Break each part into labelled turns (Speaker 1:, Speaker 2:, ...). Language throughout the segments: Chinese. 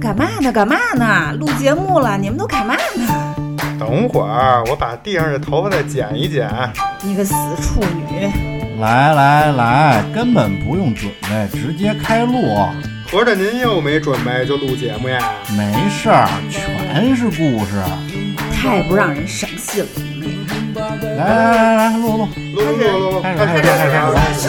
Speaker 1: 干嘛呢？干嘛呢？录节目了，你们都干嘛呢？
Speaker 2: 等会儿我把地上的头发再剪一剪。
Speaker 1: 你个死处女！
Speaker 3: 来来来，根本不用准备，直接开录。
Speaker 2: 合着您又没准备就录节目呀？
Speaker 3: 没事儿，全是故事。
Speaker 1: 太不让人省心了，你们俩。
Speaker 3: 来来来来，录录，
Speaker 2: 录录录录，
Speaker 3: 开始开始开
Speaker 4: 啊
Speaker 3: 始开始。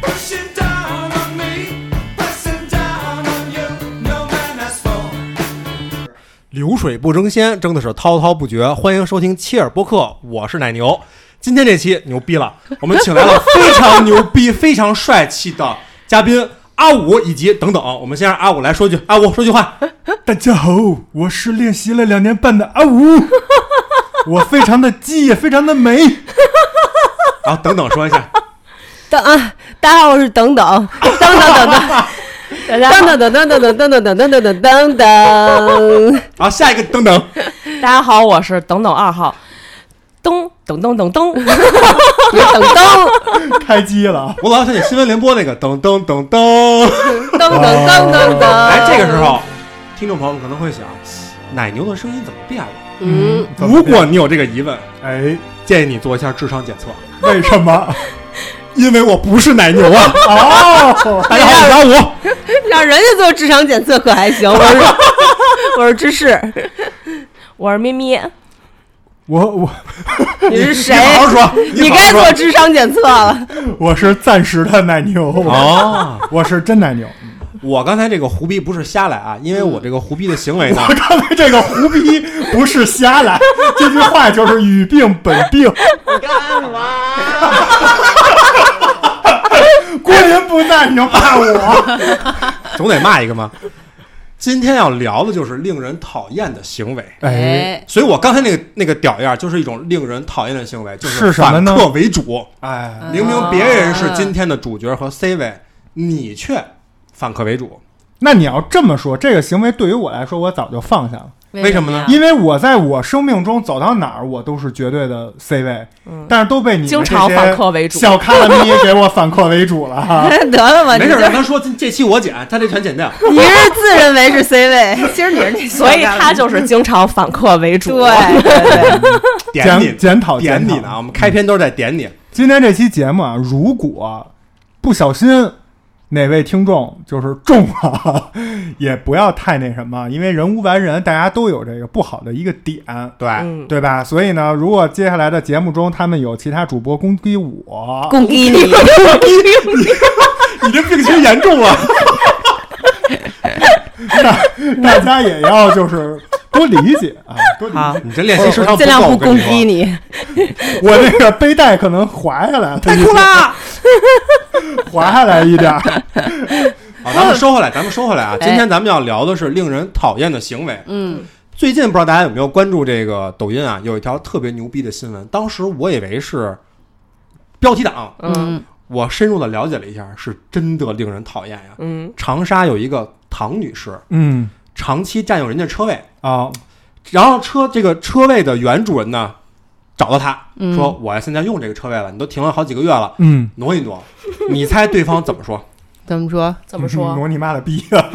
Speaker 5: Pushing down on me, pressing down on you, no man has fallen.
Speaker 6: 流水不争先，争的是滔滔不绝。欢迎收听切尔播客，我是奶牛。今天这期牛逼了，我们请来了非常牛逼、非常帅气的嘉宾阿五以及等等。我们先让阿五来说句，阿五说句话。
Speaker 4: 大家好，我是练习了两年半的阿五，我非常的鸡，也非常的美。
Speaker 6: 然后啊等等说一下，
Speaker 7: 等啊，大家好，我是等等等等等等， 大家等等等等等等等等等等等等等，
Speaker 6: 然后啊下一个等等，
Speaker 7: 大家好，我是等等二号，噔噔噔噔 噔等噔
Speaker 4: 开机了，
Speaker 6: 我老想起新闻联播那个等等等等。
Speaker 7: 噔噔噔噔噔，
Speaker 6: 哎，这个时候，听众朋友们可能会想，奶牛的声音怎么变了？
Speaker 7: 嗯，
Speaker 4: 怎么
Speaker 6: 如
Speaker 4: 变
Speaker 6: 果你有这个疑问，
Speaker 4: 哎，
Speaker 6: 建议你做一下智商检测，
Speaker 4: 为什么？
Speaker 6: 因为我不是奶牛啊。
Speaker 4: 哦，
Speaker 6: 大家好，我是阿五。
Speaker 7: 让人家做智商检测可还行， 我是我是芝士，我是咪咪，
Speaker 4: 我我
Speaker 7: 你是谁？
Speaker 6: 好好说，
Speaker 7: 你该做智商检测了，
Speaker 4: 我是暂时的奶牛，
Speaker 6: 哦，
Speaker 4: 我是真奶牛。
Speaker 6: 我刚才这个胡逼不是瞎来啊，因为我这个胡逼的行为呢，
Speaker 4: 我刚才这个胡逼不是瞎 来，这句话就是语病本病。 你干嘛？郭林不在，你就骂 我。
Speaker 6: 总得骂一个嘛。今天要聊的就是令人讨厌的行为，
Speaker 4: 哎，
Speaker 6: 所以我刚才那个那个屌样儿就是一种令人讨厌的行为，就是
Speaker 4: 什么
Speaker 6: 反
Speaker 4: 呢
Speaker 6: 客为主。
Speaker 4: 哎，
Speaker 6: 明明别人是今天的主角和 C 位，你却反客为主，
Speaker 4: 那你要这么说，这个行为对于我来说，我早就放下了，
Speaker 6: 为什么呢？
Speaker 4: 因为我在我生命中走到哪儿，我都是绝对的 C 位，但是都被你们
Speaker 7: 嗯经常
Speaker 4: 这些
Speaker 7: 反客为主
Speaker 4: 小咖了咪给我反客为主了哈。
Speaker 7: 得了吧，你
Speaker 6: 没事，
Speaker 7: 就
Speaker 6: 让他说这这期我剪，他这全剪掉。
Speaker 7: 你是自认为是 C 位， 其实你是那，所以他就是经常反客为主。对，
Speaker 6: 点你
Speaker 4: 检检讨
Speaker 6: 点你
Speaker 4: 检
Speaker 6: 呢
Speaker 4: 讨
Speaker 6: 啊！我们开篇都是在点你，
Speaker 4: 今天这期节目啊，如果不小心哪位听众就是中了，也不要太那什么，因为人无完人，大家都有这个不好的一个点。
Speaker 6: 对，
Speaker 7: 嗯，
Speaker 4: 对吧？所以呢，如果接下来的节目中他们有其他主播攻击我，
Speaker 7: 攻击你，
Speaker 6: 你这病情严重了。
Speaker 4: 大家也要就是多理解啊，多理
Speaker 7: 好
Speaker 4: 解。
Speaker 6: 你这练习时长
Speaker 7: 尽量
Speaker 6: 够
Speaker 7: 不
Speaker 6: 我跟
Speaker 7: 攻
Speaker 6: 你说
Speaker 7: 击你。
Speaker 4: 我那个背带可能滑下来了，太酷了，滑下来一点儿。
Speaker 6: 好，
Speaker 7: 嗯
Speaker 6: 咱们收回来，咱们收回来啊！今天咱们要聊的是令人讨厌的行为。
Speaker 7: 哎嗯，
Speaker 6: 最近不知道大家有没有关注这个抖音啊？有一条特别牛逼的新闻，当时我以为是标题党，
Speaker 7: 嗯
Speaker 6: 我深入的了解了一下，是真的令人讨厌呀。
Speaker 7: 嗯，
Speaker 6: 长沙有一个唐女士，
Speaker 4: 嗯，
Speaker 6: 长期占用人家车位，
Speaker 4: 啊，
Speaker 6: 然后车这个车位的原主人呢找到她
Speaker 7: 嗯
Speaker 6: 说：“我现在用这个车位了，你都停了好几个月了，
Speaker 4: 嗯，
Speaker 6: 挪一挪。”你猜对方怎么说？
Speaker 7: 怎么说？怎么说？
Speaker 6: 嗯
Speaker 4: 挪你妈的逼啊！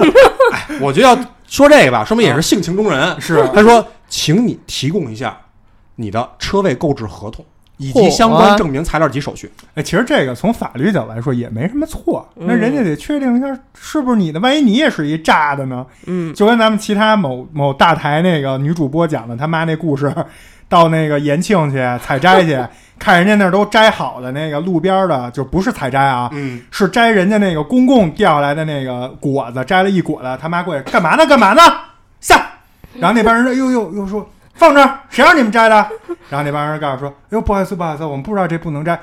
Speaker 6: 我觉得要说这个吧，说明也是性情中人。
Speaker 4: 是
Speaker 6: 他说，请你提供一下你的车位购置合同以及相关证明材料及手续。
Speaker 4: 哎，其实这个从法律角度来说也没什么错，
Speaker 7: 嗯
Speaker 4: 那人家得确定一下是不是你的，万一你也是一炸的呢？
Speaker 7: 嗯，
Speaker 4: 就跟咱们其他某某大台那个女主播讲的他妈那故事，到那个延庆去采摘去，看人家那儿都摘好的那个路边儿的，就不是采摘啊，
Speaker 6: 嗯，
Speaker 4: 是摘人家那个公共掉下来的那个果子，摘了一果子，他妈过去干嘛呢？干嘛呢？下！然后那帮人说，又又又说放这儿，谁让你们摘的？然后那帮人告诉说，哟，不好意思，不好意思，我们不知道这不能摘。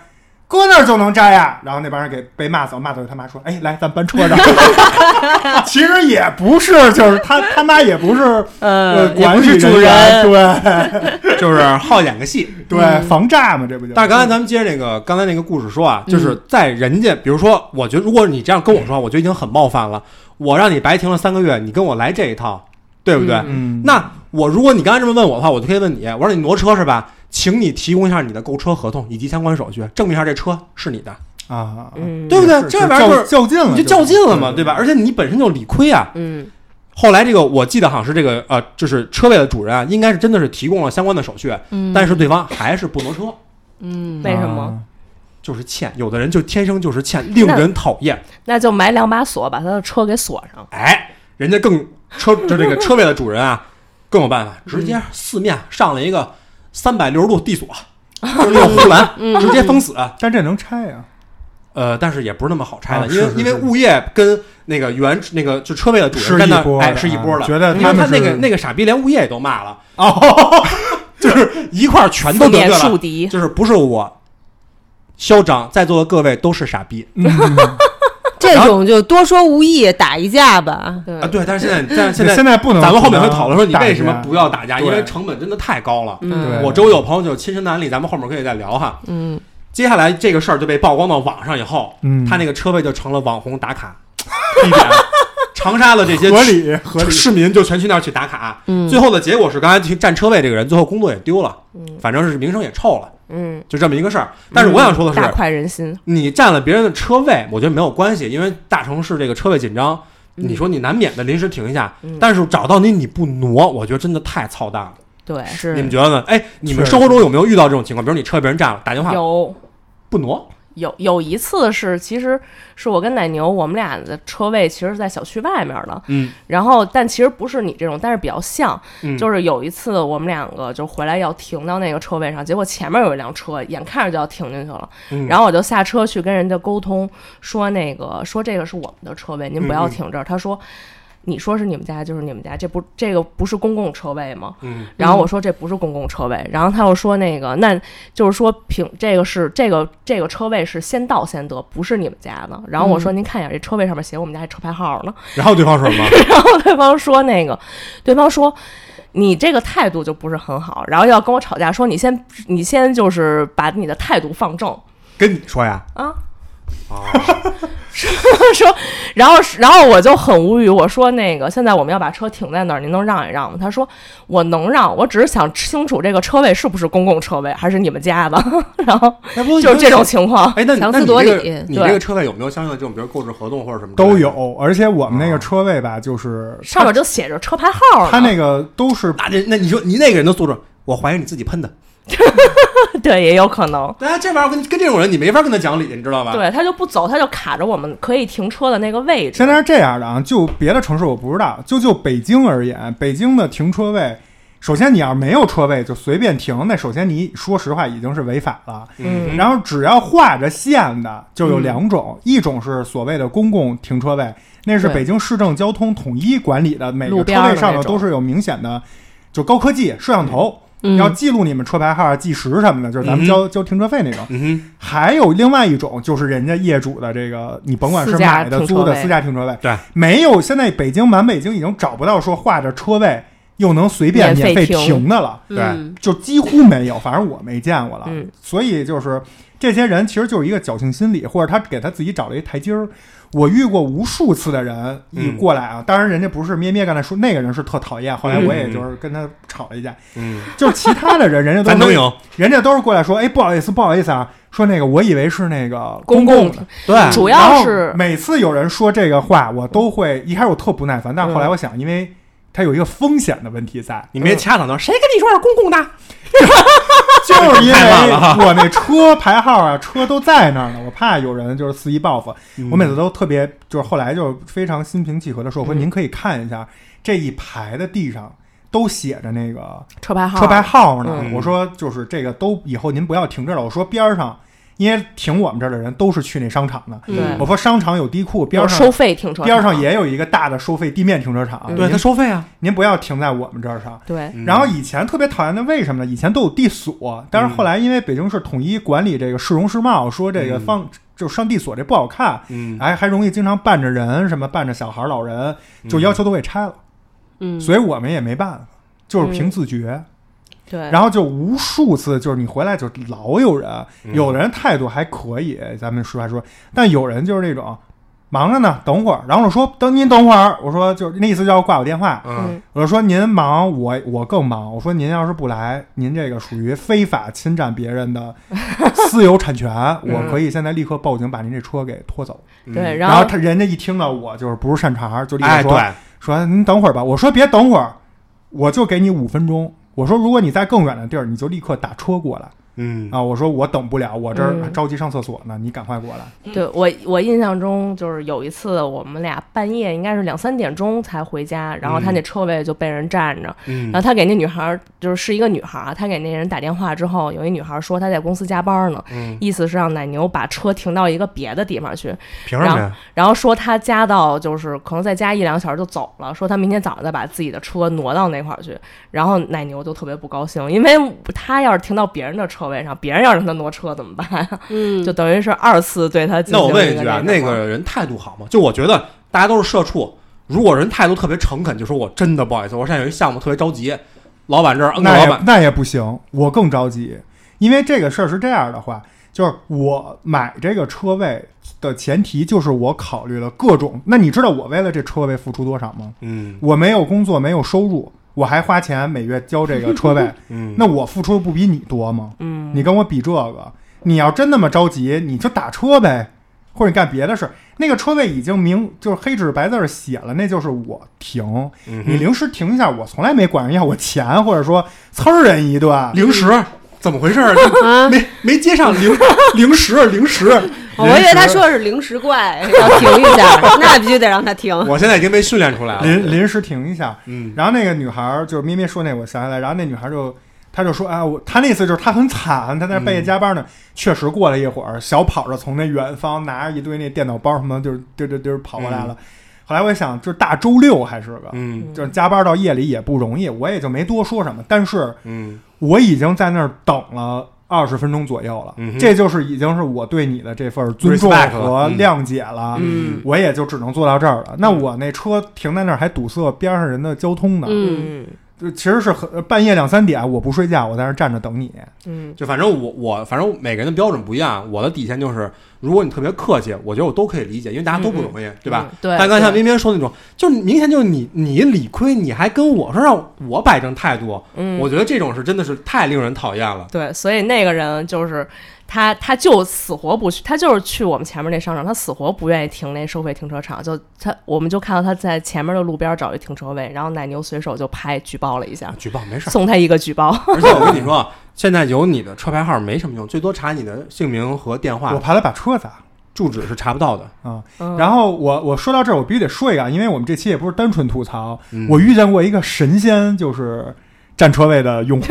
Speaker 4: 搁那儿就能摘呀、然后那帮人给被骂走，骂走他妈说：“哎，来，咱搬车上。” 其实也不是，就是他他妈也不是呃
Speaker 7: 嗯，也
Speaker 4: 管
Speaker 7: 不
Speaker 4: 理
Speaker 7: 是主
Speaker 4: 员，
Speaker 7: 人。嗯
Speaker 4: 对
Speaker 6: 就是好演个戏。
Speaker 4: 对，防诈嘛，这不就？
Speaker 6: 但是刚才咱们接着那个刚才那个故事说啊，就是在人家，比如说，我觉得如果你这样跟我说，我觉得已经很冒犯了。我让你白停了三个月，你跟我来这一套，对不对？
Speaker 4: 嗯，
Speaker 6: 那我如果你刚才这么问我的话，我就可以问你，我说你挪车是吧？请你提供一下你的购车合同以及相关手续，证明一下这车是你的。
Speaker 4: 啊，
Speaker 7: 嗯
Speaker 6: 对不对
Speaker 4: 是
Speaker 6: 这玩意儿就是
Speaker 4: 较较劲了，
Speaker 6: 你就较劲了嘛，
Speaker 4: 是嗯
Speaker 6: 对吧？？而且你本身就理亏啊。
Speaker 7: 嗯
Speaker 6: 后来这个我记得好像是这个呃，就是车位的主人啊，应该是真的是提供了相关的手续，但是对方还是不挪车，
Speaker 1: 嗯
Speaker 7: 为什么？
Speaker 4: 啊
Speaker 6: 就是欠。有的人就天生就是欠，令人讨厌。
Speaker 7: 那就买两把锁，把他的车给锁上。
Speaker 6: 哎，人家更车就这个车位的主人啊，更有办法，直
Speaker 7: 嗯
Speaker 6: 接四面上了一个三百六十度地 锁，就是那种护栏，
Speaker 7: 嗯
Speaker 6: 直接封死。
Speaker 4: 但这能拆啊呀？
Speaker 6: 呃，但是也不是那么好拆的，
Speaker 4: 啊
Speaker 6: 因为
Speaker 4: 是是
Speaker 6: 因为
Speaker 4: 是
Speaker 6: 物业跟那个原那个就车位的主
Speaker 4: 是
Speaker 6: 人站那
Speaker 4: 一波
Speaker 6: 儿
Speaker 4: 的
Speaker 6: 哎是一波
Speaker 4: 啊
Speaker 6: 的，
Speaker 4: 觉得
Speaker 6: 因
Speaker 4: 他
Speaker 6: 为
Speaker 4: 们
Speaker 6: 他那个
Speaker 4: 是哦
Speaker 6: 那个傻逼连物业也都骂了，就是一块儿全都
Speaker 7: 负
Speaker 6: 得罪
Speaker 7: 面树
Speaker 6: 了，
Speaker 7: 敌，
Speaker 6: 就是不是我嚣张，在座的各位都是傻逼
Speaker 4: 嗯，
Speaker 8: 这种就多说无益，打一架吧。
Speaker 7: 对嗯
Speaker 6: 啊！对，但是现在但是现在
Speaker 4: 现在不能，
Speaker 6: 咱们后面会讨论说你
Speaker 4: 打
Speaker 6: 为
Speaker 4: 架
Speaker 6: 什么不要打架，因为
Speaker 4: 对
Speaker 6: 成本真的太高了。
Speaker 4: 对
Speaker 6: 我周围有朋友就有亲身的案例，咱们后面可以再聊哈。
Speaker 8: 嗯，
Speaker 6: 接下来这个事儿就被曝光到网上以后，
Speaker 4: 嗯
Speaker 6: 他那个车位就成了网红 打卡地点。长沙的这些
Speaker 4: 合理合理，
Speaker 6: 市民就全去那儿去打卡，
Speaker 8: 嗯
Speaker 6: 最后的结果是，刚才去占车位这个人最后工作也丢了，反正是名声也臭了，
Speaker 7: 嗯，
Speaker 6: 就这么一个事儿。但是我想说的是，
Speaker 7: 大快人心，
Speaker 6: 你占了别人的车位，我觉得没有关系，因为大城市这个车位紧张，你说你难免的临时停一下，但是找到你你不挪，我觉得真的太操蛋了。
Speaker 7: 对，
Speaker 6: 你们
Speaker 7: 是
Speaker 6: 觉得呢？哎，你们
Speaker 4: 是
Speaker 6: 生活中有没有遇到这种情况？比如你车被人占了，打电话
Speaker 7: 有。
Speaker 6: 不挪，
Speaker 7: 有有一次是，其实是我跟奶牛，我们俩的车位其实是在小区外面的。
Speaker 6: 嗯，
Speaker 7: 然后，但其实不是你这种，但是比较像。
Speaker 6: 嗯
Speaker 7: 就是有一次我们两个就回来要停到那个车位上，结果前面有一辆车，眼看着就要停进去了。
Speaker 6: 嗯
Speaker 7: 然后我就下车去跟人家沟通，说那个说这个是我们的车位，您不
Speaker 6: 嗯
Speaker 7: 要
Speaker 6: 嗯
Speaker 7: 停这儿。他说。你说是你们家就是你们家，这不这个不是公共车位吗？
Speaker 6: 嗯，
Speaker 7: 然后我说这不是公共车位，然后他又说那个，那就是说平这个是这个这个车位是先到先得，不是你们家的。然后我说、
Speaker 6: 嗯
Speaker 7: 您看一眼这车位上面写我们家这车牌号呢。
Speaker 6: 然后对方说什么？
Speaker 7: 然后对方说那个，对方说你这个态度就不是很好，然后要跟我吵架，说你先你先就是把你的态度放正。
Speaker 6: 跟你说呀，
Speaker 7: 啊
Speaker 6: 哦，
Speaker 7: 说，然后然后我就很无语，我说那个现在我们要把车停在那儿，您能让一让吗？他说我能让，我只是想清楚这个车位是不是公共车位，还是你们家的。 然后
Speaker 6: 那不
Speaker 7: 就是这种
Speaker 6: 情。
Speaker 7: 情况，
Speaker 6: 哎，那
Speaker 8: 强
Speaker 6: 那
Speaker 8: 词
Speaker 6: 你
Speaker 8: 夺
Speaker 6: 这个
Speaker 8: 理
Speaker 6: 你
Speaker 7: 对
Speaker 6: 这个车位有没有相应的这种，比如购置合同或者什么之类的
Speaker 4: 都？有，而且我们
Speaker 7: 啊
Speaker 4: 那个车位吧，就是
Speaker 7: 上面就写着车牌号呢。
Speaker 4: 他那个都是
Speaker 6: 那这那你说你那个人的素质，我怀疑你自己喷的。
Speaker 7: 对也有可能，
Speaker 6: 对啊，这玩意儿跟跟这种人你没法跟他讲理，你知道吧？
Speaker 7: 对他就不走，他就卡着我们可以停车的那个位置。
Speaker 4: 现在是这样的啊，就别的城市我不知道，就就北京而言，北京的停车位，首先你要是没有车位就随便停，那首先你说实话已经是违法了。
Speaker 7: 嗯
Speaker 4: 然后只要画着线的就有两种，一种是所谓的公共停车位，那是
Speaker 7: 对
Speaker 4: 北京市政交通统一管理的，每
Speaker 7: 路
Speaker 4: 个
Speaker 7: 边
Speaker 4: 车
Speaker 7: 儿的
Speaker 4: 位上
Speaker 7: 那
Speaker 4: 头
Speaker 7: 种
Speaker 4: 都是有明显的，就高科技摄像头。
Speaker 8: 嗯
Speaker 4: 要记录你们车牌号、啊计时什么的，就是咱们
Speaker 6: 嗯哼
Speaker 4: 交、交停车费那种。
Speaker 6: 嗯
Speaker 4: 还有另外一种，就是人家业主的这个，你甭管是
Speaker 7: 私家
Speaker 4: 买的、
Speaker 7: 停车
Speaker 4: 租的
Speaker 7: 位
Speaker 4: 私家停车位，
Speaker 6: 对，
Speaker 4: 没有。现在北京满北京已经找不到说画着车位又能随便
Speaker 7: 免
Speaker 4: 免
Speaker 7: 费
Speaker 4: 费
Speaker 7: 停
Speaker 4: 停的了，
Speaker 6: 对
Speaker 8: 嗯
Speaker 4: 就几乎没有，反正我没见过了。
Speaker 7: 嗯
Speaker 4: 所以就是这些人其实就是一个侥幸心理，或者他给他自己找了一台阶儿。我遇过无数次的人一
Speaker 6: 嗯
Speaker 4: 过来啊，当然人家不是咩咩刚才说那个人是特讨厌，后来我也
Speaker 6: 嗯
Speaker 4: 就是跟他吵了一架，
Speaker 6: 哼，嗯，
Speaker 4: 就是其他的人，人家都
Speaker 6: 咱能
Speaker 4: 是
Speaker 6: 赢。
Speaker 4: 人家都是过来说，哎，不好意思，不好意思啊，说那个我以为是那个
Speaker 7: 公
Speaker 4: 共
Speaker 7: 共
Speaker 4: 的，
Speaker 6: 对
Speaker 7: 主
Speaker 4: 然
Speaker 7: 要
Speaker 4: 后
Speaker 7: 是
Speaker 4: 每次有人说这个话，我都会一开始我特不耐烦，但是后来我想，因为它有一个风险的问题 在，
Speaker 6: 你没掐他呢，谁跟你说是公共的？
Speaker 4: 就是因为
Speaker 6: 太慢了哈
Speaker 4: 我那车牌号啊，车都在那儿呢，我怕有人就是肆意报复，我每次都特别就是后来就非常心平气和的说，我说您可以看一下这一排的地上都写着那个
Speaker 7: 车牌号，
Speaker 4: 车牌号呢？
Speaker 6: 嗯
Speaker 4: 我说就是这个都以后您不要停这儿了。我说边儿上，因为停我们这儿的人都是去那商场的。
Speaker 7: 对
Speaker 8: 嗯
Speaker 4: 我说商场有地库，边
Speaker 7: 有
Speaker 4: 儿
Speaker 7: 收
Speaker 4: 上
Speaker 7: 费停车场，
Speaker 4: 边儿上也有一个大的收费地面停车场。
Speaker 7: 嗯
Speaker 6: 对
Speaker 4: 您
Speaker 6: 他收费啊。
Speaker 4: 您不要停在我们这儿上。
Speaker 7: 对，
Speaker 6: 嗯
Speaker 4: 然后以前特别讨厌的，为什么呢？以前都有地锁，但
Speaker 6: 嗯
Speaker 4: 是后来因为北京市统一管理这个市容市貌，说这个
Speaker 6: 嗯
Speaker 4: 放就上地锁这不好看，
Speaker 6: 嗯，
Speaker 4: 哎，还容易经常绊着人，什么绊着小孩儿、老人，就要求都给拆了。
Speaker 8: 嗯，
Speaker 4: 所以我们也没办法，就是
Speaker 7: 嗯
Speaker 4: 凭自觉。
Speaker 7: 对，
Speaker 4: 然后就无数次，就是你回来就
Speaker 6: 嗯
Speaker 4: 老有人，有的人态度还可以，咱们实话说，但有人就是那种忙着呢，等会儿。然后我说等您等会儿，我说就是那意思叫挂我电话。
Speaker 2: 嗯，
Speaker 4: 我就说您忙，我我更忙。我说您要是不来，您这个属于非法侵占别人的私有产权，
Speaker 6: 嗯
Speaker 4: 我可以现在立刻报警把您这车给拖走。
Speaker 7: 对，
Speaker 4: 然
Speaker 7: 嗯然后
Speaker 4: 他人家一听到我就是不是善茬儿，就立刻
Speaker 6: 哎，
Speaker 4: 说、
Speaker 6: 对，
Speaker 4: 说您等会儿吧。我说别等会儿，我就给你五分钟。我说如果你在更远的地儿，你就立刻打车过来
Speaker 6: 嗯，
Speaker 4: 啊。我说我等不了，我这儿
Speaker 7: 嗯
Speaker 4: 着急上厕所呢，你赶快过来。
Speaker 7: 对我我印象中就是有一次我们俩半夜应该是两三点钟才回家，然后
Speaker 4: 嗯
Speaker 7: 他那车位就被人占着，
Speaker 6: 嗯
Speaker 7: 然后他给那女孩儿就是是一个女孩儿啊，他给那人打电话之后，有一女孩儿说她在公司加班呢，
Speaker 6: 嗯
Speaker 7: 意思是让奶牛把车停到一个别的地方去，
Speaker 6: 凭什么呀？
Speaker 7: 然后说他加到就是可能再加一两个小时就走了，说他明天早上再把自己的车挪到那块儿去。然后奶牛就特别不高兴，因为他要是停到别人的车位上，别人要让他挪车怎么办 呀、
Speaker 8: 嗯
Speaker 7: 就等于是二次对他进行
Speaker 6: 那我问
Speaker 7: 一
Speaker 6: 一句啊，
Speaker 7: 那
Speaker 6: 那
Speaker 7: 什么
Speaker 6: 个人态度好吗？就我觉得大家都是社畜，如果人态度特别诚恳，就说我真的不好意思，我现在有一项目特别着急，老板这儿摁个
Speaker 4: 那
Speaker 6: 老
Speaker 4: 也
Speaker 6: 板，
Speaker 4: 那也不行，我更着急，因为这个事儿是这样的话，就是我买这个车位的前提就是我考虑了各种。那你知道我为了这车位付出多少吗？
Speaker 6: 嗯
Speaker 4: 我没有工作，没有收 入，我还花钱每月交这个车位，
Speaker 6: 嗯，
Speaker 4: 那我付出不比你多吗？
Speaker 7: 嗯，
Speaker 4: 你跟我比这个，你要真那么着急，你就打车呗，或者你干别的事儿。那个车位已经明就是黑纸白字儿写了，那就是我停。
Speaker 6: 嗯
Speaker 4: 你临时停一下，我从来没管人要我钱，或者说呲儿人一顿。
Speaker 6: 零食怎么回事儿？这
Speaker 8: 啊，
Speaker 6: 没没接上零零食零食，
Speaker 8: 我以为他说的是零食怪， 要停一下，那必须得让他停。
Speaker 6: 我现在已经被训练出来了。
Speaker 4: 临临时停一下，
Speaker 6: 啊嗯
Speaker 4: 然后那个女孩儿就是咩咩说那我想起来，然后那女孩儿就她就说啊，我她那次就是她很惨，她在那半夜加班呢，确实过了一会儿，小跑着从那远方拿着一堆那电脑包什么，就是丢丢丢跑过来了。后来我一想，就是大周六还是个，
Speaker 6: 嗯
Speaker 4: 就是加班到夜里也不容易，我也就没多说什么，但是
Speaker 6: 嗯
Speaker 4: 我已经在那儿等了。二十分钟左右了，
Speaker 6: 嗯哼
Speaker 4: 这就是已经是我对你的这份尊重
Speaker 6: Respect 了
Speaker 4: 和
Speaker 6: 嗯
Speaker 4: 谅解了。
Speaker 6: 嗯
Speaker 4: 我也就只能做到这儿了。那我那车停在那儿还堵塞边上人的交通呢，
Speaker 8: 嗯，
Speaker 7: 嗯
Speaker 4: 就其实是很呃半夜两三点，我不睡觉，我在那儿站着等你。
Speaker 7: 嗯
Speaker 6: 就反正我我反正每个人的标准不一样，我的底线就是，如果你特别客气，我觉得我都可以理解，因为大家都不容易，对吧？
Speaker 7: 嗯对
Speaker 6: 但刚才像
Speaker 7: 对
Speaker 6: 明明说那种，就是明显就是你你理亏，你还跟我说让我摆正态度，
Speaker 7: 嗯
Speaker 6: 我觉得这种是真的是太令人讨厌了。
Speaker 7: 对，所以那个人就是他，他就死活不去，他就是去我们前面那商场，他死活不愿意停那收费停车场。就他，我们就看到他在前面的路边找一停车位，然后奶牛随手就拍举报了一
Speaker 4: 啊
Speaker 7: 下，
Speaker 6: 举报没事儿，
Speaker 7: 送他一个 举报。
Speaker 6: 而且我跟你说啊，现在有你的车牌号没什么用，最多查你的姓名和电
Speaker 4: 我
Speaker 6: 话，
Speaker 4: 怕他把车砸
Speaker 6: 住址是查不到的。
Speaker 4: 啊。
Speaker 7: 嗯
Speaker 4: 然后我我说到这儿，我必须得说一个啊，因为我们这期也不是单纯吐槽，
Speaker 6: 嗯
Speaker 4: 我遇见过一个神仙，就是占车位的 用户，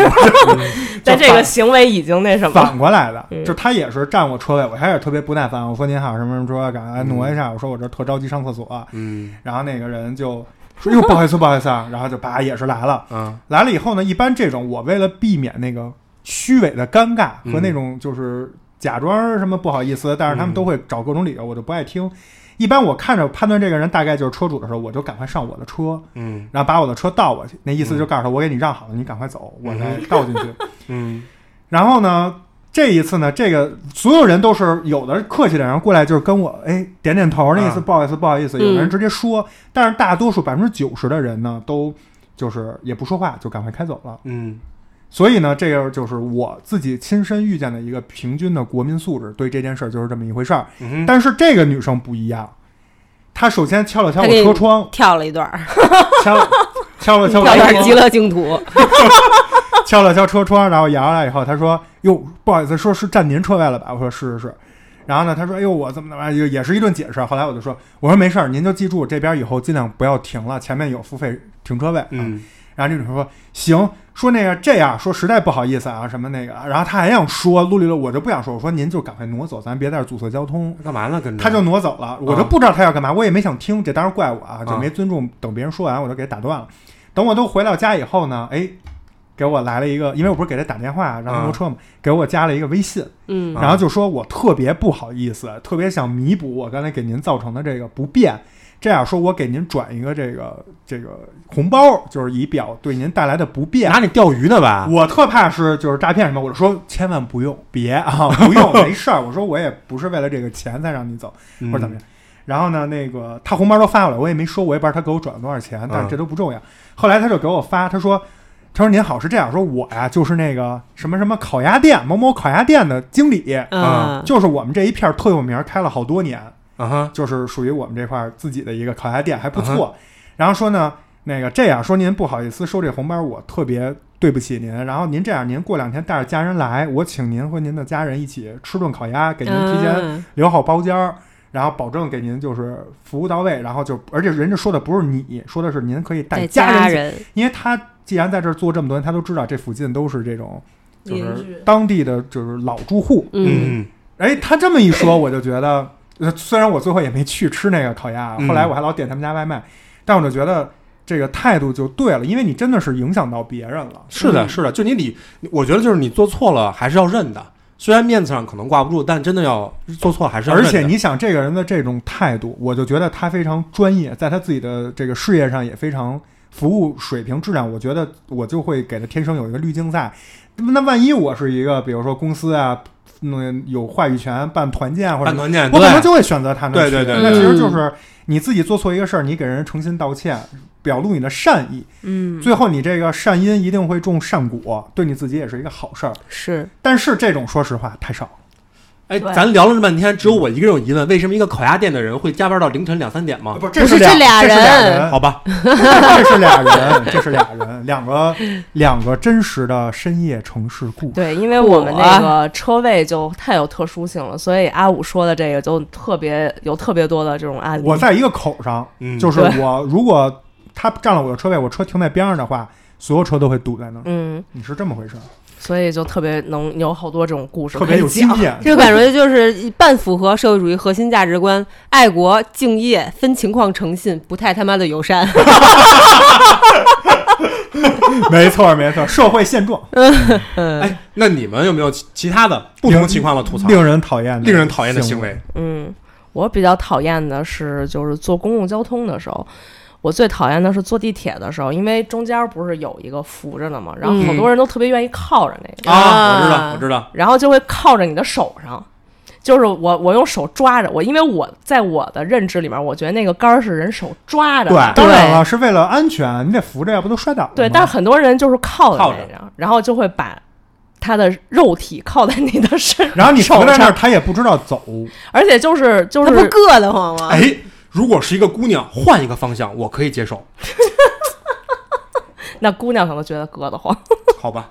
Speaker 7: 但这个
Speaker 4: 就
Speaker 7: 行为已经 那什
Speaker 4: 反
Speaker 7: 么，
Speaker 4: 反过来的，
Speaker 7: 嗯
Speaker 4: 就他也是占我车位，我开始特别不耐烦，我说您好什么什么车，赶快挪一下，我说我这特着急上厕所，
Speaker 6: 嗯
Speaker 4: 然后那个人就说哟不好意思不好意思啊，然后就叭也是来了。
Speaker 6: 啊
Speaker 4: 来了以后呢，一般这种我为了避免那个虚伪的尴尬和那种就是假装什么不好意思，但是他们都会找各种理由，我就不爱听。一般我看着判断这个人大概就是车主的时候，我就赶快上我的车，
Speaker 6: 嗯
Speaker 4: 然后把我的车倒过去，那意思就告诉他我给你让好了，你赶快走，我再倒进去。
Speaker 6: 嗯
Speaker 4: 然后呢，这一次呢，这个所有人都是有的客气的人过来就是跟我哎点点头，那意思
Speaker 6: 啊
Speaker 4: 不好意思不好意思，
Speaker 8: 嗯
Speaker 4: 有的人直接说，但是大多数百分之九十的人呢都。就是也不说话，就赶快开走了。
Speaker 6: 嗯
Speaker 4: 所以呢，这个就是我自己亲身遇见的一个平均的国民素质，对这件事儿就是这么一回事儿。
Speaker 6: 嗯哼，
Speaker 4: 但是这个女生不一样，她首先敲了敲
Speaker 8: 她
Speaker 4: 我
Speaker 8: 给你
Speaker 4: 车 窗，
Speaker 8: 跳了一段儿，
Speaker 4: 敲敲了敲哎
Speaker 8: 跳
Speaker 4: 我车
Speaker 8: 段极
Speaker 4: 窗，
Speaker 8: 乐净土。
Speaker 4: 敲了敲车窗，然后摇下来以后，她说：“哟，不好意思，说是占您车位了吧？”我说：“是是是。”然后呢，她说：“哎呦，我怎么怎么，也也是一顿解释。”后来我就说：“我说没事儿，您就记住这边以后尽量不要停了，前面有付费停车位。”
Speaker 6: 嗯
Speaker 4: 然后这女生说行，说那个这样，说实在不好意思啊，什么那个，然后她还想说撸里撸，我就不想说，我说您就赶快挪走，咱别在这儿阻塞交通。
Speaker 6: 干嘛呢？跟着
Speaker 4: 她就挪走了，我就不知道她要干嘛，我也没想听，这当然怪我啊，就没尊重。等别人说完，我就给她打断了。等我都回到家以后呢，哎，给我来了一个，因为我不是给她打电话让她挪车嘛，给我加了一个微信，
Speaker 8: 嗯
Speaker 4: 然后就说我特别不好意思，特别想弥补我刚才给您造成的这个不便。这样说，我给您转一个这个这个红包，就是以表对您带来的不便
Speaker 6: 拿。你钓鱼呢吧？
Speaker 4: 我特怕是就是诈骗什么，我就说千万
Speaker 6: 嗯
Speaker 4: 不用，别啊，不用，没事儿。我说我也不是为了这个钱才让你走，或者怎么样。然后呢，那个他红包都发过来，我也没说，我也不知道他给我转了多少钱，但是这都不重要。后来他就给我发，他说：“他说您好，是这样，说我呀就是那个什么什么烤鸭店某某烤鸭店的经理，啊
Speaker 8: 嗯
Speaker 4: 就是我们这一片儿特有名，开了好多年，
Speaker 6: 啊哈，
Speaker 4: 就是属于我们这块儿自己的一个烤鸭店，还不错。然后说呢，那个这样说您不好意思收这红包，我特别对不起您。然后您这样，您过两天带着家人来，我请您和您的家人一起吃顿烤鸭，给您提前
Speaker 8: 嗯
Speaker 4: 留好包间儿。然后保证给您就是服务到位，然后就而且人家说的不是你，说的是您可以带
Speaker 8: 带
Speaker 4: 家人一
Speaker 8: 家
Speaker 4: 起
Speaker 8: 人，
Speaker 4: 因为他既然在这儿做这么多年，他都知道这附近都是这种就
Speaker 8: 邻
Speaker 4: 是当地的就是老住户。
Speaker 8: 嗯，
Speaker 4: 哎，他这么一说，我就觉得，呃虽然我最后也没去吃那个烤鸭，
Speaker 6: 嗯
Speaker 4: 后来我还老点他们家外卖，但我就觉得这个态度就对了，因为你真的是影响到别人了。
Speaker 6: 是的，是的，就你理，我觉得就是你做错了还是要认的，虽然面子上可能挂不住，但真的要做错了还是要
Speaker 4: 而
Speaker 6: 认的。
Speaker 4: 且你想，这个人的这种态度，我就觉得他非常专业，在他自己的这个事业上也非常服务水平质量。我觉得我就会给他天生有一个滤镜在。那万一我是一个，比如说公司啊，嗯，有话语权办团建啊或者
Speaker 6: 办团建，
Speaker 4: 我可能
Speaker 6: 对
Speaker 4: 就会选择他那
Speaker 6: 对
Speaker 4: 去
Speaker 6: 对对
Speaker 4: 那
Speaker 8: 对
Speaker 4: 其实
Speaker 8: 嗯
Speaker 4: 就是你自己做错一个事儿，你给人诚心道歉，表露你的善意，
Speaker 8: 嗯，
Speaker 4: 最后你这个善因一定会种善果，对你自己也是一个好事儿。
Speaker 8: 是
Speaker 4: 但是这种说实话太少了。
Speaker 6: 哎，
Speaker 1: 对
Speaker 6: 咱聊了这半天，只有我一个人有疑问，为什么一个烤鸭店的人会加班到凌晨两三点吗？
Speaker 4: 不，
Speaker 8: 不
Speaker 4: 这
Speaker 8: 是这俩
Speaker 4: 这是俩
Speaker 8: 人
Speaker 4: 人
Speaker 6: 好吧，
Speaker 4: 这是俩人，这是俩人，两个两个真实的深夜城市故事。
Speaker 7: 对，因为我们那个车位就太有特殊性了，所以阿五说的这个就特别有特别多的这种案例。
Speaker 4: 我在一个口上，
Speaker 6: 嗯，
Speaker 4: 就是
Speaker 7: 对
Speaker 4: 我如果他占了我的车位，我车停在边上的话，所有车都会堵在那儿。
Speaker 7: 嗯，
Speaker 4: 你是这么回事儿，
Speaker 7: 所以就特别能有好多这种故事
Speaker 4: 特
Speaker 7: 可以
Speaker 4: 别有经
Speaker 7: 讲。
Speaker 4: 验。
Speaker 8: 这个感觉就是半符合社会主义核心价值观，爱国、敬业、分情况诚信，不太他妈的友善。
Speaker 4: 没错，没错，社会现状，
Speaker 8: 嗯，
Speaker 6: 哎，那你们有没有其其他的不同情况的吐槽？
Speaker 4: 令人讨厌的，
Speaker 6: 令人讨厌的行为，
Speaker 7: 嗯，我比较讨厌的是就是坐公共交通的时候。我最讨厌的是坐地铁的时候，因为中间不是有一个扶着的嘛，然后好多人都特别愿意靠着那个，
Speaker 6: 啊，我知道，
Speaker 8: 啊
Speaker 6: 我知道，
Speaker 7: 然后就会靠着你的手上，就是我我用手抓着我，因为我在我的认知里面，我觉得那个杆儿是人手抓着
Speaker 4: 对
Speaker 7: 的，，
Speaker 4: 当然了，是为了安全，你得扶着，要不都摔倒了吗。
Speaker 7: 对，但是很多人就是靠
Speaker 6: 靠
Speaker 7: 在
Speaker 6: 着
Speaker 7: 那上，然后就会把他的肉体靠在你的身，
Speaker 4: 然后你扶
Speaker 7: 手
Speaker 4: 在那儿，
Speaker 7: 上，
Speaker 4: 他也不知道走。
Speaker 7: 而且就是就
Speaker 8: 他不
Speaker 7: 是
Speaker 8: 硌得慌吗？
Speaker 6: 哎，如果是一个姑娘，换一个方向，我可以接受，
Speaker 7: 那姑娘可能觉得硌得慌，
Speaker 6: 好吧？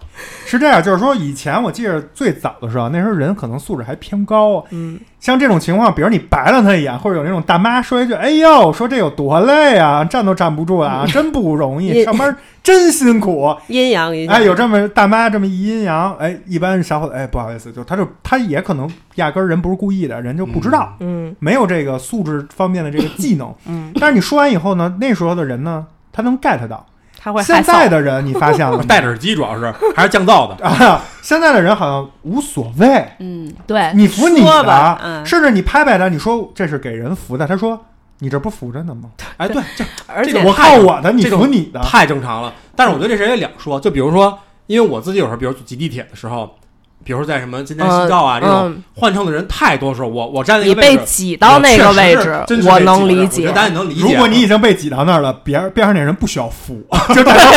Speaker 4: 是这样，就是说，以前我记着最早的时候，那时候人可能素质还偏高，啊
Speaker 7: 嗯，
Speaker 4: 像这种情况，比如你白了他一眼，或者有那种大妈说一句：“哎呦，说这有多累啊，站都站不住 啊，真不容易，
Speaker 8: 也
Speaker 4: 上班真辛苦。
Speaker 8: 阴阳一”下，
Speaker 4: 哎，有这么大妈这么一阴阳，哎，一般小伙子，哎，不好意思，就他就他也可能压根儿人不是故意的，人就不知道。
Speaker 7: 嗯
Speaker 4: 没有这个素质方面的这个技能。嗯，但是你说完以后呢，那时候的人呢，他能 get 到。
Speaker 7: 他会害
Speaker 4: 现
Speaker 7: 臊
Speaker 4: 在的人，你发现 了吗
Speaker 6: 戴着耳机主要是还是降噪的，
Speaker 4: 啊？ 现在的人好像无所谓，
Speaker 8: 嗯，
Speaker 7: 对，
Speaker 4: 你扶你
Speaker 8: 说吧
Speaker 4: 的，
Speaker 8: 嗯
Speaker 4: 甚至你拍拍他，你说这是给人扶的，他说你这不扶着呢吗？
Speaker 6: 哎，对，这
Speaker 7: 而
Speaker 6: 这
Speaker 7: 且
Speaker 6: 种
Speaker 4: 我靠我的，你
Speaker 6: 这种
Speaker 4: 扶你的，
Speaker 6: 太正常了。但是我觉得这事儿也两说，就比如说，因为我自己有时候，比如挤地铁的时候，比如说在什么今天西照啊、这种
Speaker 7: 嗯，
Speaker 6: 换乘的人太多的时候，我我站在一
Speaker 7: 你
Speaker 6: 个位
Speaker 7: 被
Speaker 6: 置，
Speaker 7: 挤到那个
Speaker 6: 我确
Speaker 7: 位置
Speaker 6: 实是真，是被
Speaker 7: 我
Speaker 6: 挤
Speaker 7: 能
Speaker 6: 的
Speaker 7: 理
Speaker 6: 我觉
Speaker 7: 解
Speaker 6: 得。大家也能理解。
Speaker 4: 如果你已经被挤到那儿了，别人边上那人不需要 扶，就大家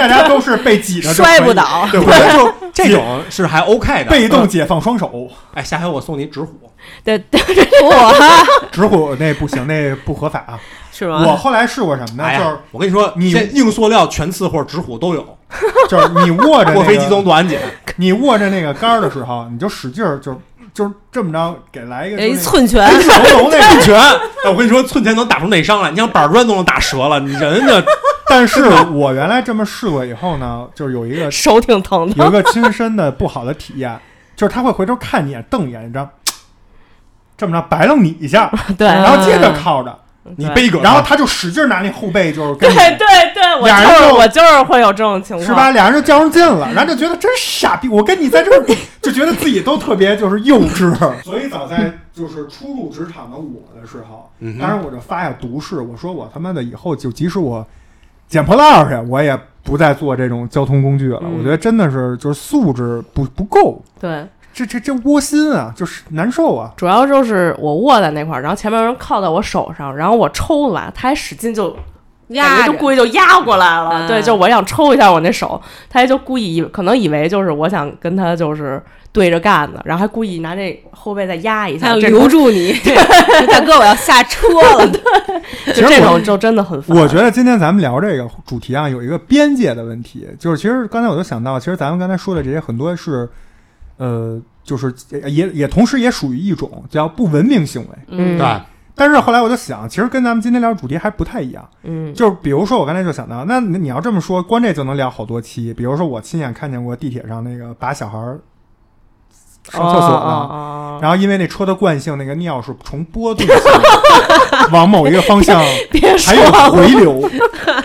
Speaker 4: 大家都 是被挤着就
Speaker 8: 摔不
Speaker 4: 可以，
Speaker 8: 倒。
Speaker 6: 对，我觉得就这种是还 OK 的。嗯
Speaker 4: 被动解放双手。
Speaker 6: 哎，下回我送你纸虎，
Speaker 7: 对对，
Speaker 8: 哇，
Speaker 4: 直虎那不行，那不合法啊！
Speaker 8: 是吗？
Speaker 4: 我后来试过什么呢
Speaker 6: 哎？
Speaker 4: 就
Speaker 6: 呀
Speaker 4: 是，
Speaker 6: 我跟你说，
Speaker 4: 你
Speaker 6: 现在硬塑料、全刺或者纸虎都有，
Speaker 4: 就是你握 着、那个、
Speaker 6: 过飞机总短检。
Speaker 4: 你握着那个杆儿的时候，你就使劲儿，就就这么着给来一个
Speaker 8: 有哎一
Speaker 4: 就
Speaker 8: 寸拳，
Speaker 4: 那个成龙那
Speaker 6: 一
Speaker 4: 个。
Speaker 6: 拳， 哎，我跟你说，寸前能打出内伤来，你像板砖都能打折了，你人家
Speaker 4: 但是我原来这么试过以后呢，就是有一个
Speaker 7: 手挺疼 的。
Speaker 4: 有一个亲身的不好的体验， 就是他会回头看你一眼，瞪一眼，你知道，这么着白楞你一下，
Speaker 7: 对，嗯
Speaker 4: 然后接着靠着，
Speaker 6: 你背一个，
Speaker 4: 然后他就使劲儿拿那后背就是跟
Speaker 7: 对
Speaker 4: 你。
Speaker 7: 对对，我就
Speaker 4: 俩人
Speaker 7: 是
Speaker 4: 就
Speaker 7: 我就是会有这种情况，
Speaker 4: 是吧？俩人就较上劲了，然后就觉得真傻逼。我跟你在这儿， 就觉得自己都特别就是幼稚。 所以早在就是初入职场的我的时候，
Speaker 6: 嗯
Speaker 4: 当时我就发下毒誓，我说我他妈的以后就即使我捡破烂儿去，我也不再坐这种交通工具了。
Speaker 7: 嗯
Speaker 4: 我觉得真的是就是素质不不够，
Speaker 7: 对，
Speaker 4: 这这这窝心啊，就是难受啊。
Speaker 7: 主要就是我握在那块儿，然后前面有人靠在我手上，然后我抽了吧，他还使劲就感
Speaker 8: 压
Speaker 7: 觉就
Speaker 8: 着
Speaker 7: 故意就压过来了。
Speaker 8: 啊
Speaker 7: 对，就我想抽一下我那手，他也就故意以可能以为就是我想跟他就是对着干的，然后还故意拿这后背再压一
Speaker 8: 他
Speaker 7: 下，
Speaker 8: 想
Speaker 7: 这
Speaker 8: 留住你，大哥，我要下车了。
Speaker 7: 种
Speaker 4: 其实
Speaker 7: 就 这
Speaker 4: 我
Speaker 7: 种就真的很烦。
Speaker 4: 我觉得今天咱们聊这个主题啊，有一个边界的问题，就是其实刚才我就想到，其实咱们刚才说的这些很多是，呃，就是也也同时也属于一种叫不文明行为。
Speaker 7: 嗯，
Speaker 2: 对，
Speaker 4: 但是后来我就想，其实跟咱们今天聊的主题还不太一样。
Speaker 7: 嗯，
Speaker 4: 就是比如说，我刚才就想到，那你要这么说，光这就能聊好多期。比如说，我亲眼看见过地铁上那个把小孩儿上厕所嗯的，
Speaker 7: 哦哦哦
Speaker 4: 然后因为那车的惯性，那个尿是呈波动性的往某一个方向，
Speaker 7: 别
Speaker 4: 还
Speaker 7: 说
Speaker 4: 有
Speaker 7: 了，
Speaker 4: 回流，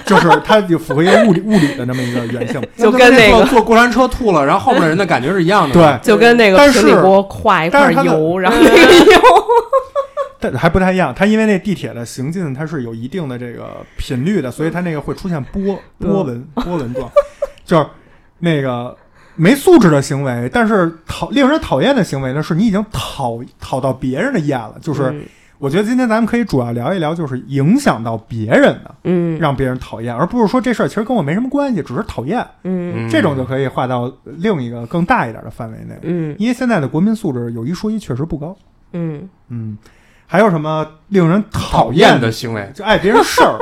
Speaker 4: 就是它就符合一个物理物理的那么一个原性。
Speaker 7: 就跟那
Speaker 6: 坐
Speaker 7: 个
Speaker 6: 坐过山车吐了，然后后面人的感觉是一样的。
Speaker 4: 对，
Speaker 7: 就跟那
Speaker 4: 但
Speaker 7: 个
Speaker 4: 是
Speaker 7: 平底锅跨一
Speaker 4: 但
Speaker 7: 块
Speaker 4: 是他的
Speaker 7: 油，然后那个油，
Speaker 4: 但还不太一样，它因为那地铁的行进它是有一定的这个频率的，所以它那个会出现波波纹波纹状， 就是那个没素质的行为，但是讨令人讨厌的行为呢，是你已经讨讨到别人的厌了。就是
Speaker 7: 嗯
Speaker 4: 我觉得今天咱们可以主要聊一聊，就是影响到别人的，
Speaker 7: 嗯
Speaker 4: 让别人讨厌，而不是说这事儿其实跟我没什么关系，只是讨厌，
Speaker 7: 嗯
Speaker 2: 嗯
Speaker 4: 这种就可以划到另一个更大一点的范围内。
Speaker 7: 嗯
Speaker 4: 因为现在的国民素质有一说一，确实不高。
Speaker 7: 嗯，
Speaker 4: 嗯，还有什么令人讨
Speaker 6: 讨厌的行为，
Speaker 4: 就碍别人事儿？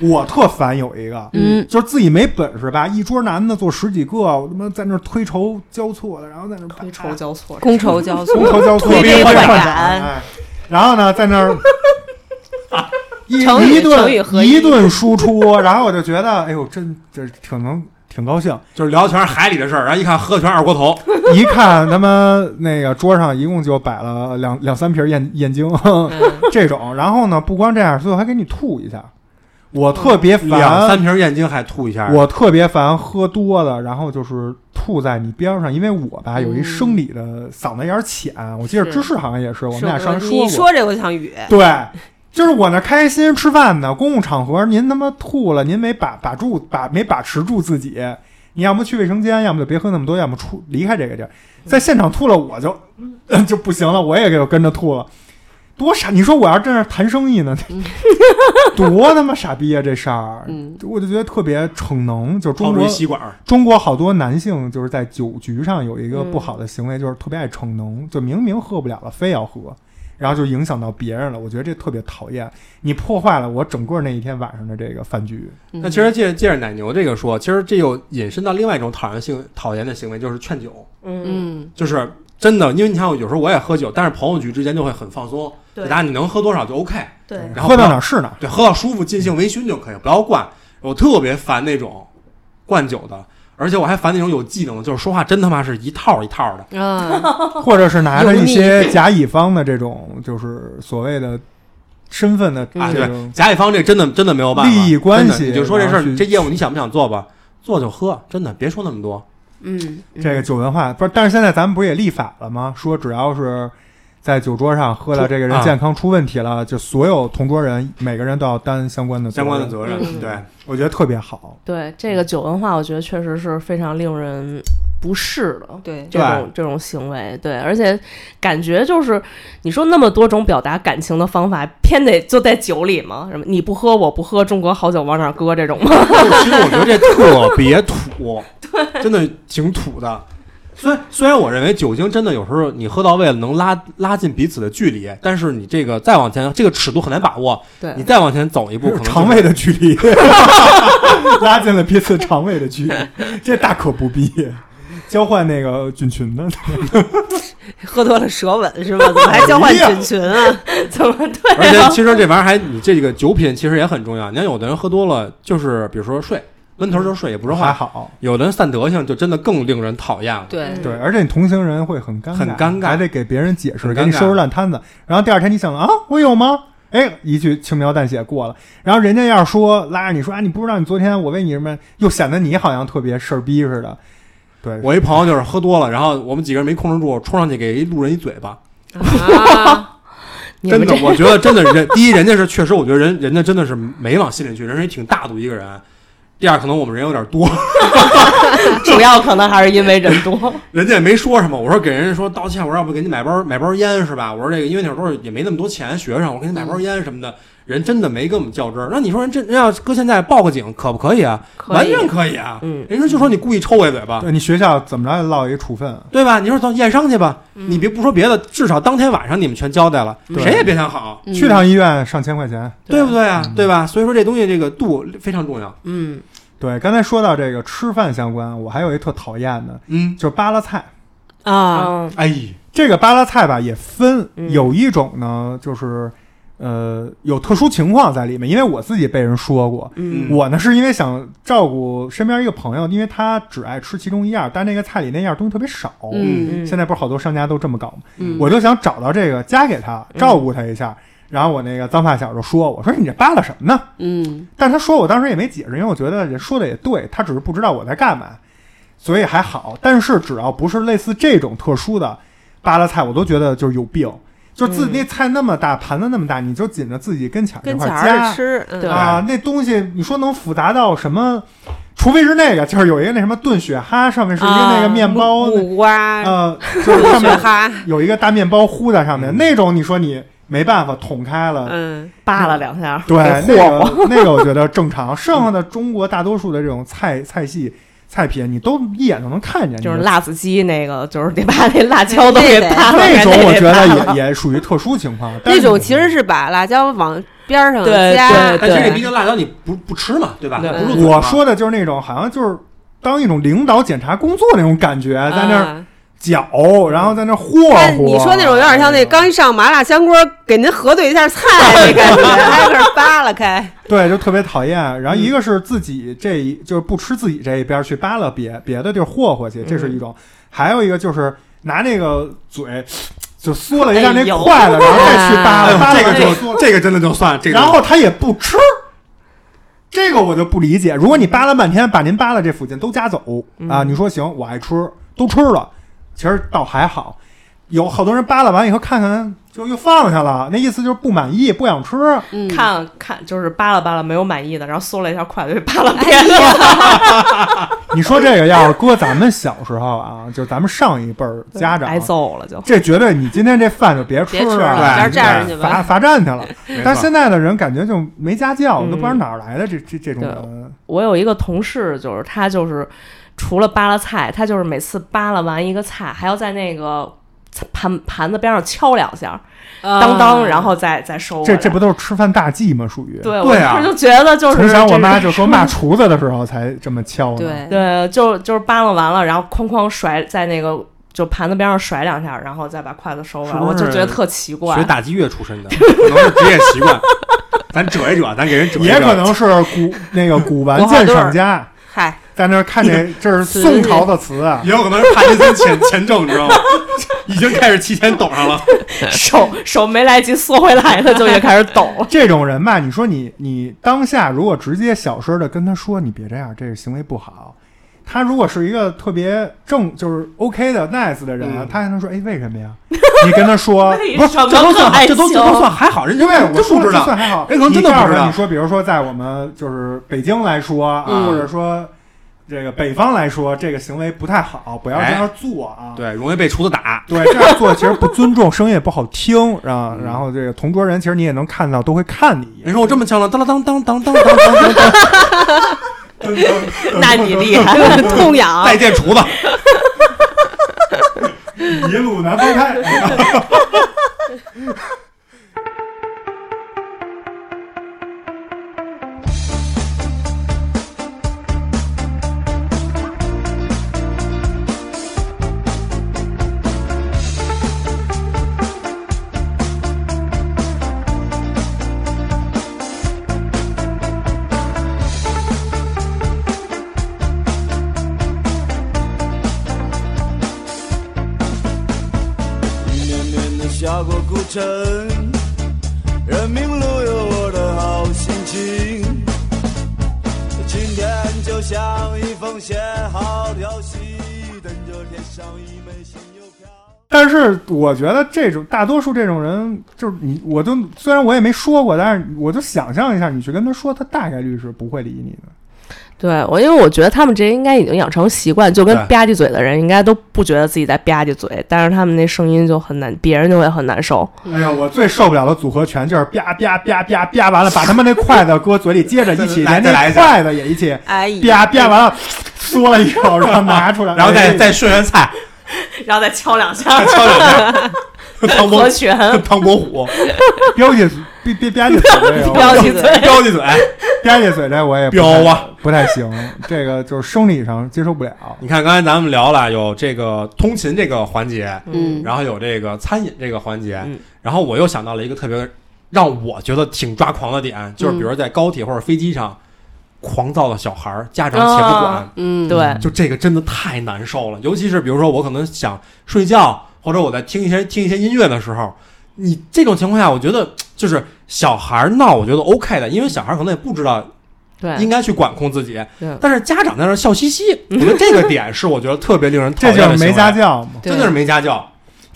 Speaker 4: 我特烦有一个，
Speaker 8: 嗯，
Speaker 4: 就是自己没本事吧，一桌男的坐十几个，我他妈在那儿推愁交错的，然后在那儿
Speaker 7: 推愁交错，
Speaker 8: 觥筹交错
Speaker 4: 觥，筹交错，
Speaker 8: 推杯
Speaker 4: 换
Speaker 8: 换
Speaker 4: 盏，
Speaker 8: 盏
Speaker 4: 哎，然后呢，在那儿。一
Speaker 8: 成语
Speaker 4: 一
Speaker 8: 成语合
Speaker 4: 顿
Speaker 8: 一
Speaker 4: 一顿输出，然后我就觉得，哎呦，真这挺能挺高兴。
Speaker 6: 就是聊的全是海里的事儿，然后一看喝的全是二 锅头，
Speaker 4: 一看他们那个桌上一共就摆了两两三瓶燕燕京，这种。然后呢，不光这样，最后还给你吐一下。我特别
Speaker 6: 两
Speaker 4: 烦，
Speaker 6: 三瓶燕京还吐一下。
Speaker 4: 我特别烦喝多了，然后就是吐在你边上，因为我吧有一
Speaker 8: 嗯
Speaker 4: 生理的嗓子眼儿浅，我记得
Speaker 8: 是
Speaker 4: 芝士好像也是，我们
Speaker 8: 是
Speaker 4: 俩
Speaker 8: 我
Speaker 4: 上次
Speaker 8: 你
Speaker 4: 过。
Speaker 8: 说这我就想语，
Speaker 4: 对，就是我那开心吃饭呢，公共场合您他妈吐了，您没把把住把没把持住自己，你要么去卫生间，要么就别喝那么多，要么出离开这个地儿。在现场吐了，我就呃就不行了，我也就跟着吐了，多傻！你说我要真是谈生意呢， 多他妈傻逼啊这事儿！
Speaker 8: 嗯
Speaker 4: 我就觉得特别逞能，就是中
Speaker 6: 掏出
Speaker 4: 国
Speaker 6: 一吸管儿，
Speaker 4: 中国好多男性就是在酒局上有一个不
Speaker 6: 嗯
Speaker 4: 好的行为，就是特别爱逞能，就明明喝不了了，非要喝，然后就影响到别人了。我觉得这特别讨厌，你破坏了我整个那一天晚上的这个饭局。
Speaker 7: 嗯
Speaker 6: 那其实借借着奶牛这个说，其实这又引申到另外一种讨厌性讨厌的行为，就是劝酒，
Speaker 7: 嗯
Speaker 8: 嗯，
Speaker 6: 就是真的，因为你看，有时候我也喝酒，但是朋友局之间就会很放松，就
Speaker 1: 对
Speaker 6: 大家你能喝多少就 OK，
Speaker 1: 对
Speaker 6: 然后
Speaker 4: 喝到哪儿是哪儿，
Speaker 6: 对，喝到舒服，尽兴微醺就可以，不要灌。我特别烦那种灌酒的，而且我还烦那种有技能的，就是说话真他妈是一套一套的。
Speaker 8: 啊，
Speaker 4: 或者是拿着一些甲乙方的这种就是所谓的身份的
Speaker 6: 啊
Speaker 4: 这种，
Speaker 6: 甲乙方这真的真的没有办
Speaker 4: 嗯
Speaker 6: 法，
Speaker 4: 利益关
Speaker 6: 真的
Speaker 4: 系
Speaker 6: 你就说这事
Speaker 4: 然后去
Speaker 6: 儿，这业务你想不想做吧？做就喝，真的别说那么多。
Speaker 8: 嗯，
Speaker 4: 这个酒文化不是，但是现在咱们不是也立法了吗？说只要是在酒桌上喝了这个人
Speaker 6: 啊
Speaker 4: 健康出问题了，就所有同桌人每个人都要担相关的
Speaker 6: 相关的
Speaker 4: 任，
Speaker 6: 责任，
Speaker 8: 嗯
Speaker 6: 对，
Speaker 4: 我觉得特别好。
Speaker 7: 对这个酒文化，我觉得确实是非常令人不适的。
Speaker 8: 对，
Speaker 7: 这种这种行为，对，而且感觉就是你说那么多种表达感情的方法，偏得就在酒里吗？什么你不喝我不喝，中国好酒往哪儿搁这种吗？
Speaker 6: 其实我觉得这特别土， 对，真的挺土的。虽然虽然我认为酒精真的有时候你喝到位了能拉拉近彼此的距离，但是你这个再往前，这个尺度很难把握。
Speaker 7: 对
Speaker 6: 你，再往前走一步，可能就是
Speaker 4: 肠胃的距 离，拉近了彼此肠胃的距离，这大可不必。交换那个菌群的，
Speaker 8: 喝多了舌吻是吧？ 怎么还交换菌群啊？
Speaker 7: 怎么 对、
Speaker 6: 而且其实这玩意儿还你这个酒品其实也很重要。你看有的人喝多了就是比如说睡，闷头就睡，也不说
Speaker 4: 还
Speaker 6: 话；
Speaker 4: 好。
Speaker 6: 有的人散德性就真的更令人讨厌了。
Speaker 8: 对，
Speaker 4: 对，而且你同行人会很尴尬，
Speaker 6: 很尴尬
Speaker 4: 还得给别人解释，
Speaker 6: 很尴尬
Speaker 4: 给你收拾烂摊子。然后第二天你想啊，我有吗？哎，一句轻描淡写过了。然后人家要是说拉着你说啊，你不知道你昨天我为你什么，又显得你好像特别事儿逼似的。对，
Speaker 6: 我一朋友就是喝多了，然后我们几个人没控制住，冲上去给一路人一嘴巴。
Speaker 8: 啊，
Speaker 7: 你
Speaker 6: 真
Speaker 7: 们
Speaker 6: 的
Speaker 7: 这，
Speaker 6: 我觉得真的人，第一人家是确实，我觉得人人家真的是没往心里去，人家也挺大度一个人。第二可能我们人有点多，
Speaker 7: 主要可能还是因为人多。
Speaker 6: 人家也没说什么。我说给人家说道歉，我说要不给你买包买包烟是吧？我说这个因为那会儿都是也没那么多钱，学生，我给你买包烟什么的。人真的没跟我们较真儿。那你说人真人要搁现在报个警可不可以啊？
Speaker 7: 可以
Speaker 6: 完全可以啊。
Speaker 7: 嗯，
Speaker 6: 人家就说你故意抽我一嘴巴，
Speaker 4: 对你学校怎么着也落一个处分，
Speaker 6: 对吧？你说到验伤去吧，你别不说别的，至少当天晚上你们全交代了，
Speaker 4: 对
Speaker 6: 谁也别想好，
Speaker 8: 嗯
Speaker 4: 去趟医院上千块钱。
Speaker 6: 对不对啊？对吧？所以说这东西这个度非常重要。
Speaker 8: 嗯，
Speaker 4: 对，刚才说到这个吃饭相关，我还有一特讨厌的，
Speaker 6: 嗯，
Speaker 4: 就是扒拉菜。
Speaker 8: 啊，
Speaker 7: 嗯，
Speaker 6: 哎，
Speaker 4: 这个扒拉菜吧也分，
Speaker 7: 嗯
Speaker 4: 有一种呢就是，呃，有特殊情况在里面。因为我自己被人说过，
Speaker 6: 嗯
Speaker 4: 我呢是因为想照顾身边一个朋友，因为他只爱吃其中一样，但那个菜里那样东西特别少。
Speaker 8: 嗯
Speaker 7: 嗯
Speaker 4: 现在不是好多商家都这么搞吗？
Speaker 8: 嗯
Speaker 4: 我就想找到这个加给他，照顾他一下。然后我那个脏发小就说：“我说你这扒拉什么呢？”
Speaker 8: 嗯
Speaker 4: 但他说我当时也没解释，因为我觉得人说的也对，他只是不知道我在干嘛，所以还好。但是只要不是类似这种特殊的扒拉菜，我都觉得就是有病。就自己那菜那么大，盘子那么大，你就紧着自己跟前儿那
Speaker 8: 嗯跟
Speaker 4: 块
Speaker 8: 前
Speaker 4: 儿
Speaker 8: 儿
Speaker 4: 夹
Speaker 8: 吃，嗯
Speaker 7: 对
Speaker 4: 啊，那东西你说能复杂到什么？除非是那个，就是有一个那什么炖雪蛤，上面是一个那个面包，
Speaker 8: 啊
Speaker 4: 那
Speaker 8: 木瓜、
Speaker 4: 呃，就是上
Speaker 8: 雪
Speaker 4: 面
Speaker 8: 蛤，
Speaker 4: 有一个大面包糊在上面，那种你说你没办法捅开了，
Speaker 8: 嗯
Speaker 7: 扒拉两下，
Speaker 4: 对，那
Speaker 7: 给霍
Speaker 4: 个那个我觉得正常。剩下的中国大多数的这种菜菜系菜品，你都一眼就能看见。
Speaker 7: 就是
Speaker 4: 你就
Speaker 7: 辣子鸡那个，就是得把那辣椒都给
Speaker 8: 那得
Speaker 7: 扒拉开。
Speaker 4: 那种，我觉
Speaker 7: 那扒拉
Speaker 4: 得也也属于特殊情况。但
Speaker 8: 那
Speaker 4: 是
Speaker 8: 种其实是把辣椒往边儿上
Speaker 7: 对
Speaker 8: 加，
Speaker 6: 但其实
Speaker 7: 对
Speaker 6: 毕竟辣椒你不不吃嘛，对吧？
Speaker 7: 对
Speaker 6: 不入嘴嘛
Speaker 4: 我说的就是那种好像就是当一种领导检查工作那种感觉，在那儿
Speaker 8: 啊
Speaker 4: 搅，然后在那儿霍
Speaker 8: 但
Speaker 4: 霍。哎
Speaker 8: 你说那种有点像那刚一上麻辣香锅，给您核对一下菜那感觉，挨个儿扒拉开。
Speaker 4: 对，就特别讨厌。然后一个是自己这一就是不吃自己这一边儿去扒拉别别的地儿霍霍去，这是一种；还有一个就是拿那个嘴就嗦了一下那
Speaker 7: 哎呦
Speaker 4: 筷子，然后再去扒拉，
Speaker 6: 哎呦
Speaker 4: 扒拉
Speaker 6: 这个
Speaker 4: 完再嗦
Speaker 6: 就这个真的就算这个就，
Speaker 4: 然后他也不吃。这个我就不理解，如果你扒拉半天，把您扒拉这附近都夹走啊，你说行，我爱吃，都吃了，其实倒还好。有好多人扒拉完以后，看看就又放下了，那意思就是不满意，不想吃。
Speaker 8: 嗯，
Speaker 7: 看看就是扒拉扒拉没有满意的，然后嗦了一下筷子就扒拉别
Speaker 8: 哎
Speaker 7: 的。
Speaker 4: 你说这个要是搁咱们小时候啊，就是咱们上一辈儿家长
Speaker 7: 挨，揍了就。
Speaker 4: 这绝对你今天这饭就别吃
Speaker 8: 别吃了
Speaker 4: 对
Speaker 8: 要是这样去吧
Speaker 4: 罚罚站去了。
Speaker 6: 没错
Speaker 4: 但是现在的人感觉就没家教，
Speaker 7: 嗯
Speaker 4: 都不知道哪儿来的这这这种
Speaker 7: 对
Speaker 4: 人。
Speaker 7: 我有一个同事，就是他就是除了扒拉菜，他就是每次扒拉完一个菜，还要在那个盘盘子边上敲两下，当当，然后再再收回
Speaker 4: 这
Speaker 7: 来。
Speaker 4: 这不都是吃饭大忌吗？属于。
Speaker 7: 对，
Speaker 6: 对啊
Speaker 7: 我就觉得就是
Speaker 4: 从小我妈
Speaker 7: 这
Speaker 4: 就是说骂厨子的时候才这么敲呢。
Speaker 8: 对，
Speaker 7: 对，就就是扒拉完了，然后哐哐甩在那个就盘子边上甩两下，然后再把筷子收回来，
Speaker 6: 是不
Speaker 7: 我就是觉得特奇怪
Speaker 6: 学。打击乐出身的，可能是职业 习惯。咱折一折，咱给人折一折。
Speaker 4: 也可能是古那个古玩鉴赏家
Speaker 8: 嗨，
Speaker 4: 在那儿看见这是宋朝的词啊，。
Speaker 6: 也有可能是帕金森前 前症，你知 道吗？已经开始提前抖上了。
Speaker 7: 手手没来及缩回来的就也开始抖了
Speaker 4: 这种人吧，你说你你当下如果直接小声的跟他说你别这样，这个行为不好。他如果是一个特别正，就是 OK 的 nice 的人，
Speaker 6: 嗯
Speaker 4: 他还能说哎为什么呀？你跟他 说
Speaker 7: 为
Speaker 6: 不是，
Speaker 7: 什么
Speaker 6: 这都算
Speaker 7: 害
Speaker 6: 这都这都
Speaker 7: 羞
Speaker 6: 算还好，人家
Speaker 4: 因为我
Speaker 6: 真
Speaker 4: 说
Speaker 6: 不
Speaker 4: 了
Speaker 6: 知
Speaker 4: 这
Speaker 6: 道。
Speaker 4: 算还好，
Speaker 6: 人可能真的
Speaker 4: 你告诉
Speaker 6: 不知道
Speaker 4: 他你说，比如说在我们就是北京来说啊，
Speaker 8: 嗯
Speaker 4: 或者说这个北方来说，这个行为不太好，不要这样做啊。
Speaker 6: 对，容易被厨子打。
Speaker 4: 对，这样做其实不尊重，声音也不好听，啊。然后这个同桌人其实你也能看到，都会看你一
Speaker 6: 人
Speaker 4: 眼。
Speaker 6: 说我这么敲了，当当当当当当 当当当，
Speaker 7: 那你厉害。 啊
Speaker 8: 痛痒，
Speaker 6: 再见厨子。
Speaker 4: 一路南方开。
Speaker 5: 绵绵的下过古城，人民路有我的好心情。今天就像一封写好的消息，等着填上一枚新邮票。
Speaker 4: 但是我觉得这种大多数这种人，就是你，我就虽然我也没说过，但是我就想象一下，你去跟他说，他大概率是不会理你的。
Speaker 7: 对我，因为我觉得他们这应该已经养成习惯，就跟
Speaker 6: 对
Speaker 7: 吧唧嘴的人应该都不觉得自己在吧唧嘴，但是他们那声音就很难，别人就会很难受。
Speaker 4: 哎呀，我最受不了的组合拳就是吧吧吧吧吧，完了把他们那筷子搁嘴里，接着一起
Speaker 6: 再来
Speaker 4: 连
Speaker 6: 再来
Speaker 4: 那
Speaker 6: 一下
Speaker 4: 筷子也一起
Speaker 8: 哎呀，
Speaker 4: 吧吧，完了嗦了一口，然后拿出来，
Speaker 6: 然后再
Speaker 4: 哎
Speaker 6: 再顺顺菜，
Speaker 7: 然后再敲 两下
Speaker 6: 敲两 下，唐伯
Speaker 7: 合拳，
Speaker 6: 唐伯虎，
Speaker 4: 标记标标标记嘴这个我，
Speaker 8: 标记嘴，
Speaker 6: 标记嘴，
Speaker 4: 标记嘴这我也不
Speaker 6: 标
Speaker 4: 太
Speaker 6: 啊！
Speaker 4: 不太行，这个就是生理上接受不了。
Speaker 6: 你看刚才咱们聊了有这个通勤这个环节，
Speaker 8: 嗯，
Speaker 6: 然后有这个餐饮这个环节，
Speaker 7: 嗯
Speaker 6: 然后我又想到了一个特别让我觉得挺抓狂的
Speaker 7: 嗯
Speaker 6: 点，就是比如在高铁或者飞机上，狂躁的小孩儿，家长且不管，
Speaker 7: 啊
Speaker 8: 嗯，
Speaker 7: 对，
Speaker 6: 就这个真的太难受了。尤其是比如说我可能想睡觉，或者我在听一些听一些音乐的时候，你这种情况下，我觉得就是小孩儿闹，我觉得 OK 的，因为小孩儿可能也不知道应
Speaker 7: 对，
Speaker 6: 该去管控自己
Speaker 7: 哎对，
Speaker 6: 但是家长在那儿笑嘻 嘻，我觉得这个点是我觉得特别令人讨
Speaker 4: 这
Speaker 6: 厌
Speaker 4: 就
Speaker 6: 的
Speaker 4: 是没
Speaker 6: 行为
Speaker 4: 家，教嘛，
Speaker 6: 真的是没家教。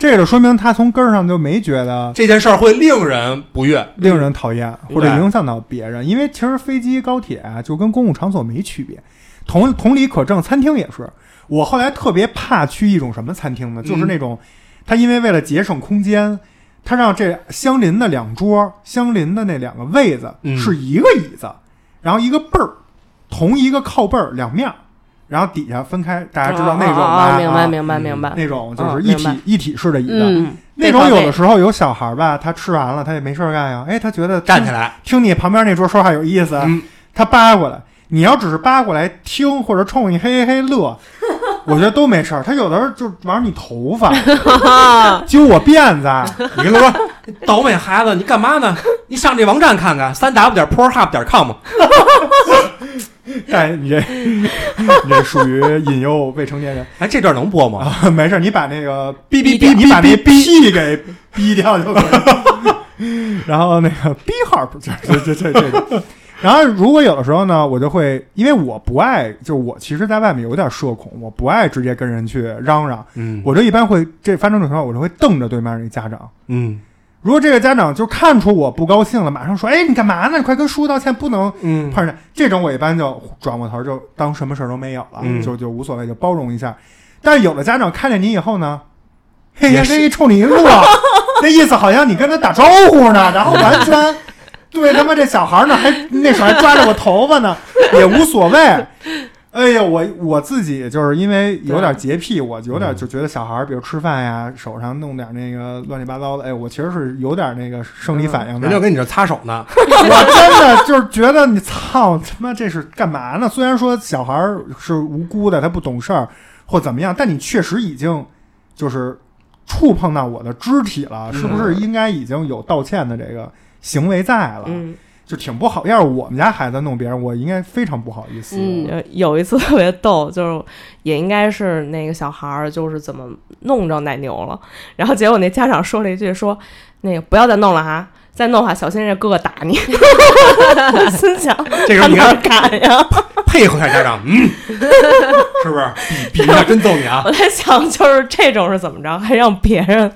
Speaker 4: 这就说明他从根儿上就没觉得
Speaker 6: 这件事儿会令人不悦。
Speaker 4: 令人讨厌或者
Speaker 6: 对
Speaker 4: 影响到别人，因为其实飞机、高铁啊，就跟公共场所没区别。
Speaker 7: 嗯
Speaker 4: 同同理可证，餐厅也是。我后来特别怕去一种什么餐厅
Speaker 7: 嗯
Speaker 4: 呢？就是那种，他因为为了节省空间，他让这相邻的两桌、相邻的那两个位子
Speaker 6: 嗯
Speaker 4: 是一个椅子，
Speaker 7: 嗯
Speaker 4: 然后一个背儿，同一个靠背儿两面儿，然后底下分开，大家知道那种吧？
Speaker 7: 啊啊啊明白
Speaker 4: 啊
Speaker 7: 明白
Speaker 6: 嗯
Speaker 7: 明白，
Speaker 4: 那种就是
Speaker 7: 嗯
Speaker 4: 一体、
Speaker 7: 明白
Speaker 4: 一体式的椅子。
Speaker 8: 嗯，
Speaker 4: 那种有的时候有小孩儿吧，他吃完了他也没事儿干呀，哎，他觉得
Speaker 6: 站起 来，
Speaker 4: 听你旁边那桌说话有意思，
Speaker 6: 嗯
Speaker 4: 他扒过来。你要只是扒过来听或者冲你嘿嘿嘿乐，我觉得都没事儿。他有的时候就玩你头发，揪我辫子，啊
Speaker 6: 你跟他 说：“倒霉孩子，你干嘛呢？你上这网站看看，三 w 点 porhub 点 com。
Speaker 4: 但哎你这你这属于引诱未成年人
Speaker 6: 哎，这段能播吗？
Speaker 4: 啊。 没事儿，你把那个
Speaker 6: 哔哔
Speaker 4: 你把那
Speaker 6: 哔哔哔！
Speaker 4: 屁给逼掉就可以了。 然后那个 B harp 就是这这这这。然后如果有的时候呢，我就会因为我不爱，就是我其实在外面有点社恐，我不爱直接跟人去嚷嚷，
Speaker 6: 嗯
Speaker 4: 我就一般会这发生这种情况，我就会瞪着对面那家长。
Speaker 6: 嗯
Speaker 4: 如果这个家长就看出我不高兴了，马上说：“哎，你干嘛呢？你快跟叔道歉，不能
Speaker 6: 嗯
Speaker 4: 碰上这种我一般就转过头就当什么事儿都没有了，
Speaker 6: 嗯
Speaker 4: 就就无所谓，就包容一下。但是有的家长看见你以后呢，嘿
Speaker 6: 也
Speaker 4: 嘿
Speaker 6: 是
Speaker 4: 嘿，冲你一乐，啊 那意思好像你跟他打招呼呢，然后完全对他妈这小孩呢，还那手还抓着我头发呢，也无所谓。哎呀，我我自己就是因为有点洁癖，我有
Speaker 6: 嗯
Speaker 4: 点就觉得小孩，比如吃饭呀，手上弄点那个乱七八糟的，哎，我其实是有点那个生理反应的。
Speaker 6: 人家跟你这擦手 呢。
Speaker 4: 我真的就是觉得你操他妈这是干嘛呢？虽然说小孩儿是无辜的，他不懂事儿或怎么样，但你确实已经就是触碰到我的肢体了，是不是应该已经有道歉的这个行为在了？
Speaker 7: 嗯，
Speaker 4: 就挺不好。要是我们家孩子弄别人，我应该非常不好意思。
Speaker 8: 嗯
Speaker 7: 呃有一次特别逗，就是也应该是那个小孩儿，就是怎么弄着奶牛了，然后结果那家长说了一句说，那个不要再弄了哈，再弄哈，小心人家哥哥打你。 我心想，
Speaker 6: 这时
Speaker 7: 他
Speaker 6: 候你
Speaker 7: 哪儿
Speaker 6: 看
Speaker 7: 敢呀？
Speaker 6: 配合一下家长，嗯，是不是？比比一下，真揍你啊！
Speaker 7: 我在想，就是这种是怎么着，还让别人，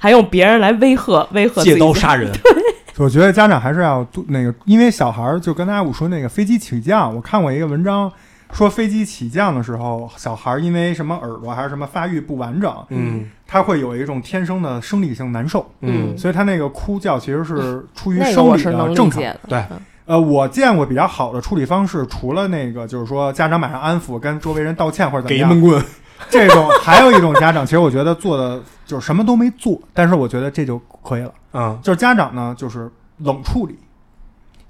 Speaker 7: 还用别人来威吓威吓自己
Speaker 6: 借刀杀人，
Speaker 4: 我觉得家长还是要多那个，因为小孩儿就跟大家我说那个飞机起降，我看过一个文章说飞机起降的时候，小孩儿因为什么耳朵还是什么发育不完整，
Speaker 6: 嗯
Speaker 4: 他会有一种天生的生理性难受，
Speaker 6: 嗯，
Speaker 4: 所以他那个哭叫其实是出于
Speaker 7: 嗯那个
Speaker 4: 生
Speaker 7: 我
Speaker 4: 理
Speaker 7: 是能
Speaker 4: 的
Speaker 7: 理
Speaker 4: 正常
Speaker 7: 解。的，
Speaker 4: 呃，我见过比较好的处理方式，除了那个就是说家长马上安抚，跟周围人道歉或者怎
Speaker 6: 给
Speaker 4: 么
Speaker 6: 一
Speaker 4: 样
Speaker 6: 闷，棍，
Speaker 4: 这种还有一种家长，其实我觉得做的就是什么都没做，但是我觉得这就可以了。
Speaker 6: 嗯，
Speaker 4: 就是家长呢，就是冷处理。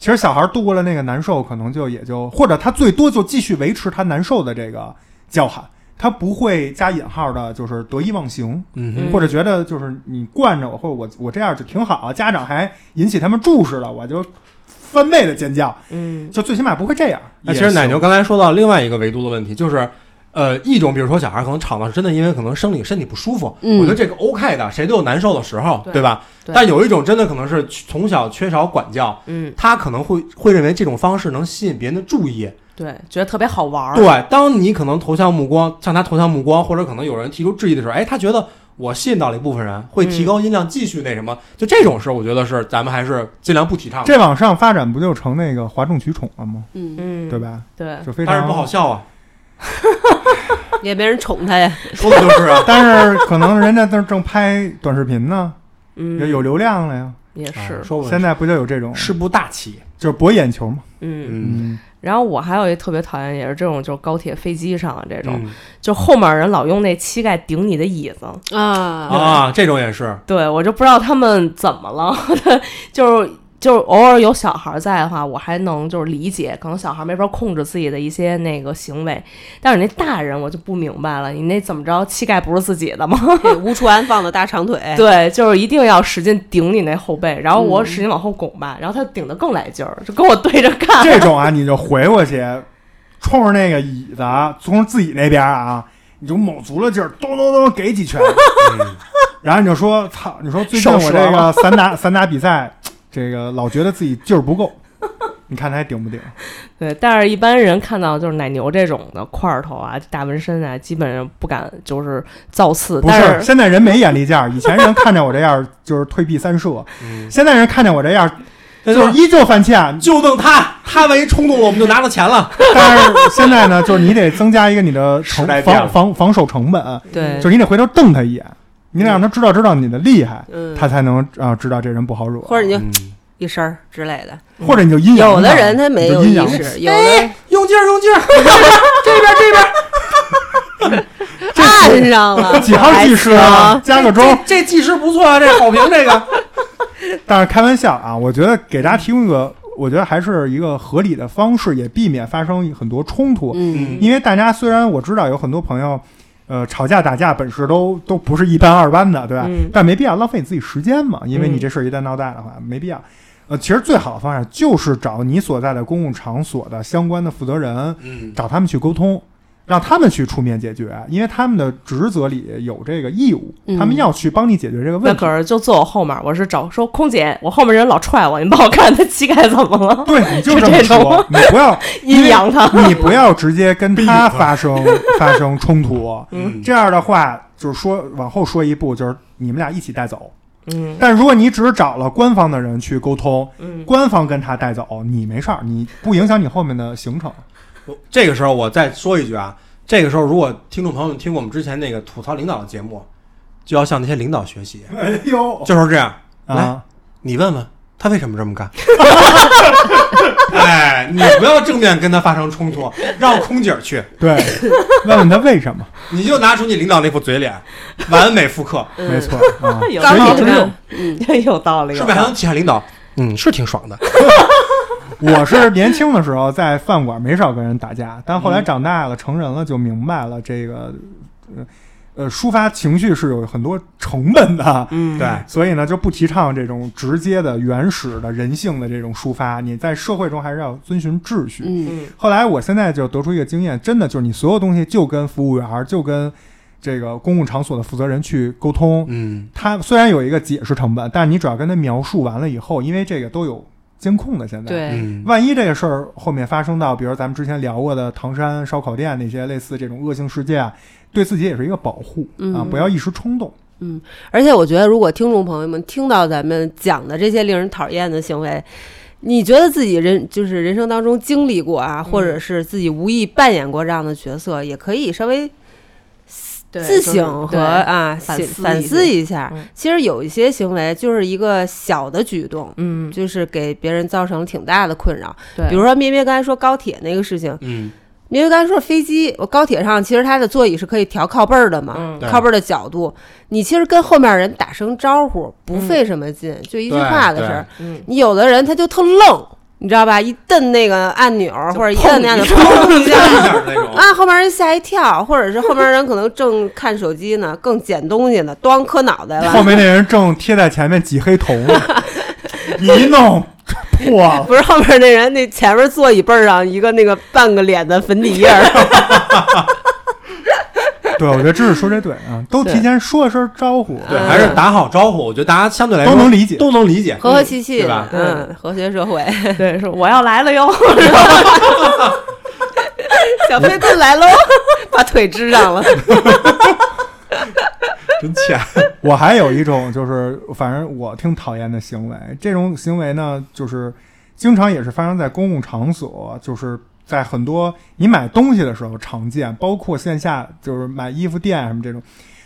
Speaker 4: 其实小孩度过了那个难受，可能就也就或者他最多就继续维持他难受的这个叫喊，他不会加引号的，就是得意忘形，
Speaker 6: 嗯
Speaker 7: 嗯
Speaker 6: 哼
Speaker 4: 或者觉得就是你惯着我，或者我我这样就挺好，家长还引起他们注视了，我就翻倍的尖叫，
Speaker 7: 嗯，
Speaker 4: 就最起码不会这样。
Speaker 6: 那
Speaker 4: 也
Speaker 6: 其实奶牛
Speaker 4: 行
Speaker 6: 刚才说到另外一个维度的问题，就是，呃，一种比如说小孩可能吵闹是真的，因为可能生理身体不舒服，
Speaker 8: 嗯
Speaker 6: 我觉得这个 OK 的，谁都有难受的时候，
Speaker 7: 对
Speaker 6: 吧？
Speaker 7: 对
Speaker 6: 但有一种真的可能是从小缺少管教，
Speaker 7: 嗯，
Speaker 6: 他可能会会认为这种方式能吸引别人的注意。
Speaker 7: 对，觉得特别好玩儿，
Speaker 6: 对，当你可能投向目光向他投向目光，或者可能有人提出质疑的时候，哎，他觉得我吸引到了一部分人，会
Speaker 7: 嗯
Speaker 6: 提高音量继续那什么，就这种事儿，我觉得是咱们还是尽量不提倡
Speaker 4: 哎
Speaker 6: 的。
Speaker 4: 这往上发展不就成那个哗众取宠了吗？
Speaker 8: 嗯，
Speaker 7: 嗯，
Speaker 4: 对？吧？
Speaker 7: 对，
Speaker 4: 就非常。
Speaker 6: 但是不好笑啊，
Speaker 8: 也没人宠他呀。
Speaker 6: 说的就是啊
Speaker 4: 但是可能人家正正拍短视频呢，也
Speaker 7: 嗯，
Speaker 4: 有流量了呀。
Speaker 7: 也 是，
Speaker 6: 啊说我
Speaker 4: 现在不就有这种，
Speaker 6: 事不大起，
Speaker 4: 就是博眼球嘛。
Speaker 7: 嗯。
Speaker 6: 嗯，
Speaker 7: 然后我还有一特别讨厌，也是这种，就是高铁、飞机上啊这
Speaker 6: 这
Speaker 7: 种，就后面人老用那膝盖顶你的椅子，
Speaker 8: 啊，
Speaker 6: 啊，这种也是，
Speaker 7: 对我就不知道他们怎么了， 就是就是偶尔有小孩在的话，我还能就是理解，可能小孩没法控制自己的一些那个行为，但是你那大人我就不明白了，你那怎么着膝盖不是自己的吗？
Speaker 8: 对无处安放的大长腿，
Speaker 7: 对，就是一定要使劲顶你那后背，然后我
Speaker 8: 嗯
Speaker 7: 使劲往后拱吧，然后他顶得更来劲儿，就跟我对着 干。
Speaker 4: 这种啊，你就回过去，冲着那个椅子啊，从自己那边啊，你就卯足了劲儿，咚咚咚给几拳，然后你就说：“操！”你说最近
Speaker 7: 手
Speaker 4: 我
Speaker 7: 折
Speaker 4: 这个
Speaker 7: 了
Speaker 4: 散打散打比赛，这个老觉得自己劲儿不够，你看他还顶不顶？
Speaker 7: 对，但是一般人看到就是奶牛这种的块儿头啊、大纹身啊，基本上不敢就是造次。
Speaker 4: 不
Speaker 7: 但
Speaker 4: 现在人没眼力见儿，以前人看见我这样儿就是退避三舍，
Speaker 6: 嗯
Speaker 4: 现在人看见我这样儿
Speaker 6: 那
Speaker 4: 就是
Speaker 6: 是
Speaker 4: 依旧犯欠，
Speaker 6: 就瞪他，他万一冲动了，我们就拿到钱 了。
Speaker 4: 但是现在呢，就是你得增加一个你的
Speaker 6: 时
Speaker 4: 成
Speaker 6: 代变了
Speaker 4: 防防防守成本，
Speaker 8: 对
Speaker 4: 就是你得回头瞪他一眼，你得让他知道知道你的厉害，
Speaker 8: 嗯，
Speaker 4: 他才能啊、知道这人不好惹，
Speaker 8: 或者你就
Speaker 6: 嗯
Speaker 8: 一声儿之类的。嗯
Speaker 4: 或者你就阴阳
Speaker 8: 有的
Speaker 4: 他
Speaker 8: 人他没
Speaker 4: 你就
Speaker 8: 有
Speaker 4: 阴
Speaker 8: 意
Speaker 4: 阳
Speaker 8: 识，有的
Speaker 6: 用劲儿，用劲 儿，
Speaker 8: 按上了，
Speaker 4: 几号技师啊，加个钟。
Speaker 6: 这这技师不错啊，这好评这个。
Speaker 4: 但是开玩笑啊，我觉得给大家提供一个，我觉得还是一个合理的方式，也避免发生很多冲突。啊
Speaker 8: 嗯，
Speaker 4: 因为大家虽然我知道有很多朋友，呃，吵架打架本事都都不是一般二般的，对吧？
Speaker 7: 嗯
Speaker 4: 但没必要浪费你自己时间嘛，因为
Speaker 7: 嗯
Speaker 4: 你这事儿一旦闹大的话，没必要。呃，其实最好的方式就是找你所在的公共场所的相关的负责人，
Speaker 6: 嗯，
Speaker 4: 找他们去沟通，让他们去出面解决，因为他们的职责里有这个义务，
Speaker 8: 嗯
Speaker 4: 他们要去帮你解决这个
Speaker 7: 那
Speaker 4: 问题。
Speaker 7: 可是就坐我后面，我是找说空姐，我后面人老踹我，你帮我看他膝盖怎么了，
Speaker 4: 对，你就这
Speaker 7: 就
Speaker 4: 么
Speaker 7: 这种
Speaker 4: 说，你不要
Speaker 7: 阴阳他。
Speaker 4: 你不要直接跟他发生发生冲突，
Speaker 6: 嗯
Speaker 4: 这样的话就是说往后说一步，就是你们俩一起带走。
Speaker 7: 嗯
Speaker 4: 但如果你只找了官方的人去沟通，
Speaker 7: 嗯
Speaker 4: 官方跟他带走，你没事儿，你不影响你后面的行程。
Speaker 6: 这个时候我再说一句啊，这个时候如果听众朋友们听过我们之前那个吐槽领导的节目，就要向那些领导学习，
Speaker 4: 哎呦
Speaker 6: 就是这样。来，
Speaker 4: 啊，
Speaker 6: 你问问他为什么这 么干。哎，你不要正面跟他发生冲 突，让空姐儿去，
Speaker 4: 对，问问他为什么？
Speaker 6: 你就拿出你领导那副嘴脸，完美复刻，
Speaker 8: 嗯
Speaker 4: 没错啊，
Speaker 7: 有
Speaker 8: 刚
Speaker 7: 道
Speaker 8: 好
Speaker 7: 理，
Speaker 8: 看，嗯，
Speaker 7: 有道理，啊
Speaker 6: 是不是还能体 现领导？嗯，是挺爽的。
Speaker 4: 我是年轻的时候在饭馆没少跟人打架，但后来长大了、成人了就明白了，这个呃呃，抒发情绪是有很多成本的。
Speaker 7: 嗯，
Speaker 6: 对，
Speaker 4: 所以呢，就不提倡这种直接的、原始的人性的这种抒发。你在社会中还是要遵循秩序。
Speaker 8: 嗯
Speaker 4: 后来，我现在就得出一个经验，真的就是你所有东西就跟服务员儿、就跟这个公共场所的负责人去沟通。
Speaker 6: 嗯，
Speaker 4: 他虽然有一个解释成本，但你只要跟他描述完了以后，因为这个都有监控的，现在。
Speaker 8: 对，
Speaker 6: 嗯，
Speaker 4: 万一这个事儿后面发生到，比如咱们之前聊过的唐山烧烤店那些类似这种恶性事件，啊对自己也是一个保护、啊，
Speaker 8: 嗯
Speaker 4: 不要一时冲动。
Speaker 8: 而且我觉得，如果听众朋友们听到咱们讲的这些令人讨厌的行为，你觉得自己人就是人生当中经历过啊，或者是自己无意扮演过这样的角色，也可以稍微自省和啊
Speaker 7: 反
Speaker 8: 醒
Speaker 7: 思
Speaker 8: 反
Speaker 7: 一
Speaker 8: 思
Speaker 7: 下
Speaker 8: 一下
Speaker 7: 嗯。
Speaker 8: 其实有一些行为就是一个小的举动，
Speaker 7: 嗯，
Speaker 8: 就是给别人造成了挺大的困扰。
Speaker 7: 对，
Speaker 8: 比如说咩咩刚才说高铁那个事情，
Speaker 6: 嗯，
Speaker 8: 咩咩刚才说飞机，我高铁上其实它的座椅是可以调靠背儿的嘛，
Speaker 7: 嗯
Speaker 6: 对
Speaker 8: 靠背儿的角度，你其实跟后面人打声招呼，不费什么劲，就一句话的事儿。
Speaker 7: 嗯，
Speaker 8: 你有的人他就特愣，你知道吧？一摁那个按钮或者一摁那按钮，砰一
Speaker 6: 这样
Speaker 8: 下。
Speaker 6: 那种。
Speaker 8: 啊！后面人吓一跳，或者是后面人可能正看手机呢，更捡东西呢，咣磕脑袋
Speaker 4: 后
Speaker 8: 了。
Speaker 4: 面那人正贴在前面挤黑头呢，你一弄破了。
Speaker 8: 不是后面那人，那前面座椅背儿上一个那个半个脸的粉底印儿。
Speaker 4: 对，我觉得知识说这对啊，都提前说声招呼，
Speaker 6: 对，还是打好招呼，我觉得大家相对来说
Speaker 4: 都能理解
Speaker 6: 都能理解。
Speaker 8: 和和气气
Speaker 6: 对吧
Speaker 8: 的，嗯，和谐社会。
Speaker 7: 对，说我要来了哟，
Speaker 8: 小飞棍来喽，把腿支上了。
Speaker 6: 真欠。
Speaker 4: 我还有一种就是，反正我挺讨厌的行为。这种行为呢，就是经常也是发生在公共场所，就是在很多你买东西的时候常见，包括线下就是买衣服店啊什么这种，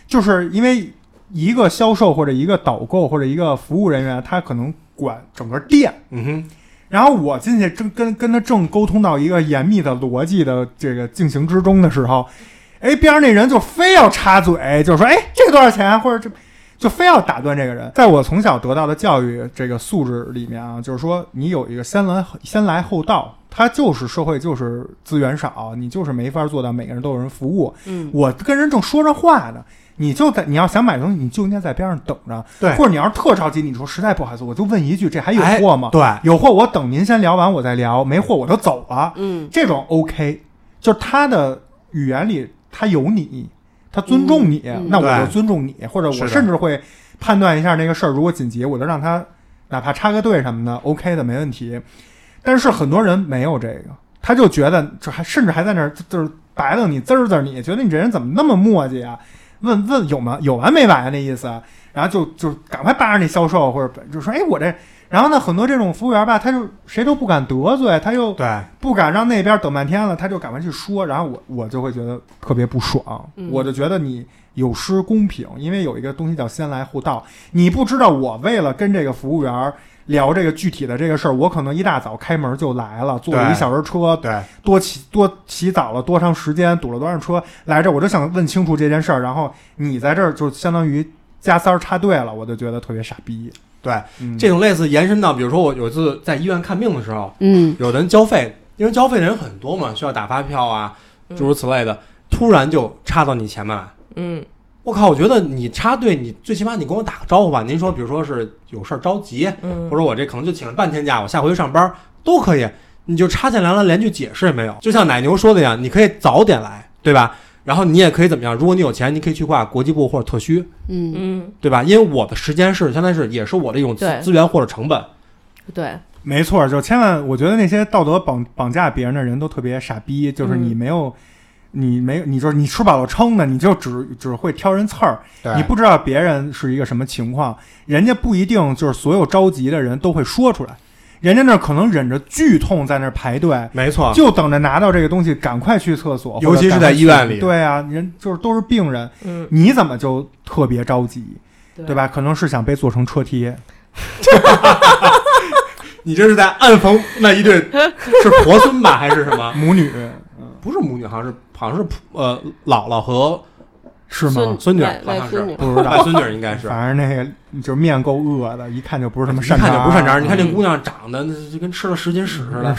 Speaker 4: 就是因为一个销售或者一个导购或者一个服务人员，他可能管整个店。
Speaker 6: 嗯哼，
Speaker 4: 然后我进去正跟跟他正沟通到一个严密的逻辑的这个进行之中的时候，哎，边上那人就非要插嘴，就说：“哎，这多少钱？”或者这就非要打断这个人。在我从小得到的教育这个素质里面啊，就是说你有一个先来先来后到，他就是社会就是资源少，你就是没法做到每个人都有人服务。
Speaker 8: 嗯，
Speaker 4: 我跟人正说着话呢，你就在你要想买东西，你就应该在边上等着。
Speaker 6: 对
Speaker 4: 或者你要是特着急，你说实在不好意思，我就问一句，这还有
Speaker 6: 哎
Speaker 4: 货吗？
Speaker 6: 对，
Speaker 4: 有货我等您先聊完我再聊，没货我就走了。
Speaker 8: 嗯，
Speaker 4: 这种 OK，就是他的语言里他有你，他尊重你，
Speaker 8: 嗯嗯
Speaker 4: 那我就
Speaker 6: 对
Speaker 4: 尊重你，或者
Speaker 6: 是
Speaker 4: 我
Speaker 6: 的
Speaker 4: 甚至会判断一下这个事儿，如果紧急，我就让他哪怕插个队什么的，OK 的，没问题。但是很多人没有这个，他就觉得这还甚至还在那儿就就是白瞪你、滋儿滋儿你，觉得你这人怎么那么磨叽啊？问问有吗？有完没完啊那意思啊，然后就就赶快扒着那销售，或者就说哎我这，然后呢很多这种服务员吧，他就谁都不敢得罪，他又
Speaker 6: 对，
Speaker 4: 不敢让那边等半天了，他就赶快去说，然后我我就会觉得特别不爽，
Speaker 8: 嗯
Speaker 4: 我就觉得你有失公平，因为有一个东西叫先来后到，你不知道我为了跟这个服务员儿聊这个具体的这个事儿，我可能一大早开门就来了，坐了
Speaker 6: 对
Speaker 4: 一小时车，
Speaker 6: 对，
Speaker 4: 多起多起早了多长时间，堵了多少车来这儿，我就想问清楚这件事儿，然后你在这儿就相当于加塞儿插队了，我就觉得特别傻逼。
Speaker 6: 对，
Speaker 4: 嗯、
Speaker 6: 这种类似延伸到，比如说我有一次在医院看病的时候，
Speaker 8: 嗯，
Speaker 6: 有的人交费，因为交费的人很多嘛，需要打发票啊，诸如此类的，突然就插到你前面来。
Speaker 7: 嗯，
Speaker 6: 我靠！我觉得你插队，你最起码你跟我打个招呼吧。您说，比如说是有事儿着急，
Speaker 7: 嗯
Speaker 6: 或者我这可能就请了半天假，我下回就上班都可以。你就插进来了，连句解释也没有。就像奶牛说的呀，你可以早点来，对吧？然后你也可以怎么样？如果你有钱，你可以去挂国际部或者特需，
Speaker 8: 嗯，
Speaker 7: 嗯，
Speaker 6: 对吧？因为我的时间是相当于是也是我的一种资
Speaker 7: 对
Speaker 6: 资源或者成本。
Speaker 7: 对，
Speaker 4: 没错儿，就千万，我觉得那些道德绑绑架别人的人都特别傻逼，就是
Speaker 6: 嗯
Speaker 4: 你没有，你没有，你就是你吃饱了撑的，你就只只会挑人刺儿，你不知道别人是一个什么情况，人家不一定就是所有着急的人都会说出来，人家那儿可能忍着剧痛在那儿排队，
Speaker 6: 没错，
Speaker 4: 就等着拿到这个东西，赶快去厕所，
Speaker 6: 啊尤其是
Speaker 4: 或者赶快
Speaker 6: 在医院里
Speaker 4: 对啊，人就是都是病人，
Speaker 7: 嗯，
Speaker 4: 你怎么就特别着急，对？吧？可能是想被做成车贴，
Speaker 6: 你这是在暗讽那一对是婆孙吧，还是什么？
Speaker 4: 母女。嗯
Speaker 6: 不是母女，好像是好像是呃姥姥和
Speaker 4: 是吗？
Speaker 8: 孙
Speaker 6: 孙女
Speaker 8: 外
Speaker 6: 好像
Speaker 8: 外
Speaker 6: 是
Speaker 8: 孙女
Speaker 4: 不知道
Speaker 6: 外孙女，应该是。
Speaker 4: 反正那个就是面够饿的，一看就不是什么 啊
Speaker 6: 一
Speaker 4: 善
Speaker 6: 看
Speaker 4: 茬儿，
Speaker 6: 就不善茬儿，你看这
Speaker 7: 嗯
Speaker 6: 姑娘长得那就跟吃了十斤屎似的。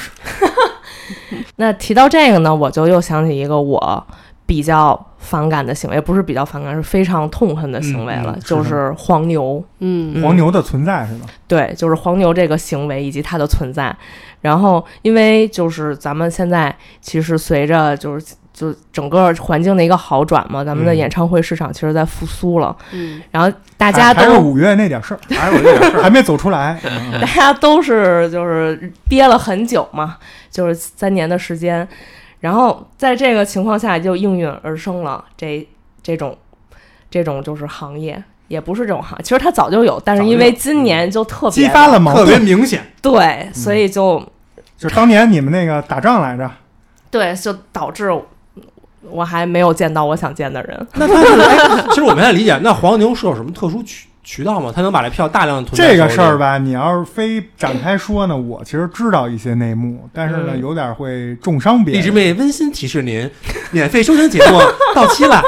Speaker 7: 那提到这个呢，我就又想起一个我比较反感的行为，不是比较反感，是非常痛恨的行为了，
Speaker 4: 嗯嗯
Speaker 7: 就是是黄牛。
Speaker 8: 嗯，
Speaker 4: 黄牛的存在是吧？
Speaker 7: 对，就是黄牛这个行为以及它的存在。然后，因为就是咱们现在其实随着就是就整个环境的一个好转嘛，咱们的
Speaker 6: 嗯
Speaker 7: 演唱会市场其实在复苏了。
Speaker 8: 嗯，
Speaker 7: 然后大
Speaker 4: 大
Speaker 7: 家
Speaker 4: 还是
Speaker 7: 都
Speaker 4: 五月那点事 儿，
Speaker 2: 哎，我这
Speaker 4: 还没走出来。嗯
Speaker 7: 大家都是就是憋了很久嘛，就是三年的时间，然后在这个情况下就应运而生了这这种这种就是行业，也不是这种行，其实它早就有，但是因为今年就特别
Speaker 4: 嗯激发嗯了矛
Speaker 6: 特别
Speaker 4: 盾，
Speaker 6: 明显，
Speaker 7: 对，所以就、
Speaker 4: 就是当年你们那个打仗来着，
Speaker 7: 对，就导致我还没有见到我想见的人，
Speaker 6: 那他是哎， 其实我没太理解，那黄牛是有什么特殊渠渠道吗？他能把这票大量地囤在
Speaker 4: 这个
Speaker 6: 手里
Speaker 4: 事儿？吧，你要是非展开说呢，我其实知道一些内幕，但是呢，
Speaker 7: 嗯
Speaker 4: 有点会重伤别
Speaker 6: 荔枝
Speaker 4: 人。
Speaker 6: 妹温馨提示您， 免费收听节目到期 了。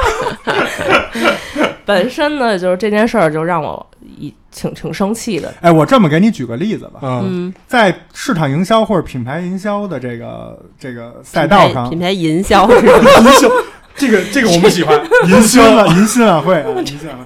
Speaker 7: 本身呢就是这件事儿就让我一挺挺生气的，
Speaker 4: 哎，我这么给你举个例子吧，
Speaker 6: 嗯，
Speaker 8: 嗯，
Speaker 4: 在市场营销或者品牌营销的这个这个赛
Speaker 8: 品
Speaker 4: 道
Speaker 8: 牌
Speaker 4: 上，
Speaker 8: 品牌营销是吧？
Speaker 6: 这个这个我们喜欢。
Speaker 4: 银新 晚银新晚会啊，银新晚会。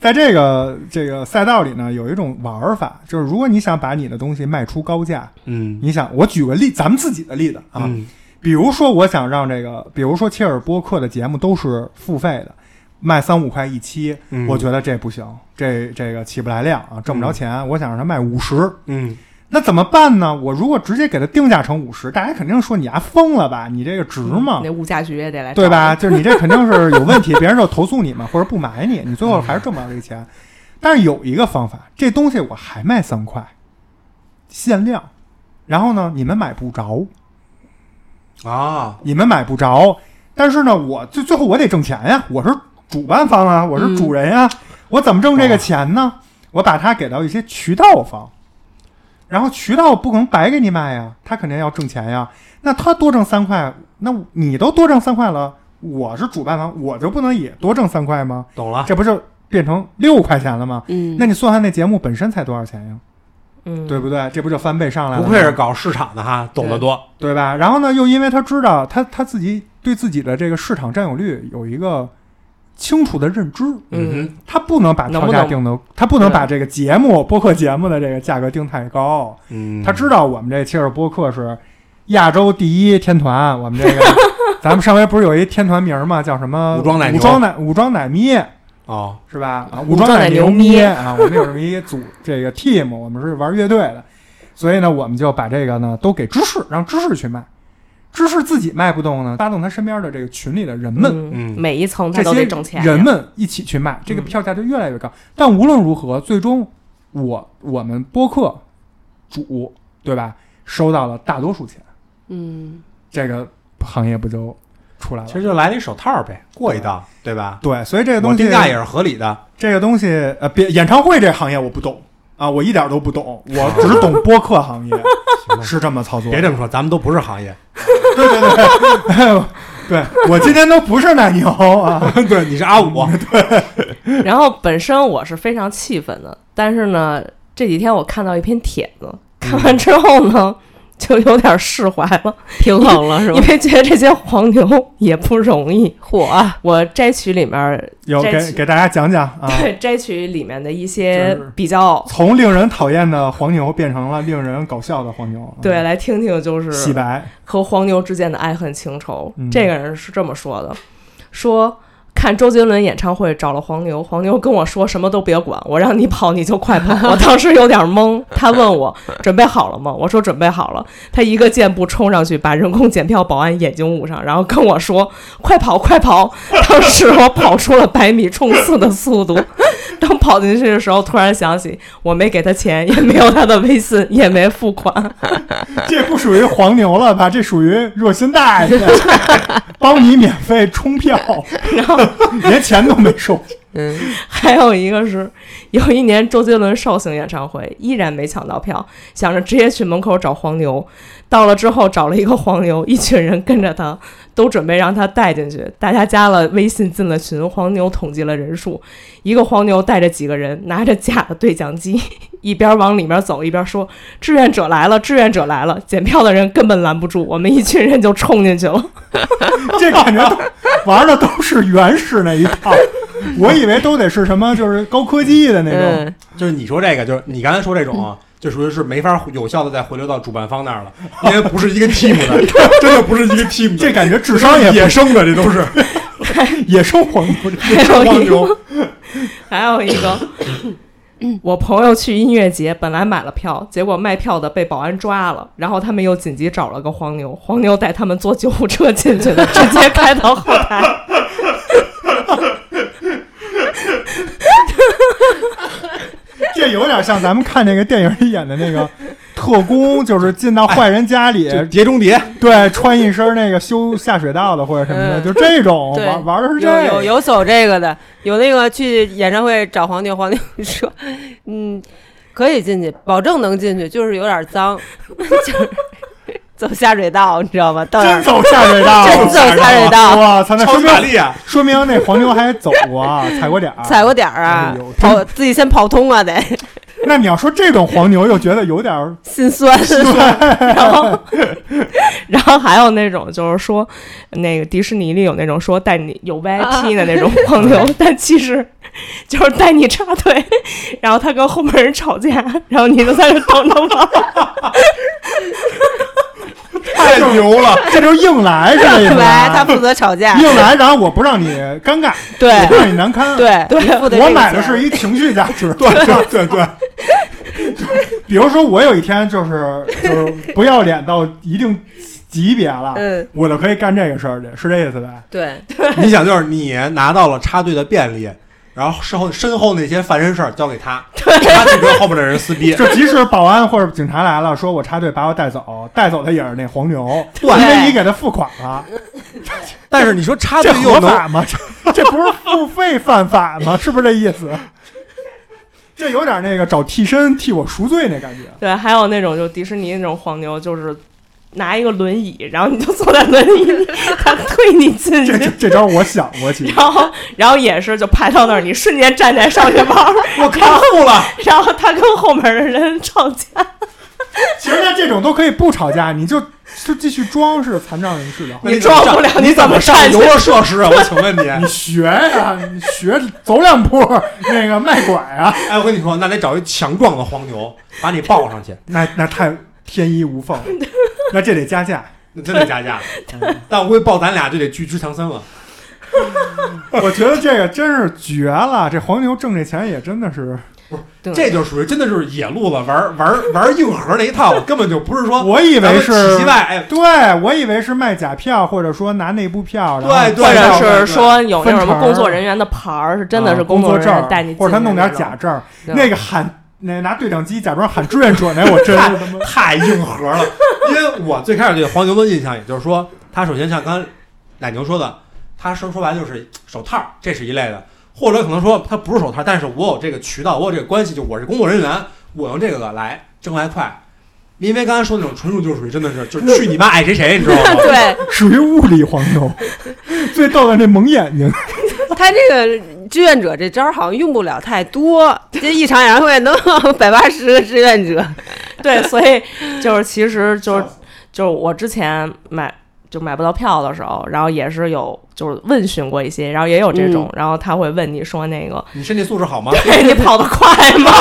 Speaker 4: 在这个这个赛道里呢，有一种玩儿法，就是如果你想把你的东西卖出高价，
Speaker 6: 嗯
Speaker 4: 你想，我举个例，咱们自己的例子啊，
Speaker 6: 嗯
Speaker 4: 比如说我想让这个，比如说切尔播客的节目都是付费的，卖三五块一期，
Speaker 6: 嗯
Speaker 4: 我觉得这不行，这这个起不来量啊，挣不着钱，我想让它卖五十，
Speaker 6: 嗯
Speaker 4: 那怎么办呢？我如果直接给它定价成五十，大家肯定说你丫疯了吧？你这个值吗？
Speaker 7: 那物价局也得来，
Speaker 4: 啊对吧？？就是你这肯定是有问题，别人就投诉你嘛，或者不买你，你最后还是挣不着这个钱。但是有一个方法，这东西我还卖三块，限量。然后呢，你们买不着，
Speaker 6: 啊，
Speaker 4: 你们买不着。但是呢，我最最后我得挣钱呀，我是主办方啊，我是
Speaker 6: 嗯
Speaker 4: 主人呀，我怎么挣
Speaker 6: 哦
Speaker 4: 这个钱呢？我把它给到一些渠道方，然后渠道不可能白给你卖呀，他肯定要挣钱呀。那他多挣三块，那你都多挣三块了，我是主办方，我就不能也多挣三块吗？
Speaker 6: 懂了，
Speaker 4: 这不就变成六块钱了吗？
Speaker 8: 嗯，
Speaker 4: 那你算算那节目本身才多少钱呀？
Speaker 7: 嗯，
Speaker 4: 对不对？这不就翻倍上来了
Speaker 6: 不
Speaker 4: 吗？
Speaker 6: 愧是搞市场的哈，懂得多。
Speaker 4: 对吧？然后呢，又因为他知道他他自己对自己的这个市场占有率有一个清楚的认知，
Speaker 7: 嗯，
Speaker 4: 他不能把
Speaker 7: 能
Speaker 4: 票
Speaker 7: 不
Speaker 4: 价
Speaker 7: 能
Speaker 4: 定的，他不能
Speaker 7: 对
Speaker 4: 把这个节目播客节目的这个价格定太高。
Speaker 6: 嗯
Speaker 4: 他知道我们这切尔播客是亚洲第一天团，我们 这个咱们上回不是有一天团名吗？叫什么？
Speaker 6: 武装奶牛
Speaker 4: 武装奶武装奶咪
Speaker 6: 哦，
Speaker 4: 是吧？啊，
Speaker 7: 武
Speaker 4: 武
Speaker 7: 装
Speaker 4: 装
Speaker 7: 奶
Speaker 4: 奶
Speaker 7: 牛
Speaker 4: 牛
Speaker 7: 咪
Speaker 4: 咪啊，我们有这么一组这个 team，我们是玩乐队的，所以呢，我们就把这个呢都给芝士，让芝士去卖。芝士自己卖不动呢，发动他身边的这个群里的人们，
Speaker 7: 嗯，
Speaker 6: 嗯
Speaker 7: 每一层他
Speaker 4: 这
Speaker 7: 都得
Speaker 4: 些
Speaker 7: 挣钱呀，
Speaker 4: 人们一起去卖，这个票价就越来越高。但无论如何，最终我我们播客主对吧，收到了大多数钱，
Speaker 8: 嗯，
Speaker 4: 这个行业不就出来了
Speaker 6: 其？实就来了一手套呗，过一道，对吧？
Speaker 4: 对，所以嗯这个东
Speaker 6: 我
Speaker 4: 西
Speaker 6: 定价也是合理的，
Speaker 4: 这个东西，呃，别演唱会这行业我不懂啊，我一点都不懂，我只懂播客行 业
Speaker 6: 了
Speaker 4: 是这么操作。
Speaker 6: 哦别这么说，咱们都不是行
Speaker 4: 嗯
Speaker 6: 业。
Speaker 4: 对对对，哎呦对我今天都不是奶牛啊，
Speaker 6: 对，你是阿五，
Speaker 7: 然后本身我是非常气愤的，但是呢，这几天我看到一篇帖子，看
Speaker 8: 嗯
Speaker 7: 完之后呢，就有点释怀 了，
Speaker 8: 平衡了是吧
Speaker 7: 因？为觉得这些黄牛也不容易。
Speaker 8: 火啊，
Speaker 7: 我摘取里面，
Speaker 4: 有
Speaker 7: 这
Speaker 4: 给
Speaker 7: 期
Speaker 4: 给大家讲讲 啊，
Speaker 7: 对摘取里面的一些
Speaker 4: 就是
Speaker 7: 比较，
Speaker 4: 从令人讨厌的黄牛变成了令人搞笑的黄牛，
Speaker 8: 嗯
Speaker 4: 啊
Speaker 7: 对，来听听就
Speaker 4: 洗
Speaker 7: 是
Speaker 4: 白，
Speaker 7: 和黄牛之间的爱恨情仇。
Speaker 4: 嗯
Speaker 7: 这个人是这么说的，说。看周杰伦演唱会找了黄牛，黄牛跟我说什么都别管，我让你跑你就快跑。我当时有点懵，他问我准备好了吗？我说准备好了。他一个箭步冲上去，把人工检票保安眼睛捂上，然后跟我说：“快跑，快跑！”当时我跑出了百米冲刺的速度。当跑进去的时候，突然想起我没给他钱，也没有他的微信，也没付款。
Speaker 4: 这不属于黄牛了吧？这属于热心大爷，帮你免费充票，
Speaker 7: 然后
Speaker 4: 连钱都没收。
Speaker 8: 嗯，
Speaker 7: 还有一个是，有一年周杰伦绍兴演唱会依然没抢到票，想着直接去门口找黄牛。到了之后找了一个黄牛，一群人跟着他，都准备让他带进去。大家加了微信进了群，黄牛统计了人数，一个黄牛带着几个人，拿着假的对讲机，一边往里面走一边说：“志愿者来了，志愿者来了！”检票的人根本拦不住，我们一群人就冲进去了。
Speaker 4: 这感觉都玩的都是原始那一套，我以为都得是什么就是高科技的那种。
Speaker 8: 嗯
Speaker 6: 就是你说这个，就是你刚才说这种
Speaker 4: 嗯
Speaker 6: 啊，就属于是没法有效的再回流到主办方那儿了，因为不是一个 team 的，真的不是一个 team 的，
Speaker 4: 这感觉智商也
Speaker 6: 野生的，这都是
Speaker 4: 野生黄 牛，
Speaker 7: 还有
Speaker 6: 黄
Speaker 7: 一个
Speaker 6: 牛。
Speaker 7: 还有一个，我朋友去音乐节，本来买了票，结果卖票的被保安抓了，然后他们又紧急找了个黄牛，黄牛带他们坐救护车进去的，直接开到后台。
Speaker 4: 这有点像咱们看那个电影里演的那个特工，就是进到坏人家里，
Speaker 6: 哎就碟中谍，
Speaker 4: 对，穿一身那个修下水道的或者什么的，
Speaker 8: 嗯
Speaker 4: 就这种
Speaker 8: 对
Speaker 4: 玩玩的是这
Speaker 8: 有有
Speaker 4: 个。
Speaker 8: 有走这个的，有那个去演唱会找黄牛，黄牛说，嗯，可以进去，保证能进去，就是有点脏，就是走下水道，你知道吗？到哪
Speaker 4: 真
Speaker 8: 儿
Speaker 4: 走下水道，
Speaker 8: 真走下水道，
Speaker 4: 哇操！那
Speaker 6: 超
Speaker 4: 说
Speaker 6: 级玛
Speaker 4: 明
Speaker 6: 丽啊！
Speaker 4: 说明那黄牛还走过啊，踩过点儿。
Speaker 8: 踩过点儿啊
Speaker 4: 哎呦，真
Speaker 8: 跑自己先跑通啊，得
Speaker 4: 那你要说这种黄牛，又觉得有点儿
Speaker 8: 心酸。
Speaker 7: 然后，然后还有那种就是说，那个迪士尼里有那种说带你有 VIP 的那种黄牛，但其实就是带你插队，然后他跟后面人吵架，然后你就在这等着吧。
Speaker 6: 太牛了！
Speaker 4: 这就是硬来是 吧？硬
Speaker 8: 来，
Speaker 4: 来，
Speaker 8: 他负责吵架，
Speaker 4: 硬来，然后我不让你尴尬，
Speaker 8: 对
Speaker 4: 我不让你难堪。，啊
Speaker 8: 对
Speaker 7: 对
Speaker 8: 你付的这
Speaker 4: 我
Speaker 8: 个
Speaker 4: 买的
Speaker 8: 钱
Speaker 4: 是一情绪价值。对对对对，比如说我有一天就是就是不要脸到一定级别了，
Speaker 8: 嗯，
Speaker 4: 我就可以干这个事儿去，是这意思呗？
Speaker 8: 对，
Speaker 6: 你想，就是你拿到了插队的便利，然后事后身后那些烦人事儿交给他，他去跟后面的人撕逼。
Speaker 4: 就即使保安或者警察来了，说我插队把我带走，带走的也是那黄牛，
Speaker 6: 对
Speaker 4: 因为你给他付款了，
Speaker 6: 但是你说插
Speaker 4: 这
Speaker 6: 队又
Speaker 4: 合
Speaker 6: 能，
Speaker 4: 法吗？ 这这不是付费犯法吗？是不是这意思？这有点那个找替身替我赎罪那感觉。
Speaker 7: 对，还有那种就迪士尼那种黄牛，就是拿一个轮椅，然后你就坐在轮椅里， 他推你进
Speaker 4: 这这
Speaker 7: 去。
Speaker 4: 这招我想过，其实
Speaker 7: 然后，然后也是就拍到那儿，你瞬间站在上面包，
Speaker 6: 我看护了，
Speaker 7: 然后他跟后面的人吵架。
Speaker 4: 其实像这种都可以不吵架，你就就继续装是残障人士就好。
Speaker 6: 那你
Speaker 7: 撞
Speaker 6: 怎么
Speaker 7: 不
Speaker 6: 上
Speaker 7: 了
Speaker 6: 你
Speaker 7: 你
Speaker 6: 怎
Speaker 7: 怎
Speaker 6: 么
Speaker 7: 么
Speaker 6: 上
Speaker 7: 站
Speaker 6: 游乐设施啊？我请问你，
Speaker 4: 你学呀、你学走两步，那个卖拐啊，
Speaker 6: 哎，我跟你说，那得找一强壮的黄牛把你抱上去，
Speaker 4: 那那太天衣无缝了，那这得加价。
Speaker 6: 那真得加价。但我估计抱咱俩就得去之强森了。
Speaker 4: 我觉得这个真是绝了，这黄牛挣这钱也真的是，
Speaker 7: 对
Speaker 6: 这就属于真的就是野路子，玩玩玩硬核那一套了，根本就不是说
Speaker 4: 我以
Speaker 6: 咱
Speaker 4: 为
Speaker 6: 们
Speaker 4: 是
Speaker 6: 体系外，哎，
Speaker 4: 对我以为是卖假票，或者说拿内部票，然后
Speaker 6: 对对
Speaker 7: 或
Speaker 6: 对
Speaker 7: 者
Speaker 6: 对对
Speaker 7: 是说有那
Speaker 4: 分
Speaker 7: 种什么
Speaker 4: 牌儿
Speaker 7: 工作人员的牌儿，是真的是
Speaker 4: 啊工
Speaker 7: 作人
Speaker 4: 证儿
Speaker 7: 员带你进去
Speaker 4: 或
Speaker 7: 的
Speaker 4: 者他弄点
Speaker 7: 种
Speaker 4: 假证儿，
Speaker 7: 对
Speaker 4: 那个喊那拿对讲机假装喊志愿者那我真是他妈
Speaker 6: 太硬核了。因为我最开始对黄牛的印象，也就是说，他首先像刚才奶牛说的，他说说白了就是手套，这是一嗯类的，或者可能说他不是手套，但是我有这个渠道，我有这个关系，就我是工作人员，我用这个来挣来快。因为刚才说那种纯属就属于真的是就去你妈哎爱谁谁，你知道 吗？
Speaker 8: 对
Speaker 4: 属于物理黄牛。最逗的那蒙眼睛，
Speaker 8: 他这个志愿者这招儿好像用不了太多，这一场演唱会能有百八十个志愿者，
Speaker 7: 对，所以就是其实就是就是我之前买就买不到票的时候，然后也是有就是问询过一些，然后也有这种，然后他会问你说那 个，
Speaker 6: 你身体素质好吗？
Speaker 7: 哎，你跑得快吗？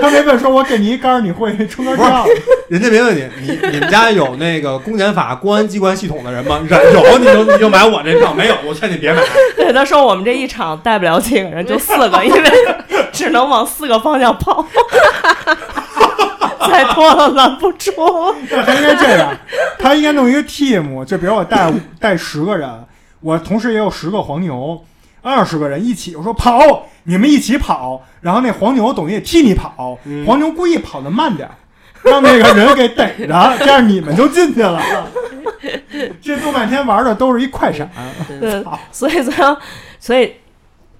Speaker 4: 他没问说，我给你一杆儿，你会充个票？
Speaker 6: 人家没问你，你你们家有那个公检法公安机关系统的人吗？人有你就你就买我这票，没有我劝你别买。
Speaker 7: 对，他说我们这一场带不了几个人，就四个，因为只能往四个方向跑， 再多了拦不住。
Speaker 4: 那 他应该这样，他应该弄一个 team，就比如我带五带十个人，我同时也有十个黄牛，二十个人一起，我说跑，你们一起跑，然后那黄牛等于也替你跑，黄牛故意跑得慢点儿，让那个人给逮着，这样你们就进去 了。这弄半天玩的都是一快闪，
Speaker 7: 对，所以所以所以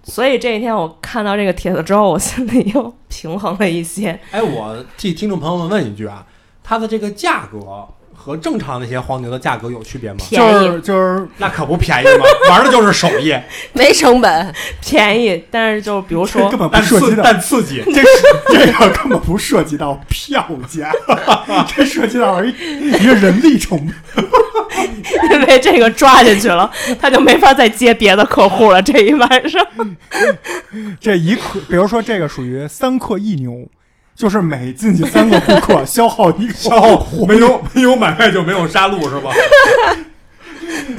Speaker 7: 所以这一天我看到这个帖子之后，我心里又平衡了一些。
Speaker 6: 哎，我替听众朋友们问一句啊，它的这个价格和正常那些黄牛的价格有区别吗？
Speaker 7: 便
Speaker 4: 就
Speaker 7: 宜
Speaker 4: 是就是
Speaker 6: 那可不便宜嘛，玩的就是手艺，
Speaker 8: 没成本。
Speaker 7: 便宜，但是就比如
Speaker 4: 这
Speaker 7: 说
Speaker 4: 根本不
Speaker 6: 但
Speaker 4: 涉及
Speaker 6: 刺
Speaker 4: 到，
Speaker 6: 但 刺激。
Speaker 4: 这是这个根本不涉及到票价， 这涉及到一一个人力成本。
Speaker 7: 因为这个抓进去了，他就没法再接别的客户了。这一晚上，
Speaker 4: 这一克，比如说这个属于三克一牛，就是每进去三个顾客消耗一个消耗
Speaker 6: 没有没有买卖就没有杀戮是吧？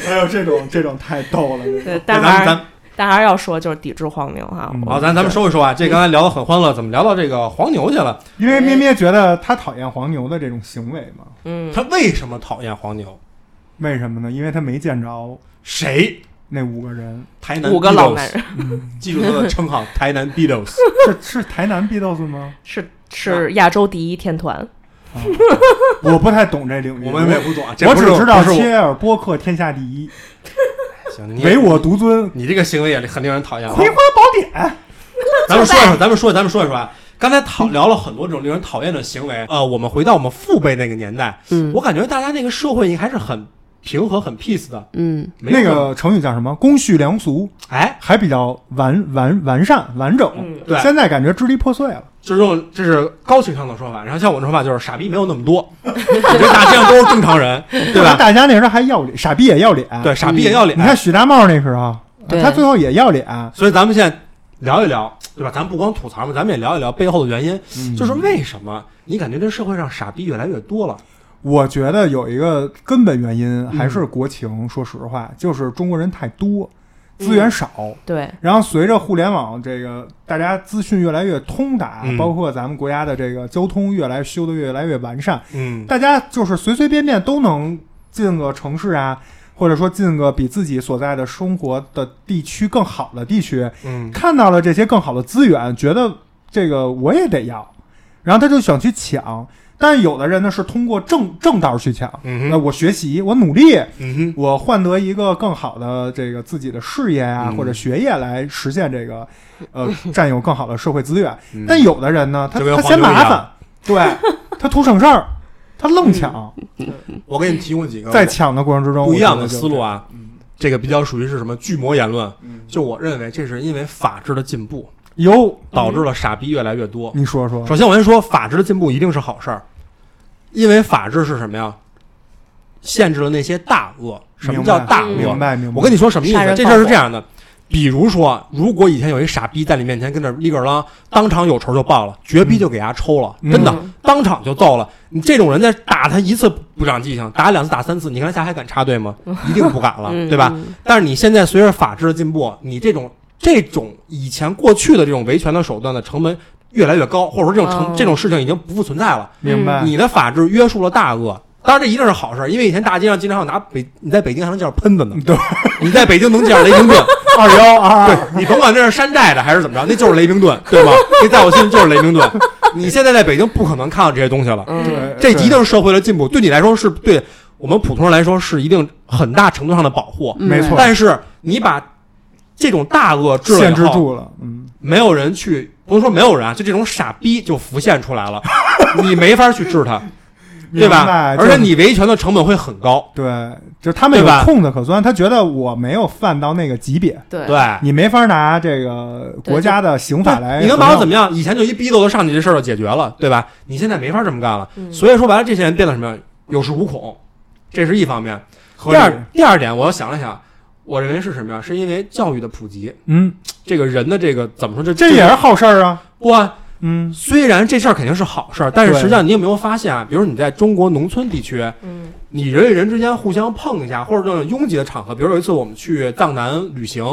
Speaker 4: 哎呦，这种这种太逗了，这
Speaker 7: 对
Speaker 4: 种，
Speaker 7: 但
Speaker 6: 哎咱
Speaker 7: 还
Speaker 6: 们咱
Speaker 7: 是但还是要说，就是抵制黄牛哈。
Speaker 4: 嗯
Speaker 6: 好，咱咱们收一收啊，这刚才聊得很欢乐，怎么聊到这个黄牛去了？
Speaker 4: 因为咩咩觉得他讨厌黄牛的这种行为嘛？
Speaker 7: 嗯，
Speaker 6: 他为什么讨厌黄牛？
Speaker 4: 为什么呢？因为他没见着
Speaker 6: 谁？
Speaker 4: 那五个 人，
Speaker 6: 台南
Speaker 7: 五个老
Speaker 6: Beatles
Speaker 7: 男人
Speaker 6: 记住他的称号，台南 Beatles。
Speaker 4: 这是台南 B 豆子吗？
Speaker 6: 啊
Speaker 7: 是是亚洲第一天团，
Speaker 4: 啊我不太懂这领域，
Speaker 6: 我们也不懂啊，这
Speaker 4: 我
Speaker 6: 不
Speaker 4: 只
Speaker 6: 是
Speaker 4: 知道
Speaker 6: 不是
Speaker 4: 切尔波克天下第一，
Speaker 6: 我行，你
Speaker 4: 唯我独尊，《
Speaker 6: 你这个行为也很令人讨厌啊。
Speaker 4: 葵花宝典》
Speaker 6: 咱们说一说，咱们说，咱们说一说啊。刚才讨聊了很多这种令人讨厌的行为，呃，我们回到我们父辈那个年代，
Speaker 8: 嗯
Speaker 6: 我感觉大家那个社会还是很平和、很 peace 的。
Speaker 8: 嗯，
Speaker 6: 没有
Speaker 4: 那，个成语叫什么？公序良俗，
Speaker 6: 哎，
Speaker 4: 还比较完完完善完整。
Speaker 7: 嗯
Speaker 6: 对
Speaker 4: 现在感觉支离破碎了。
Speaker 6: 就是这种这是高情商的说法。然后像我的说法就是傻逼没有那么 多，我觉得大街上都是正常人，对吧？
Speaker 4: 大家那时候还要脸，傻逼也要脸。
Speaker 6: 对，，傻逼也要脸
Speaker 4: 你。看许大茂那时候，
Speaker 8: 对
Speaker 4: 他最后也要脸。
Speaker 6: 所以咱们现在聊一聊，对吧？咱不光吐槽嘛，咱们也聊一聊背后的原因，就是为什么你感觉这社会上傻逼越来越多了？
Speaker 4: 我觉
Speaker 6: 嗯
Speaker 4: 得有一个根本原因还是国情，说实话，就是中国人太多。
Speaker 6: 嗯
Speaker 4: 资源少。
Speaker 7: 对，
Speaker 4: 然后随着互联网这个大家资讯越来越通达，
Speaker 6: 嗯
Speaker 4: 包括咱们国家的这个交通越来修的越来越完善，
Speaker 6: 嗯，
Speaker 4: 大家就是随随便便都能进个城市啊，或者说进个比自己所在的生活的地区更好的地区，
Speaker 6: 嗯
Speaker 4: 看到了这些更好的资源，觉得这个我也得要，然后他就想去抢。但是有的人呢是通过正正道去抢，
Speaker 6: 嗯
Speaker 4: 那
Speaker 6: 哼
Speaker 4: 我学习，我努力，
Speaker 6: 嗯哼，
Speaker 4: 我换得一个更好的这个自己的事业啊，
Speaker 6: 嗯
Speaker 4: 或者学业来实现这 个，呃，占有更好的社会资源。
Speaker 6: 嗯
Speaker 4: 但有的人呢，他
Speaker 6: 就跟
Speaker 4: 他
Speaker 6: 黄
Speaker 4: 嫌
Speaker 6: 牛一
Speaker 4: 麻
Speaker 6: 样
Speaker 4: 烦， 对他图省事儿，他愣抢，
Speaker 6: 我给你提供几个
Speaker 4: 在抢的过程之中
Speaker 6: 嗯不一样
Speaker 4: 我
Speaker 6: 的
Speaker 4: 觉得
Speaker 6: 思
Speaker 4: 就
Speaker 6: 路啊。这个比较属于是什么巨魔言论？
Speaker 4: 嗯
Speaker 6: 就我认为这是因为法治的进步
Speaker 4: 有
Speaker 6: 导致了傻逼越来越多。
Speaker 4: 你说说，
Speaker 6: 首先，我先哦说法治的进步一定是好事儿，因为法治是什么呀？限制了那些大恶。什么
Speaker 4: 明
Speaker 6: 叫
Speaker 4: 白嗯
Speaker 6: 大
Speaker 4: 明
Speaker 6: 恶？
Speaker 4: 白明白。
Speaker 6: 我跟你说什么意
Speaker 7: 杀
Speaker 6: 思？
Speaker 7: 人
Speaker 6: 这事儿是这样的，比如说，如果以前有一傻逼在你面前跟那儿立个啷，当场有仇就报了，绝逼就给他抽了，
Speaker 4: 嗯
Speaker 6: 真的，当场就揍了。你这种人再打他一次不长记性，打两次打三次，你看他还敢插队吗？一定不敢 了，
Speaker 7: 嗯
Speaker 6: 对吧？？但是你现在随着法治的进步，你这种这种以前过去的这种维权的手段的成本越来越高，或者说这种成、
Speaker 7: 哦
Speaker 6: 这种事情已经不复存在了。
Speaker 4: 明白，
Speaker 6: 你的法治约束了大恶，当然这一定是好事，因为以前大街上经常有拿北你在北京还能见着喷子呢，
Speaker 4: 对，
Speaker 6: 你在北京能见着雷 霆盾，
Speaker 4: 二幺啊二
Speaker 6: 对
Speaker 4: 二，
Speaker 6: 你甭管这是山寨的还是怎么着，那就是雷霆盾，对吧？那在我心里就是雷霆盾。你现在在北京不可能看到这些东西了，
Speaker 7: 嗯嗯，
Speaker 4: 对
Speaker 6: 这
Speaker 4: 对
Speaker 6: 一定是社会的进步，对你来说是对我们普通人来说是一定很大程度上的保护。
Speaker 4: 没错，
Speaker 6: 嗯但是你把这种大恶治了以
Speaker 4: 限
Speaker 6: 后
Speaker 4: 制，住了，嗯，
Speaker 6: 没有人去，不能说没有人啊，就这种傻逼就浮现 出来了，你没法去治他，对
Speaker 4: 明
Speaker 6: 吧
Speaker 4: 白？
Speaker 6: 而
Speaker 4: 就
Speaker 6: 且你维权的成本会很高，
Speaker 4: 对，就是他们有
Speaker 6: 对吧
Speaker 4: 空子可钻，他觉得我没有犯到那个级别，
Speaker 7: 对
Speaker 6: 对。
Speaker 4: 你没法拿这个国家的刑法来，
Speaker 6: 你能把我怎
Speaker 4: 么？
Speaker 6: 么样？以前就一逼斗子上去，这事儿就解决了，对吧？你现在没法这么干了，
Speaker 7: 嗯
Speaker 6: 所以说白了，这些人变得什么样？有恃无恐，这是一方面。
Speaker 4: 合
Speaker 6: 第
Speaker 4: 理
Speaker 6: 二，第二点，我又想了想，我认为是什么呀？是因为教育的普及，
Speaker 4: 嗯，
Speaker 6: 这个人的这个怎么说？这
Speaker 4: 这也是好事儿啊，
Speaker 6: 不安
Speaker 4: 嗯，
Speaker 6: 虽然这事儿肯定是好事儿，但是
Speaker 4: 对
Speaker 6: 实际上你有没有发现啊？比如你在中国农村地区，
Speaker 7: 嗯
Speaker 6: 你人与人之间互相碰一下，或者这种拥挤的场合，比如有一次我们去藏南旅行，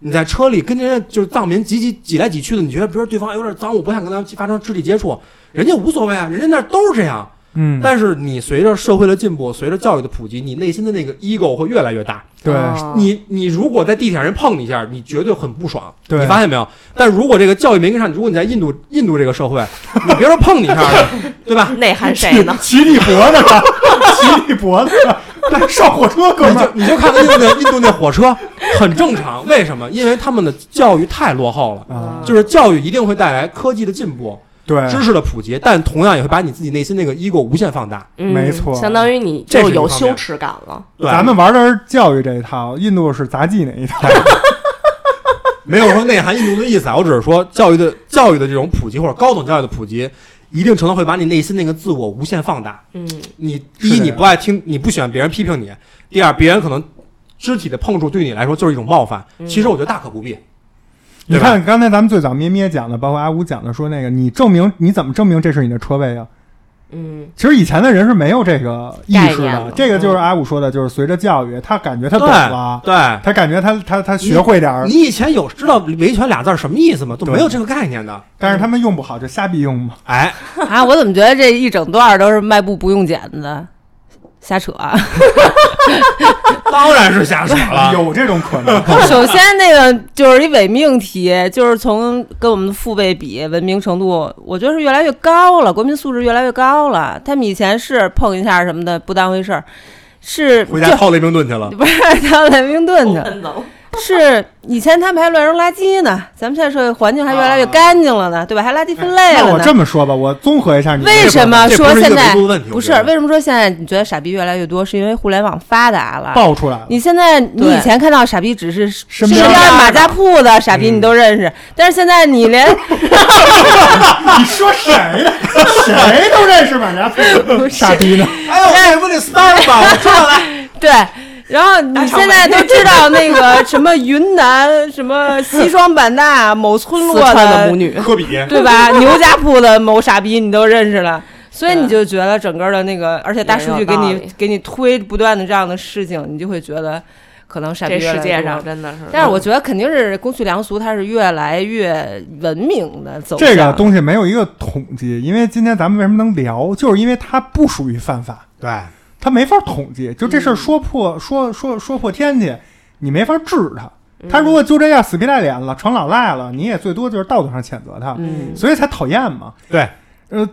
Speaker 6: 你在车里跟人家就是藏民挤挤挤来挤去的，你觉得比如说对方有点脏，我不想跟他们发生肢体接触，人家无所谓啊，人家那儿都是这样。
Speaker 4: 嗯，
Speaker 6: 但是你随着社会的进步，随着教育的普及，你内心的那个 ego 会越来越大。
Speaker 4: 对，
Speaker 7: 哦
Speaker 6: 你你如果在地铁上人碰你一下，你绝对很不爽，
Speaker 4: 对
Speaker 6: 你发现没有？但如果这个教育没跟上，如果你在印度印度这个社会，你别说碰你一下了， 对
Speaker 4: 啊
Speaker 6: 吧？
Speaker 7: 内涵 谁呢？
Speaker 4: 骑你脖子上， 骑你脖子上， 上火车，哥
Speaker 6: 你
Speaker 4: 们儿
Speaker 6: 就，你就看看印度那印度那火车很正常，为什么？因为他们的教育太落后了，
Speaker 4: 啊，
Speaker 6: 就是教育一定会带来科技的进步、
Speaker 4: 对，
Speaker 6: 知识的普及，但同样也会把你自己内心那个 ego 无限放大。
Speaker 7: 嗯
Speaker 4: 没错
Speaker 7: 相当于你
Speaker 6: 这
Speaker 7: 就是
Speaker 6: 一
Speaker 7: 有
Speaker 6: 方
Speaker 7: 羞
Speaker 6: 面
Speaker 7: 耻感了。
Speaker 6: 对
Speaker 4: 咱们玩的是教育这一套，印度是杂技那一套，
Speaker 6: 没有说内涵印度的意思啊，我只是说教育的教育的这种普及或者高等教育的普及，一定程度会把你内心那个自我无限放大。
Speaker 7: 嗯，
Speaker 6: 你
Speaker 4: 是
Speaker 6: 第一
Speaker 4: 的
Speaker 6: 你不爱听，你不喜欢别人批评你；第二，别人可能肢体的碰触对你来说就是一种冒犯。其实我觉得大可不必。
Speaker 4: 嗯你
Speaker 6: 对吧
Speaker 4: 看刚才咱们最早咩咩讲的，包括阿五讲的，说那个你证明你怎么证明这是你的车位啊？
Speaker 7: 嗯，
Speaker 4: 其实以前的人是没有这个意识
Speaker 7: 概念
Speaker 4: 的
Speaker 8: 嗯
Speaker 7: 的，
Speaker 4: 这个就是阿五说的，就是随着教育，他感觉他
Speaker 6: 对
Speaker 4: 懂了，
Speaker 6: 对，
Speaker 4: 他感觉他他他学会点儿，
Speaker 6: 你以前有知道维权俩字儿什么意思吗？都
Speaker 4: 对
Speaker 6: 没有这个概念的。
Speaker 4: 但是他们用不好就瞎逼用嘛。
Speaker 6: 哎，
Speaker 8: 啊，我怎么觉得这一整段都是迈步不用剪的，瞎扯、啊。
Speaker 6: 当然是瞎扯了。
Speaker 4: 有这种可能，
Speaker 8: 首先，那个就是一伪命题，就是从跟我们的父辈比，文明程度，我觉得是越来越高了，国民素质越来越高了。他们以前是碰一下什么的不当回事儿，是
Speaker 6: 回家泡雷明顿去了
Speaker 8: 就。不 是当莱明顿去，
Speaker 7: 喷的，
Speaker 8: 是以前他们还乱扔垃圾呢，咱们现在社会环境还越来越干净了呢，对吧？还垃圾分类
Speaker 4: 那
Speaker 8: 了
Speaker 4: 我这
Speaker 8: 呢。
Speaker 4: 么说吧，我综合一下你的
Speaker 8: 为什么
Speaker 6: 这不
Speaker 8: 说
Speaker 6: 是一个
Speaker 8: 现在
Speaker 6: 维度的问题我
Speaker 8: 不是
Speaker 6: 觉得
Speaker 8: 为什么说现在你觉得傻逼越来越多，是因为互联网发达了，
Speaker 4: 爆出来了，
Speaker 8: 你现在，你
Speaker 7: 对
Speaker 8: 以前看到傻逼只是身
Speaker 4: 边
Speaker 8: 边
Speaker 7: 的嗯
Speaker 8: 马家铺的傻逼你都认识，但是现在 你连
Speaker 4: 你说谁 呢？谁都认识马家飞，傻逼呢？
Speaker 6: 哎，我给你 start 吧，我知道 了。
Speaker 8: 对，然后你现在都知道那个什么云南什么西双版纳某村
Speaker 7: 四
Speaker 8: 落
Speaker 7: 川的母女，
Speaker 6: 科比，
Speaker 8: 对吧？牛家铺的某傻逼你都认识了。所以你就觉 得整个的那个，而且大数据给
Speaker 7: 也有道
Speaker 8: 你
Speaker 7: 理
Speaker 8: 给你推不断的这样的事情，你就会觉得可能傻逼
Speaker 7: 这
Speaker 8: 越来
Speaker 7: 世
Speaker 8: 越
Speaker 7: 界
Speaker 8: 多
Speaker 7: 上真的是，嗯
Speaker 8: 但是我觉得肯定是公序良俗，它是越来越文明的走向。
Speaker 4: 这个东西没有一个统计，因为今天咱们为什么能聊，就是因为它不属于犯法，
Speaker 6: 对，
Speaker 4: 它没法统计，就
Speaker 8: 嗯
Speaker 4: 这事儿说破、说说说破天去，你没法治它。
Speaker 8: 嗯
Speaker 4: 他如果就这样死皮赖脸了，成老赖了，你也最多就是道德上谴责他，
Speaker 8: 嗯
Speaker 4: 所以才讨厌嘛。
Speaker 6: 对，
Speaker 4: 呃，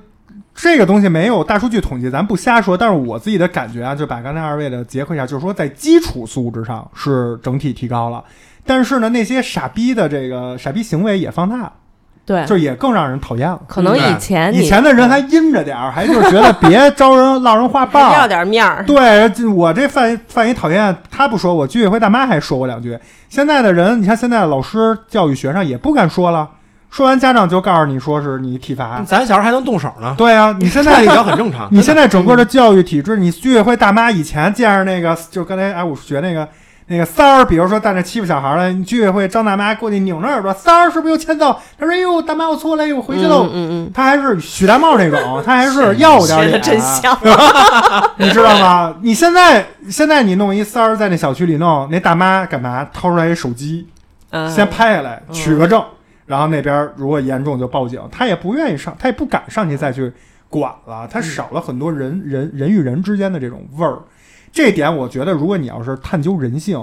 Speaker 4: 这个东西没有大数据统计，咱不瞎说。但是我自己的感觉啊，就把刚才二位的结合一下，就是说在基础素质上是整体提高了，但是呢，那些傻逼的这个傻逼行为也放大了，
Speaker 8: 嗯
Speaker 7: 对，
Speaker 4: 就是也更让人讨厌了。
Speaker 7: 可能以前你
Speaker 4: 以前的人还阴着点儿，还就是觉 得别招人落人话
Speaker 8: 还要
Speaker 4: 棒。
Speaker 8: 点 面儿，
Speaker 4: 对，就我这犯犯一讨厌，他不说我，居委会大妈还说我两句。现在的人，你看现在的老师教育学生也不敢说了，说完家长就告诉你说是你体
Speaker 8: 嗯
Speaker 4: 罚。
Speaker 6: 咱小时候还能动手呢，
Speaker 4: 对啊，你现 在
Speaker 6: 这已经很正常。
Speaker 4: 你现在整个的教育体制，你居委会大妈以前见着那个，就刚才哎，我学那个那个三儿，比如说在那欺负小孩了，你居委会张大妈过去拧着耳朵，三儿是不是又欠揍？他说：“哎呦，大妈，我错了，哎呦，我回去喽。
Speaker 8: 嗯嗯
Speaker 4: 他还是许大茂那种，他还是要点啊
Speaker 7: 学
Speaker 4: 脸
Speaker 7: 的，真像，
Speaker 4: 你知道吗？你现在现在你弄一三儿在那小区里弄，那大妈干嘛？掏出来一手机，
Speaker 8: 嗯，
Speaker 4: 先拍下来取个证，然后那边如果严重就报警，他也不愿意上，他也不敢上去再去管了，他少了很多人
Speaker 8: 嗯
Speaker 4: 人人与人之间的这种味儿。这点我觉得，如果你要是探究人性，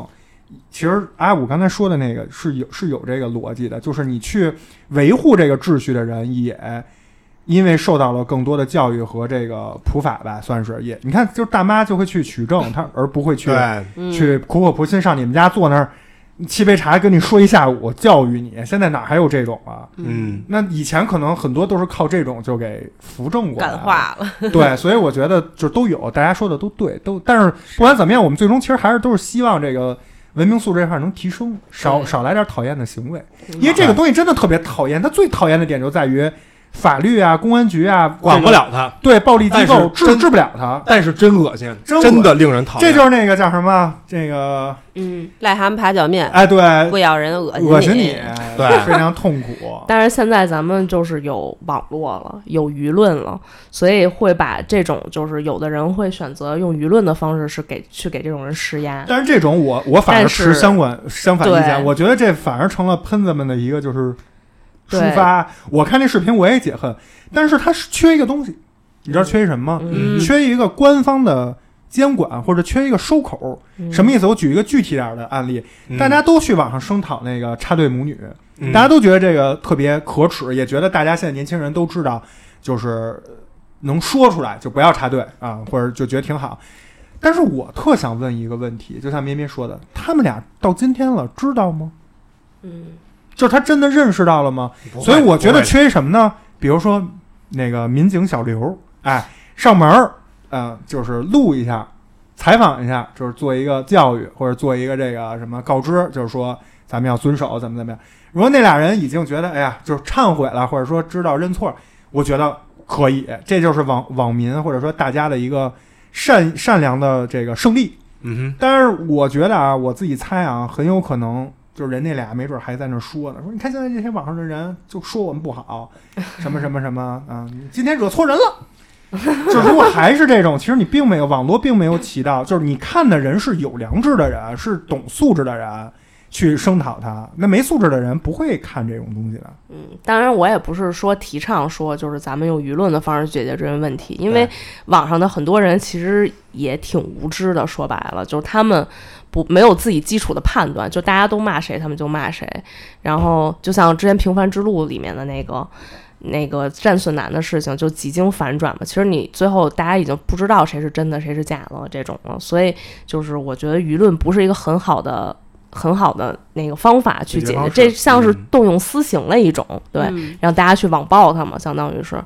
Speaker 4: 其实阿五刚才说的那个是有是有这个逻辑的，就是你去维护这个秩序的人也。因为受到了更多的教育和这个普法吧，算是也，你看，就是大妈就会去取证，她而不会去
Speaker 6: 对，
Speaker 8: 嗯
Speaker 4: 去苦口婆心上你们家坐那儿沏杯茶，跟你说一下午，我教育你。现在哪还有这种啊？
Speaker 6: 嗯，
Speaker 4: 那以前可能很多都是靠这种就给扶正过来
Speaker 8: 感
Speaker 4: 了，
Speaker 8: 化了，
Speaker 4: 对，所以我觉得就都有，大家说的都对，都但是不管怎么样，我们最终其实还是都是希望这个文明素质这块儿能提升，少少来点讨厌的行为，
Speaker 8: 嗯
Speaker 4: 因为这个东西真的特别讨厌。它最讨厌的点就在于法律啊、公安局啊
Speaker 6: 管不，
Speaker 4: 这种
Speaker 6: 了他，
Speaker 4: 对暴力机
Speaker 6: 但是
Speaker 4: 构治
Speaker 6: 真
Speaker 4: 治不了它，
Speaker 6: 但是真恶心，
Speaker 4: 真恶
Speaker 6: 真的令人讨厌。
Speaker 4: 这就是那个叫什么这个
Speaker 7: 嗯，
Speaker 8: 癞蛤蟆爬脚面，
Speaker 4: 哎对，
Speaker 8: 不咬人恶
Speaker 4: 恶
Speaker 8: 心
Speaker 4: 心你，
Speaker 6: 对
Speaker 4: 非常痛苦。
Speaker 7: 但是现在咱们就是有网络了，有舆论了，所以会把这种就是有的人会选择用舆论的方式是给去给这种人施压，
Speaker 4: 但是这种我我反而
Speaker 7: 但是
Speaker 4: 持相关相反意见，
Speaker 7: 对
Speaker 4: 我觉得这反而成了喷子们的一个就是
Speaker 7: 对
Speaker 4: 抒发。我看这视频我也解恨，但是它是缺一个东西，你知道缺什么吗？
Speaker 7: 嗯，
Speaker 4: 缺一个官方的监管，或者缺一个收口。
Speaker 7: 嗯
Speaker 4: 什么意思？我举一个具体点儿的案例，
Speaker 6: 嗯
Speaker 4: 大家都去网上声讨那个插队母女，
Speaker 6: 嗯
Speaker 4: 大家都觉得这个特别可耻，也觉得大家现在年轻人都知道，就是呃能说出来就不要插队啊，或者就觉得挺好。但是我特想问一个问题，就像咩咩说的，他们俩到今天了，知道吗？
Speaker 7: 嗯，
Speaker 4: 就是他真的认识到了吗？
Speaker 6: 不会
Speaker 4: 所以我觉得
Speaker 6: 不会
Speaker 4: 缺什么呢？比如说那个民警小刘，哎，上门儿，呃，就是录一下，采访一下，就是做一个教育或者做一个这个什么告知，就是说咱们要遵守怎么怎么样。如果那俩人已经觉得哎呀，就是忏悔了，或者说知道认错，我觉得可以，这就是网网民或者说大家的一个善善良的这个胜利。
Speaker 6: 嗯
Speaker 4: 但是我觉得啊，我自己猜啊，很有可能就是人那俩没准还在那说呢，说你看现在这些网上的人就说我们不好， 什么什么什么啊，你今天惹错人了。就如果还是这种，其实你并没有网络并没有起到，就是你看的人是有良知的人，是懂素质的人去声讨他，那没素质的人不会看这种东西的。
Speaker 7: 当然，我也不是说提倡说就是咱们用舆论的方式解决这个问题，因为网上的很多人其实也挺无知的。说白了，就是他们不没有自己基础的判断，就大家都骂谁，他们就骂谁。然后就像之前《平凡之路》里面的那个 那个战损男的事情，就几经反转嘛。其实你最后大家已经不知道谁是真的，谁是假的这种了。所以就是我觉得舆论不是一个很好的。很好的那个方法去
Speaker 6: 解决
Speaker 7: 解决
Speaker 6: 方，式
Speaker 7: 这像是
Speaker 6: 嗯
Speaker 7: 动用私刑的一种，对，
Speaker 8: 嗯
Speaker 7: 让大家去网暴他嘛，相当于是。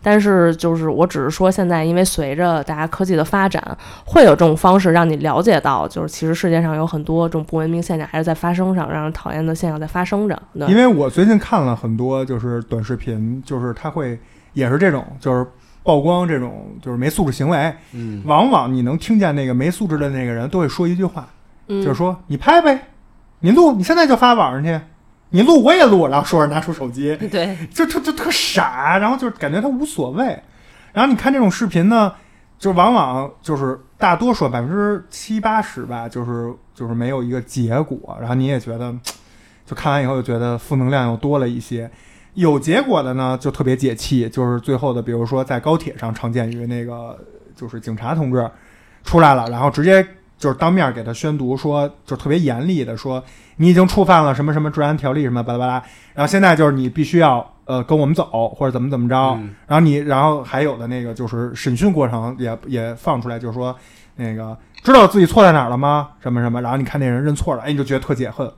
Speaker 7: 但是就是我只是说，现在因为随着大家科技的发展，会有这种方式让你了解到，就是其实世界上有很多这种不文明现象还是在发生上，让人讨厌的现象在发生着。对，
Speaker 4: 因为我最近看了很多就是短视频，就是他会也是这种，就是曝光这种就是没素质行为，
Speaker 6: 嗯
Speaker 4: 往往你能听见那个没素质的那个人都会说一句话，
Speaker 8: 嗯
Speaker 4: 就是说你拍呗，你录，你现在就发网上去，你录我也录，然后说着拿出手机，
Speaker 8: 对，
Speaker 4: 就特特特傻，然后就是感觉他无所谓。然后你看这种视频呢，就往往就是大多数百分之七八十吧，就是就是没有一个结果，然后你也觉得，就看完以后就觉得负能量又多了一些。有结果的呢，就特别解气，就是最后的，比如说在高铁上常见于那个就是警察同志出来了，然后直接就是当面给他宣读说，就特别严厉的说你已经触犯了什么什么治安条例什么巴拉巴拉，然后现在就是你必须要呃跟我们走或者怎么怎么着，
Speaker 6: 嗯
Speaker 4: 然后你，然后还有的那个就是审讯过程也也放出来，就是说那个知道自己错在哪儿了吗？什么什么，然后你看那人认错了，哎，你就觉得特解恨。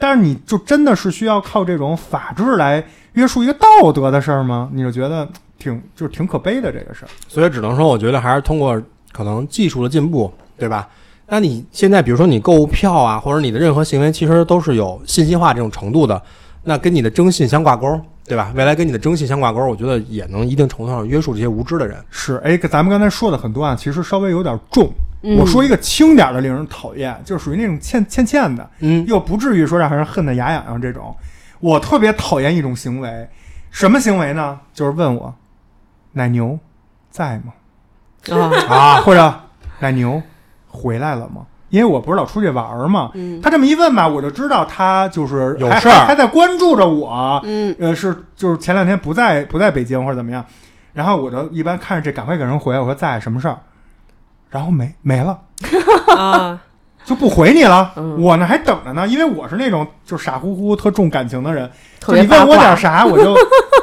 Speaker 4: 但是你就真的是需要靠这种法治来约束一个道德的事儿吗？你就觉得挺就是挺可悲的这个事儿。
Speaker 6: 所以只能说，我觉得还是通过可能技术的进步，对吧？那你现在比如说你购物票啊，或者你的任何行为，其实都是有信息化这种程度的，那跟你的征信相挂钩，对吧？未来跟你的征信相挂钩，我觉得也能一定程度上约束这些无知的人。
Speaker 4: 是，哎，咱们刚才说的很多啊，其实稍微有点重。
Speaker 8: 嗯
Speaker 4: 我说一个轻点儿的，令人讨厌，就是属于那种欠欠欠的，
Speaker 6: 嗯，
Speaker 4: 又不至于说让人恨得牙痒痒这种。我特别讨厌一种行为，什么行为呢？就是问我奶牛在吗？
Speaker 6: 哦
Speaker 8: 啊，
Speaker 4: 啊，或者奶牛回来了吗？因为我不是老出去玩儿嘛，
Speaker 8: 嗯
Speaker 4: 他这么一问吧，我就知道他就是
Speaker 6: 有
Speaker 4: 还
Speaker 6: 事儿
Speaker 4: 还还在关注着我。
Speaker 8: 嗯，
Speaker 4: 呃，是就是前两天不在不在北京或者怎么样，然后我就一般看着这赶快给人回，我说在什么事儿，然后没没了。
Speaker 8: 啊，
Speaker 4: 就不回你了，
Speaker 7: 嗯
Speaker 4: 我呢还等着呢，因为我是那种就傻乎乎、特重感情的人，就
Speaker 7: 特别
Speaker 4: 你
Speaker 7: 八
Speaker 4: 问我
Speaker 7: 卦
Speaker 4: 点啥，我 就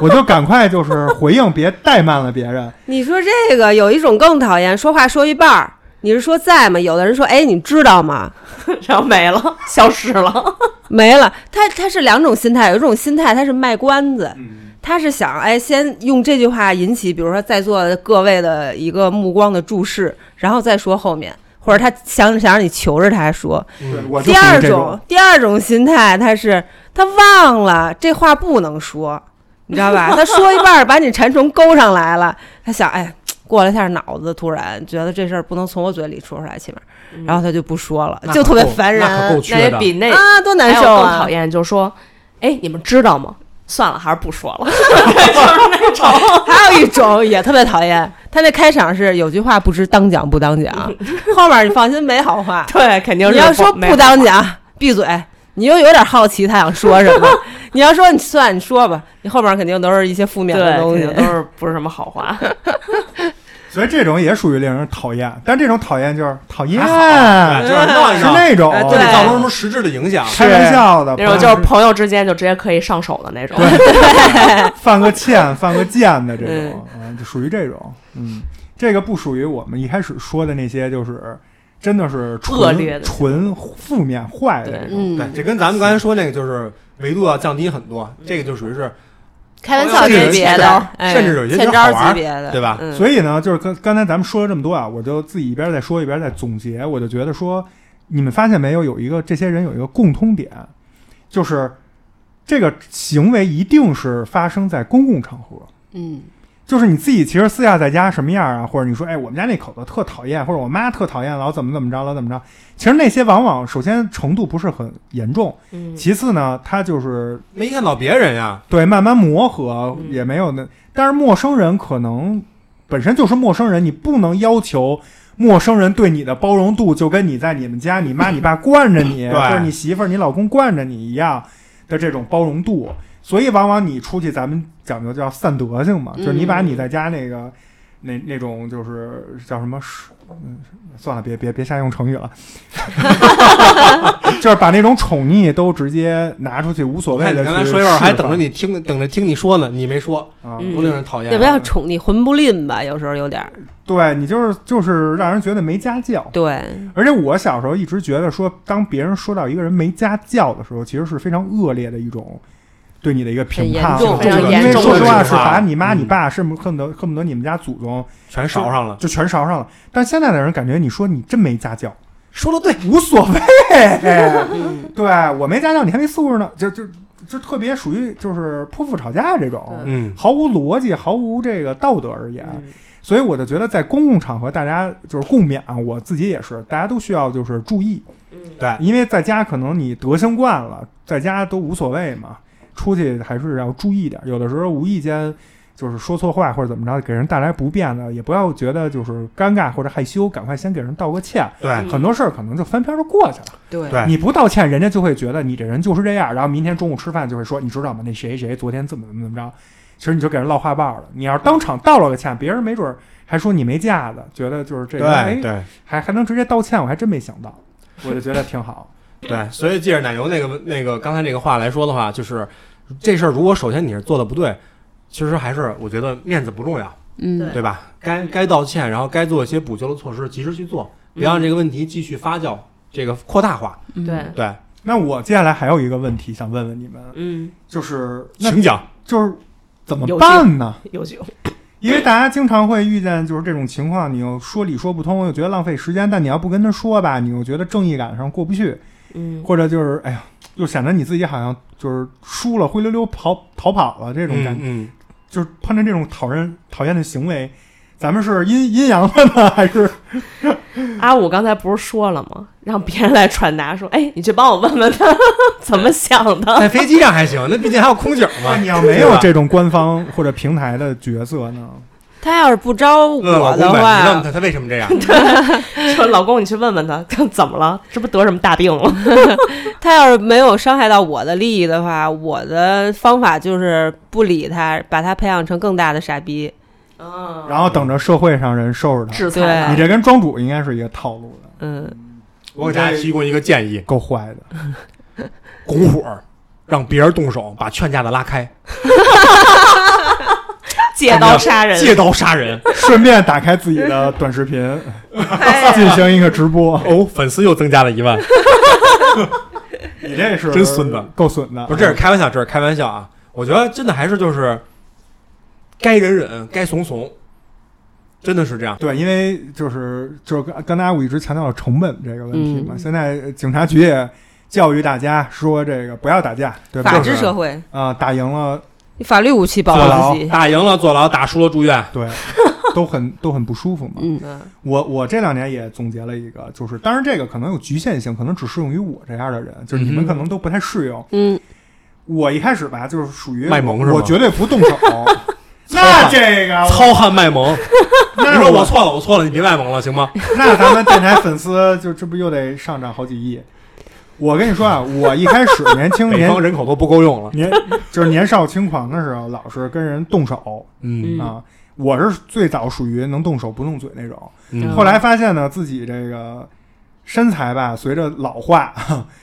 Speaker 4: 我就赶快就是回应，别怠慢了别人。
Speaker 8: 你说这个有一种更讨厌，说话说一半儿，你是说在吗？有的人说，哎，你知道吗？
Speaker 7: 然后没 了，消失了。
Speaker 8: 没了，他他是两种心态，有一种心态他是卖关子，
Speaker 4: 嗯
Speaker 8: 他是想哎先用这句话引起，比如说在座的各位的一个目光的注视，然后再说后面，或者他想想让你求着他说。
Speaker 4: 对，我就
Speaker 8: 第
Speaker 4: 属于
Speaker 8: 二
Speaker 4: 这
Speaker 8: 种，第二种心态他是他忘了这话不能说，你知道吧？他说一半儿把你馋虫勾上来了，他想哎。过了一下脑子，突然觉得这事儿不能从我嘴里说出来，起码，
Speaker 7: 嗯
Speaker 8: 然后他就不说了，
Speaker 6: 那
Speaker 8: 就
Speaker 6: 可
Speaker 8: 特别
Speaker 6: 够
Speaker 8: 烦人。
Speaker 6: 那可够
Speaker 7: 那
Speaker 6: 缺
Speaker 7: 也
Speaker 6: 的。
Speaker 7: 比那
Speaker 8: 啊，多难
Speaker 7: 哎还有
Speaker 8: 受
Speaker 7: 更
Speaker 8: 啊！
Speaker 7: 讨厌，就是说，哎，你们知道吗？ 算了，还是不说 了。就是那种，。
Speaker 8: 还有一种也特别讨厌，他那开场是有句话不知当讲不当讲，后面你放心没好话
Speaker 7: 对，肯定是
Speaker 8: 你要说
Speaker 7: 没有
Speaker 8: 不当讲，闭嘴。你又有点好奇他想说什 么，你要说你算你说吧，你后面肯定都是一些负面
Speaker 7: 对，
Speaker 8: 的东
Speaker 7: 肯
Speaker 8: 西
Speaker 7: 定。都是不是什么好话。
Speaker 4: 所以这种也属于令人讨厌，但这种讨厌就是讨
Speaker 7: 啊
Speaker 4: 厌，啊
Speaker 6: 哎就是闹一
Speaker 4: 是
Speaker 6: 闹，
Speaker 4: 那种
Speaker 8: 哎
Speaker 6: 不
Speaker 8: 对
Speaker 6: 会造成什么实质的影响。
Speaker 4: 开玩笑
Speaker 6: 啊
Speaker 4: 的，
Speaker 7: 那种
Speaker 4: 不
Speaker 7: 就是朋友之间就直接可以上手的那种。
Speaker 4: 犯个欠、犯个贱的这种，嗯，就属于这种，嗯，这个不属于我们一开始说的那些，就是真的是纯
Speaker 7: 恶劣的
Speaker 4: 纯负面坏的
Speaker 7: 对
Speaker 4: 这种。
Speaker 6: 对
Speaker 8: 嗯，，
Speaker 6: 这跟咱们刚才说那个就是维度要降低很多，这个就属于是
Speaker 8: 开玩
Speaker 6: 甚
Speaker 8: 笑
Speaker 6: 至
Speaker 8: 级
Speaker 6: 有一
Speaker 8: 别
Speaker 6: 些
Speaker 8: 的，哎
Speaker 6: 甚至有一些
Speaker 8: 欠
Speaker 6: 就是好
Speaker 8: 招
Speaker 6: 玩儿
Speaker 8: 级别的，
Speaker 6: 对吧
Speaker 8: 嗯？
Speaker 4: 所以呢，就是刚刚才咱们说了这么多啊，我就自己一边在说一边在总结，我就觉得说，你们发现没有，有一个这些人有一个共通点，就是这个行为一定是发生在公共场合。
Speaker 8: 嗯
Speaker 4: 就是你自己其实私下在家什么样啊，或者你说，哎，我们家那口子特讨厌，或者我妈特讨厌，老怎么怎么着，老怎么着。其实那些往往首先程度不是很严重，
Speaker 7: 嗯，
Speaker 4: 其次呢，他就是
Speaker 6: 没影响到别人呀。
Speaker 4: 对慢慢磨合，
Speaker 7: 嗯
Speaker 4: 也没有那。但是陌生人可能本身就是陌生人，你不能要求陌生人对你的包容度就跟你在你们家你妈你爸惯着你，
Speaker 6: 对
Speaker 4: 或者你媳妇儿你老公惯着你一样的这种包容度。所以往往你出去，咱们讲究叫散德性嘛，就是你把
Speaker 6: 嗯
Speaker 4: 你在家那个。那那种就是叫什么是，嗯，算了，别别别瞎用成语 了， 就是把那种宠溺都直接拿出去，无所
Speaker 6: 我
Speaker 4: 谓
Speaker 6: 看
Speaker 4: 的
Speaker 6: 你
Speaker 4: 去释放。
Speaker 6: 刚才说一会儿，还等着你听，等着听你说呢，你没说，
Speaker 4: 啊，
Speaker 7: 嗯
Speaker 6: 多令人讨厌啊。
Speaker 8: 要不要宠你魂不吝吧？有时候有点儿
Speaker 4: 对你就是就是让人觉得没家教。
Speaker 8: 对，
Speaker 4: 而且我小时候一直觉得说，当别人说到一个人没家教的时候，其实是非常恶劣的一种对你的一个评判，
Speaker 8: 很严重
Speaker 4: 这个
Speaker 8: 非常
Speaker 4: 因为
Speaker 8: 严重
Speaker 4: 说实话
Speaker 6: 的
Speaker 4: 是把你妈
Speaker 6: 嗯
Speaker 4: 你爸，甚至恨不得恨不得你们家祖宗
Speaker 6: 全勺上了？
Speaker 4: 就全勺上了。但现在的人感觉你说你真没家教，
Speaker 6: 说的对，
Speaker 4: 无所 谓。
Speaker 8: 嗯
Speaker 4: 对我没家教，你还没素质呢，就就就特别属于就是泼妇吵架这种，
Speaker 8: 嗯
Speaker 6: 嗯，
Speaker 4: 毫无逻辑，毫无这个道德而言。所以我就觉得在公共场合，大家就是共勉啊，我自己也是，大家都需要就是注意，
Speaker 6: 对，
Speaker 4: 因为在家可能你德行惯了，在家都无所谓嘛，出去还是要注意点。有的时候无意间就是说错话或者怎么着，给人带来不便的，也不要觉得就是尴尬或者害羞，赶快先给人道个歉。
Speaker 2: 对
Speaker 4: 很多事儿可能就翻篇儿就过去了。
Speaker 8: 对
Speaker 2: 对
Speaker 4: 你不道歉，人家就会觉得你这人就是这样，然后明天中午吃饭就会说，你知道吗？那谁谁昨天怎么怎么怎么着，其实你就给人落话爆了。你要是当场道了个歉，别人没准儿还说你没架子，觉得就是这个，哎
Speaker 6: 对，对
Speaker 4: 还还能直接道歉，我还真没想到，我就觉得挺好。
Speaker 6: 对，所以借着奶油那个那个刚才那个话来说的话，就是这事儿，如果首先你是做的不对，其实还是我觉得面子不重要，
Speaker 8: 嗯，
Speaker 6: 对吧？该该道歉，然后该做一些补救的措施，及时去做，别让这个问题继续发酵，这个扩大化。
Speaker 7: 嗯对，
Speaker 6: 对，
Speaker 4: 那我接下来还有一个问题想问问你们，
Speaker 8: 嗯，
Speaker 4: 就是那
Speaker 6: 请讲。
Speaker 4: 就是怎么
Speaker 7: 有
Speaker 4: 办呢？
Speaker 7: 有酒，
Speaker 4: 因为大家经常会遇见就是这种情况，你又说理说不通，又觉得浪费时间，但你要不跟他说吧，你又觉得正义感上过不去，
Speaker 7: 嗯，
Speaker 4: 或者就是哎呀，又显得你自己好像就是输了，灰溜溜跑逃跑了这
Speaker 6: 这
Speaker 4: 种感觉，
Speaker 6: 嗯，
Speaker 4: 就是碰见这种讨人讨厌的行为，咱们是阴阴阳了呢，还是
Speaker 7: 阿五刚才不是说了吗？让别人来传达说，哎，你去帮我问问他 怎么想的。
Speaker 6: 在飞机上还行，那毕竟还有空姐 嘛。
Speaker 4: 哎你要没有
Speaker 6: 对吧
Speaker 4: 这种官方或者平台的角色呢？
Speaker 8: 他要是不招我
Speaker 4: 嗯
Speaker 6: 问老
Speaker 8: 的
Speaker 6: 公呗，你问问
Speaker 8: 话，
Speaker 6: 他他为什么 这样？
Speaker 7: 说老公，你去问问他， 怎么了？是不是得什么大病 了？
Speaker 8: 他要是没有伤害到我的利益的话，我的方法就是不理他，把他培养成更大的傻逼。
Speaker 7: 嗯，
Speaker 4: 然后等着社会上人收拾他，
Speaker 7: 制裁
Speaker 4: 你
Speaker 7: 他
Speaker 4: 这跟庄主应该是一个套路的，
Speaker 8: 嗯，
Speaker 6: 我给大家提供一个建议：
Speaker 4: 够坏的。
Speaker 6: 拱火，让别人动手，把劝架的拉开，
Speaker 7: 借刀杀人，
Speaker 6: 借刀杀人。
Speaker 4: 顺便打开自己的短视 频，
Speaker 7: 哎
Speaker 4: 进行一个直播。
Speaker 6: 哦，粉丝又增加了一万。
Speaker 4: 你这是
Speaker 6: 真孙子，
Speaker 4: 够损的。
Speaker 6: 不是，这是开玩笑，这是开玩笑啊！我觉得真的还是就是该忍忍，该怂怂，真的是这样。
Speaker 4: 对，因为就是就是刚刚才我一直强调了成本这个问题嘛，
Speaker 8: 嗯
Speaker 4: 现在警察局也教育大家说这个不要打架，对吧？
Speaker 8: 法
Speaker 4: 就是
Speaker 8: 治社会，
Speaker 4: 啊、打赢了
Speaker 8: 你法律武器保护自己。
Speaker 6: 打赢了坐牢，打输了住院。
Speaker 4: 对，都很 都很不舒服嘛。
Speaker 8: 嗯，
Speaker 4: 我我这两年也总结了一个，就是当然这个可能有局限性，可能只适用于我这样的人，就是你
Speaker 6: 嗯
Speaker 4: 们
Speaker 6: 哼
Speaker 4: 可能都不太适用。
Speaker 8: 嗯，
Speaker 4: 我一开始吧，就是属于
Speaker 6: 卖萌是吗
Speaker 4: 我绝对不动 手。那这个我
Speaker 6: 糙汉卖萌，你
Speaker 4: 那
Speaker 6: 说我
Speaker 4: 我
Speaker 6: 错了，我错了，你别卖萌了，行吗？
Speaker 4: 那咱们电台粉丝就这不又得上涨好几亿？我跟你说啊，我一开始年轻
Speaker 6: 北
Speaker 4: 年
Speaker 6: 方人口都不够用了。
Speaker 4: 年就是年少轻狂的时候，老是跟人动手
Speaker 6: 嗯
Speaker 4: 啊。我是最早属于能动手不动嘴那种，
Speaker 6: 嗯
Speaker 4: 后来发现呢，自己这个身材吧，随着老化，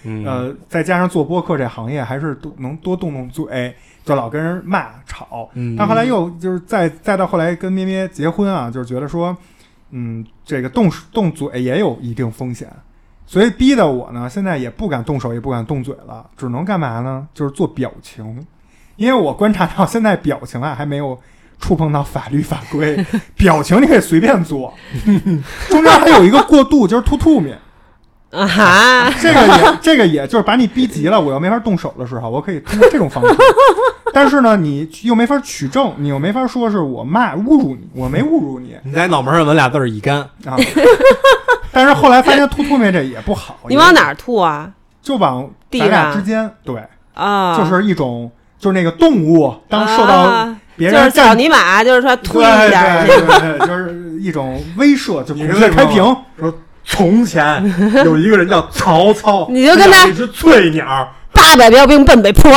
Speaker 6: 嗯，
Speaker 4: 呃，再加上做播客这行业，还是多能多动动嘴，就老跟人骂吵。
Speaker 6: 嗯
Speaker 4: 但后来又就是再再到后来跟咩咩结婚啊，就是觉得说，嗯，这个动手动嘴也有一定风险，所以逼得我呢，现在也不敢动手，也不敢动嘴了，只能干嘛呢？就是做表情，因为我观察到现在表情啊还没有。触碰到法律法规， 表情你可以随便做，中间还有一个过渡，就是吐吐面，
Speaker 8: 啊哈，
Speaker 4: 这个也这个也就是把你逼急了，我又没法动手的时候，我可以通过这种方式。但是呢，你又没法取证，你又没法说是我骂侮辱你，我没侮辱你
Speaker 6: 你在脑门上纹俩字儿“乙肝
Speaker 4: 啊。 但是后来发现吐吐沫这也不好，
Speaker 8: 你往哪儿吐啊？
Speaker 4: 就往
Speaker 8: 地
Speaker 4: 咱俩
Speaker 8: 上
Speaker 4: 之间，对，
Speaker 8: 啊，
Speaker 4: 就是一种就是那个动物当受到
Speaker 8: 啊
Speaker 4: 别
Speaker 8: 就
Speaker 4: 人
Speaker 8: 是
Speaker 4: 占
Speaker 8: 草泥马，就是说
Speaker 4: 对
Speaker 8: 突一下，
Speaker 4: 对对对，就是一种威慑，就
Speaker 6: 你
Speaker 4: 孔
Speaker 6: 是
Speaker 4: 雀
Speaker 6: 为
Speaker 4: 开
Speaker 6: 什么
Speaker 4: 屏，
Speaker 6: 说从 前有一个人叫曹操
Speaker 8: 你就跟他
Speaker 6: 养一只翠鸟。
Speaker 8: 八百标兵奔北坡。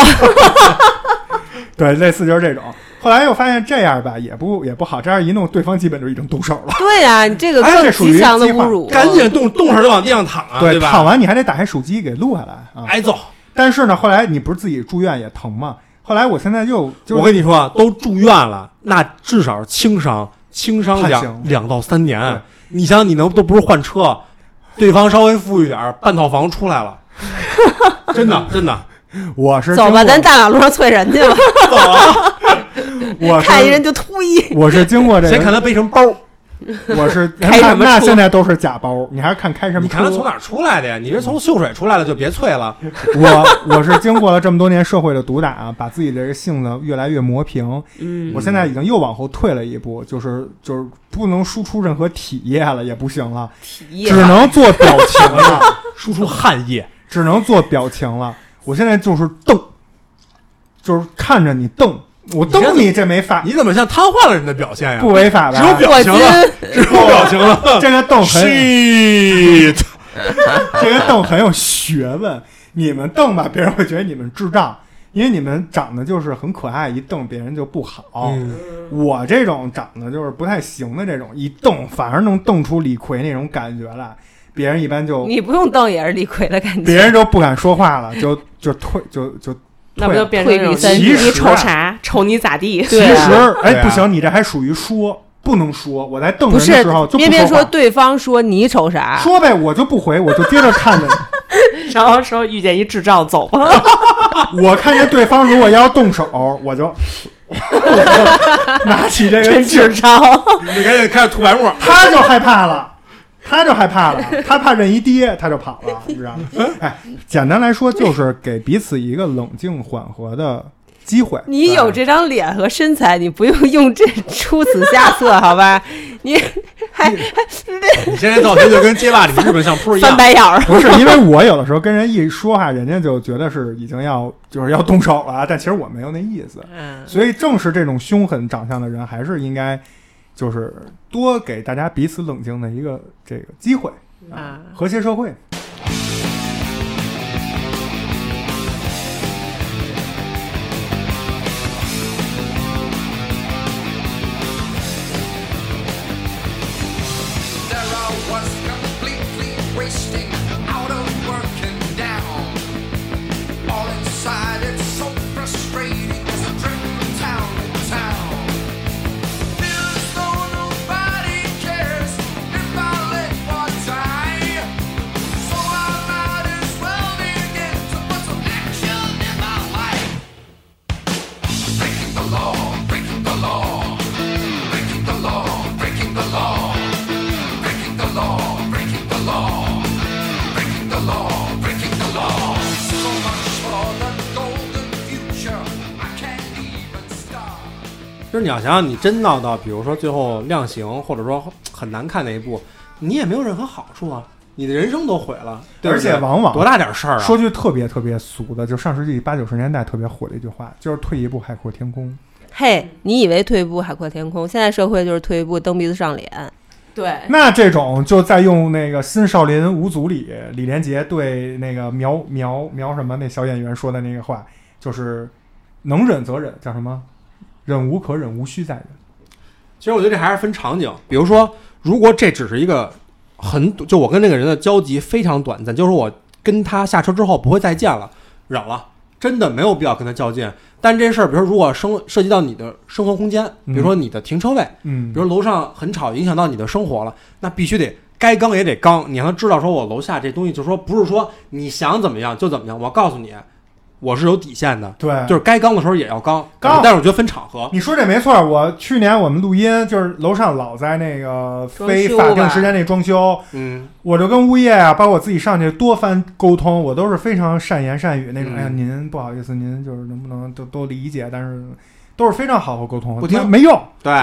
Speaker 4: 对，类似就是这种。后来又发现这样吧，也不也不好，这样一弄，对方基本就已经动手了。
Speaker 8: 对呀，你这个
Speaker 4: 哎
Speaker 8: 更
Speaker 4: 这属于
Speaker 8: 极强的
Speaker 4: 计划
Speaker 8: 侮辱。
Speaker 6: 赶紧动动手就往地上躺啊，
Speaker 4: 对，躺
Speaker 6: 吧？哎
Speaker 4: 完你还得打开手机给录下来啊。
Speaker 6: 挨揍！
Speaker 4: 但是呢，后来你不是自己住院也疼吗？后来我现在又就
Speaker 6: 我跟你说啊，都住院了，那至少轻伤，轻伤
Speaker 4: 判
Speaker 6: 两
Speaker 4: 刑
Speaker 6: 两到三年
Speaker 4: 对。
Speaker 6: 你想想，你能都不是换车，对方稍微富裕点儿，半套房出来 了，真的真的，
Speaker 4: 我是
Speaker 8: 走吧，
Speaker 4: 经
Speaker 8: 咱大马路上啐人去吧，
Speaker 6: 走啊！
Speaker 4: 过我
Speaker 8: 看一
Speaker 4: 是
Speaker 8: 人就突一。
Speaker 4: 我是经过这
Speaker 6: 先看
Speaker 4: 个，
Speaker 6: 他背什么包，
Speaker 4: 我是
Speaker 6: 开
Speaker 4: 那
Speaker 6: 什么
Speaker 4: 那
Speaker 6: 车
Speaker 4: 现在都是假包，你还是看开什么啊嗯
Speaker 6: 你
Speaker 4: 车？
Speaker 6: 看他从哪儿出来的呀？你是从秀水出来的就别啐了。
Speaker 4: 我我是经过了这么多年社会的毒打、啊把自己这个性子越来越磨平。
Speaker 8: 嗯，
Speaker 4: 我现在已经又往后退了一步，就是就是不能输出任何体液了，也不行了，只能做表情了。
Speaker 6: 输出汗液，
Speaker 4: 只能做表情了。我现在就是瞪，就是看着你瞪，我瞪你这没法，
Speaker 6: 你怎么像瘫痪了人的表现呀？
Speaker 4: 不违法吧
Speaker 6: 只？有表情了，只有表情 啊了。
Speaker 4: 这个瞪很，
Speaker 6: shit，
Speaker 4: 这个瞪很有学问。你们瞪吧，别人会觉得你们智障，因为你们长得就是很可爱，一瞪别人就不好。
Speaker 6: 嗯
Speaker 4: 我这种长得就是不太行的这种，一瞪反而能瞪出李逵那种感觉来，别人一般就
Speaker 8: 你不用瞪也是李逵的感
Speaker 4: 别
Speaker 8: 觉，
Speaker 4: 人就不敢说话了，就就退就就
Speaker 7: 那不就变成
Speaker 8: 退
Speaker 7: 那种
Speaker 8: 避三
Speaker 4: 其
Speaker 7: 你
Speaker 6: 啊
Speaker 4: 实
Speaker 7: 瞅 啥？瞅你咋地？
Speaker 8: 对
Speaker 4: 其
Speaker 8: 啊
Speaker 4: 实，
Speaker 6: 对
Speaker 4: 哎，
Speaker 6: 啊
Speaker 4: 不行，你这还属于说不能说。我在瞪
Speaker 8: 不
Speaker 4: 人的
Speaker 8: 是
Speaker 4: 时候就
Speaker 8: 偏
Speaker 4: 不
Speaker 8: 偏
Speaker 4: 说
Speaker 8: 说
Speaker 4: 话
Speaker 8: 对方说你瞅啥，
Speaker 4: 说呗，我就不回，我就接着看着你。
Speaker 7: 然后说遇见一智障走吧，
Speaker 4: 我看见对方如果要动手，我就我就拿起这个
Speaker 7: 真
Speaker 4: 劲儿
Speaker 7: 智，障。
Speaker 6: 你赶紧开始吐白沫。
Speaker 4: 他就害怕了，他就害怕了，他怕认一爹，他就跑了，你知道吗？ 哎，简单来说就是给彼此一个冷静缓和的机会。
Speaker 8: 你有这张脸和身材，你不用用这出此下策，好吧？你 还
Speaker 6: 你现在照片就跟街霸里日本相扑一
Speaker 8: 翻
Speaker 6: 样，
Speaker 8: 白眼儿，
Speaker 4: 不是因为我有的时候跟人一说话，人家就觉得是已经要就是要动手了，但其实我没有那意思。
Speaker 8: 嗯，
Speaker 4: 所以正是这种凶狠长相的人，还是应该就是多给大家彼此冷静的一个这个机会
Speaker 8: 啊
Speaker 4: 和谐社会。
Speaker 9: There I was completely wasting, out of work and down. All inside, it's so frustrating, cause I'm driven from town to town. Feels as though nobody cares if I let one die. So I might as well begin to put some action in my life. Breaking the law, breaking the law, breaking the law, breaking the law. Breaking the law, breaking the law, breaking the law, breaking the law. So much for the golden future, I can't even start.
Speaker 6: 就是你要想想，你真闹到比如说最后量刑，或者说很难看那一步，你也没有任何好处啊，你的人生都毁了，对不
Speaker 4: 而
Speaker 6: 对
Speaker 4: 且往往
Speaker 6: 多大点事儿啊！
Speaker 4: 说句特别特别俗的，就上世纪八九十年代特别火的一句话，就是“退一步海阔天空
Speaker 8: 嘿，你以为退一步海阔天空，现在社会就是退一步蹬鼻子上脸，
Speaker 7: 对”。，
Speaker 8: 哎
Speaker 4: 那这种就在用那个《新少林五祖》里李连杰对那个苗苗苗什么那小演员说的那个话，就是能忍则忍，叫什么？忍无可忍，无需再忍。
Speaker 6: 其实我觉得这还是分场景，比如说，如果这只是一个很就我跟这个人的交集非常短暂，就是我跟他下车之后不会再见了，忍了，真的没有必要跟他较劲。但这事儿，比如说如果生涉及到你的生活空间，比如说你的停车位，
Speaker 4: 嗯，
Speaker 6: 比如楼上很吵，影响到你的生活了，那必须得该刚也得刚，你让他知道说我楼下这东西，就是说不是说你想怎么样就怎么样，我告诉你，我是有底线的，
Speaker 4: 对，
Speaker 6: 就是该刚的时候也要刚，
Speaker 4: 刚
Speaker 6: 但是我觉得分场合，
Speaker 4: 你说这没错儿，我去年我们录音就是楼上老在那个非
Speaker 8: 装修
Speaker 4: 法定
Speaker 8: 吧
Speaker 4: 时间内装修，
Speaker 6: 嗯，
Speaker 4: 我就跟物业啊，包括我自己上去多番沟通，我都是非常善言善语那种。
Speaker 6: 嗯
Speaker 4: 哎呀，您不好意思，您就是能不能都都理解，但是都是非常好好沟通，
Speaker 6: 不听
Speaker 4: 那没用。
Speaker 6: 对，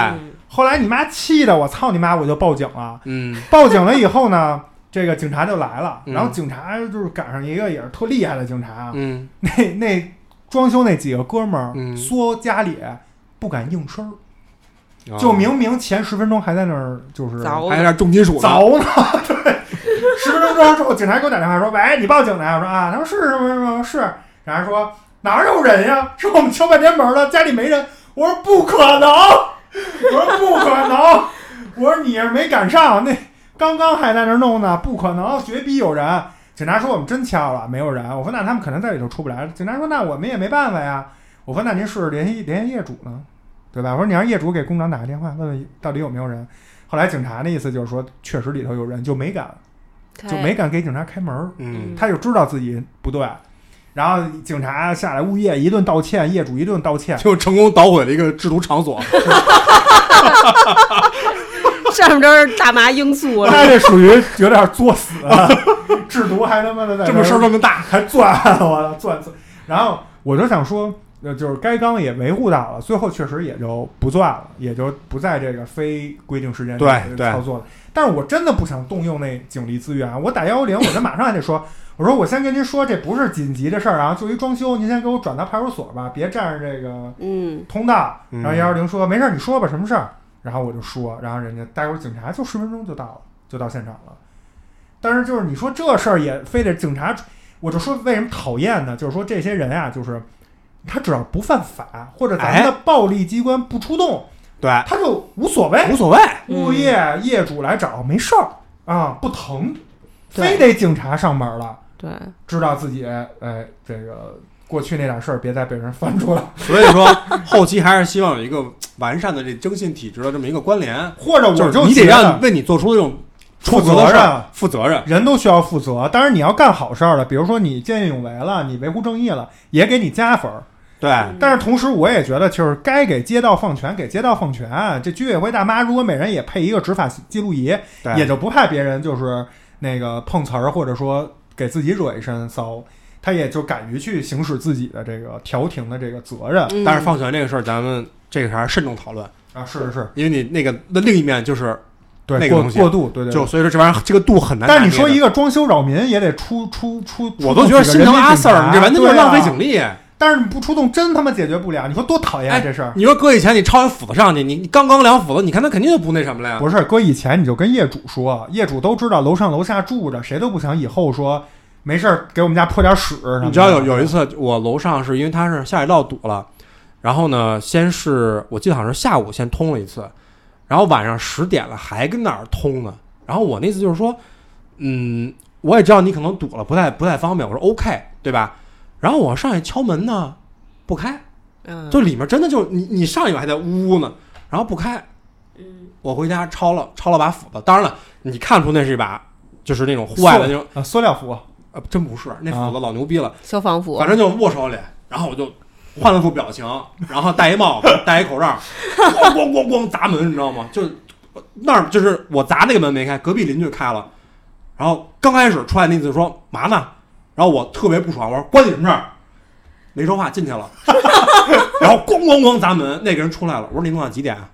Speaker 4: 后来你妈气的我操你妈，我就报警了。
Speaker 6: 嗯
Speaker 4: 报警了以后呢，这个警察就来了，
Speaker 6: 嗯
Speaker 4: 然后警察就是赶上一个也是特厉害的警察啊，
Speaker 6: 嗯，
Speaker 4: 那那装修那几个哥们
Speaker 6: 嗯
Speaker 4: 儿缩家里不敢应声儿。就明明前十分钟还在那儿就是
Speaker 8: 凿
Speaker 6: 啊还有点重金属呢，
Speaker 4: 凿呢， 对，十分钟之后警察给我打电话说，喂，你报警来，我说啊，他说是什么什么是，然后说哪儿有人呀？说我们敲半天门了，家里没人，我说不可能，我说不可能，我说你是没赶上，啊那刚刚还在那儿弄呢，不可能，绝逼有人。警察说我们真敲了，没有人。我说那他们可能在里头出不来。警察说那我们也没办法呀。我说那您试试联系联系业主呢，对吧？我说你让业主给工长打个电话，问问到底有没有人。后来警察那意思就是说，确实里头有人，就没敢
Speaker 7: 哎
Speaker 4: 就没敢给警察开门儿，
Speaker 6: 嗯，
Speaker 4: 他就知道自己不对。然后警察下来，物业一顿道歉，业主一顿道歉，
Speaker 6: 就成功捣毁了一个制毒场所，
Speaker 8: 上面都是大麻罂粟了，
Speaker 4: 那这属于有点作死啊， 制毒还他妈的在
Speaker 6: 这么事儿
Speaker 4: 儿
Speaker 6: 这么大，
Speaker 4: 还钻我钻钻。然后我就想说，呃，就是该刚也维护到了，最后确实也就不算了，也就不在这个非规定时间内
Speaker 6: 对对
Speaker 4: 操作了。但是我真的不想动用那警力资源啊，我打幺幺零，我这马上还得说，我说我先跟您说，这不是紧急的事儿啊，作为装修，您先给我转到派出所吧，别占着这个
Speaker 8: 嗯，
Speaker 4: 通道。然后
Speaker 6: 嗯
Speaker 4: 幺幺零说没事儿，你说吧，什么事儿？然后我就说，然后人家待会儿警察就十分钟就到了，就到现场了。但是就是你说这事儿也非得警察，我就说为什么讨厌呢？就是说这些人啊，就是他只要不犯法，或者咱们的暴力机关不出
Speaker 6: 嗯
Speaker 4: 动，
Speaker 6: 对，
Speaker 4: 他就无所谓。
Speaker 6: 无所谓，
Speaker 4: 物业业主来找没事儿啊，不疼，
Speaker 8: 对
Speaker 4: 非得警察上门了，
Speaker 8: 对，
Speaker 4: 知道自己哎这个过去那点事儿别再被人翻出来。
Speaker 6: 所以 说后期还是希望有一个完善的这征信体制的这么一个关联，
Speaker 4: 或者我
Speaker 6: 就是
Speaker 4: 就
Speaker 6: 你得
Speaker 4: 觉
Speaker 6: 让为你做出这种
Speaker 4: 负
Speaker 6: 出格的
Speaker 4: 责
Speaker 6: 事儿
Speaker 4: 任，
Speaker 6: 负责任，
Speaker 4: 人都需要负责。当然，你要干好事儿了，比如说你见义勇为了，你维护正义了，也给你加分儿。
Speaker 6: 对，
Speaker 4: 但是同时，我也觉得就是该给街道放权，给街道放权。啊这居委会大妈如果每人也配一个执法记录仪，
Speaker 6: 对
Speaker 4: 也就不怕别人就是那个碰瓷儿，或者说给自己惹一身骚。他也就敢于去行使自己的这个调停的这个责任
Speaker 8: 嗯
Speaker 6: 但是放权这个事儿，咱们这个还是慎重讨论，
Speaker 4: 啊！是是是，
Speaker 6: 因为你那个那另一面就是
Speaker 4: 对、
Speaker 6: 那个
Speaker 4: 过
Speaker 6: 东西
Speaker 4: 过度，对对对
Speaker 6: 就所以说这玩意儿这个度很难拿
Speaker 4: 但
Speaker 6: 捏
Speaker 4: 是
Speaker 6: 的。
Speaker 4: 你说一个装修扰民也得出出出，
Speaker 6: 我都觉得
Speaker 4: 出动几个
Speaker 6: 心
Speaker 4: 人
Speaker 6: 疼
Speaker 4: 民
Speaker 6: 阿 Sir，
Speaker 4: 警察
Speaker 6: 你这完全就是
Speaker 4: 对啊
Speaker 6: 浪费警力。
Speaker 4: 但是你不出动，真他妈解决不了。你说多讨厌啊
Speaker 6: 哎
Speaker 4: 这事儿！
Speaker 6: 你说搁以前你抄人斧子上去，你你刚刚量斧子，你看他肯定就不那什么了呀。
Speaker 4: 不是，搁以前你就跟业主说，业主都知道楼上楼下住着，谁都不想以后说没事儿给我们家泼点屎什么的。
Speaker 6: 你知道有有一次我楼上是因为他是下水道堵了，然后呢，先是我记得好像是下午先通了一次，然后晚上十点了还跟那儿通呢。然后我那次就是说，嗯，我也知道你可能堵了，不太不太方便，我说 OK 对吧？然后我上去敲门呢，不开，
Speaker 8: 嗯，
Speaker 6: 就里面真的就你你上一晚还在呜呜呢，然后不开，嗯，我回家抄了抄了把斧子，当然了，你看出那是一把就是那种户外的那种，
Speaker 4: 啊，塑料服，
Speaker 6: 呃，真不是，那
Speaker 4: 啊
Speaker 6: 斧子老牛逼了，
Speaker 8: 消防服
Speaker 6: 反，正就握手里，然后我就换了副表情，然后戴一帽子，戴一口罩，咣咣咣咣砸门，你知道吗？就那儿就是我砸那个门没开，隔壁邻居开了，然后刚开始出来那次说嘛呢，然后我特别不爽，我说关你什么事儿？没说话进去了， 然后咣咣咣砸门，那个人出来了，我说你弄到几点啊？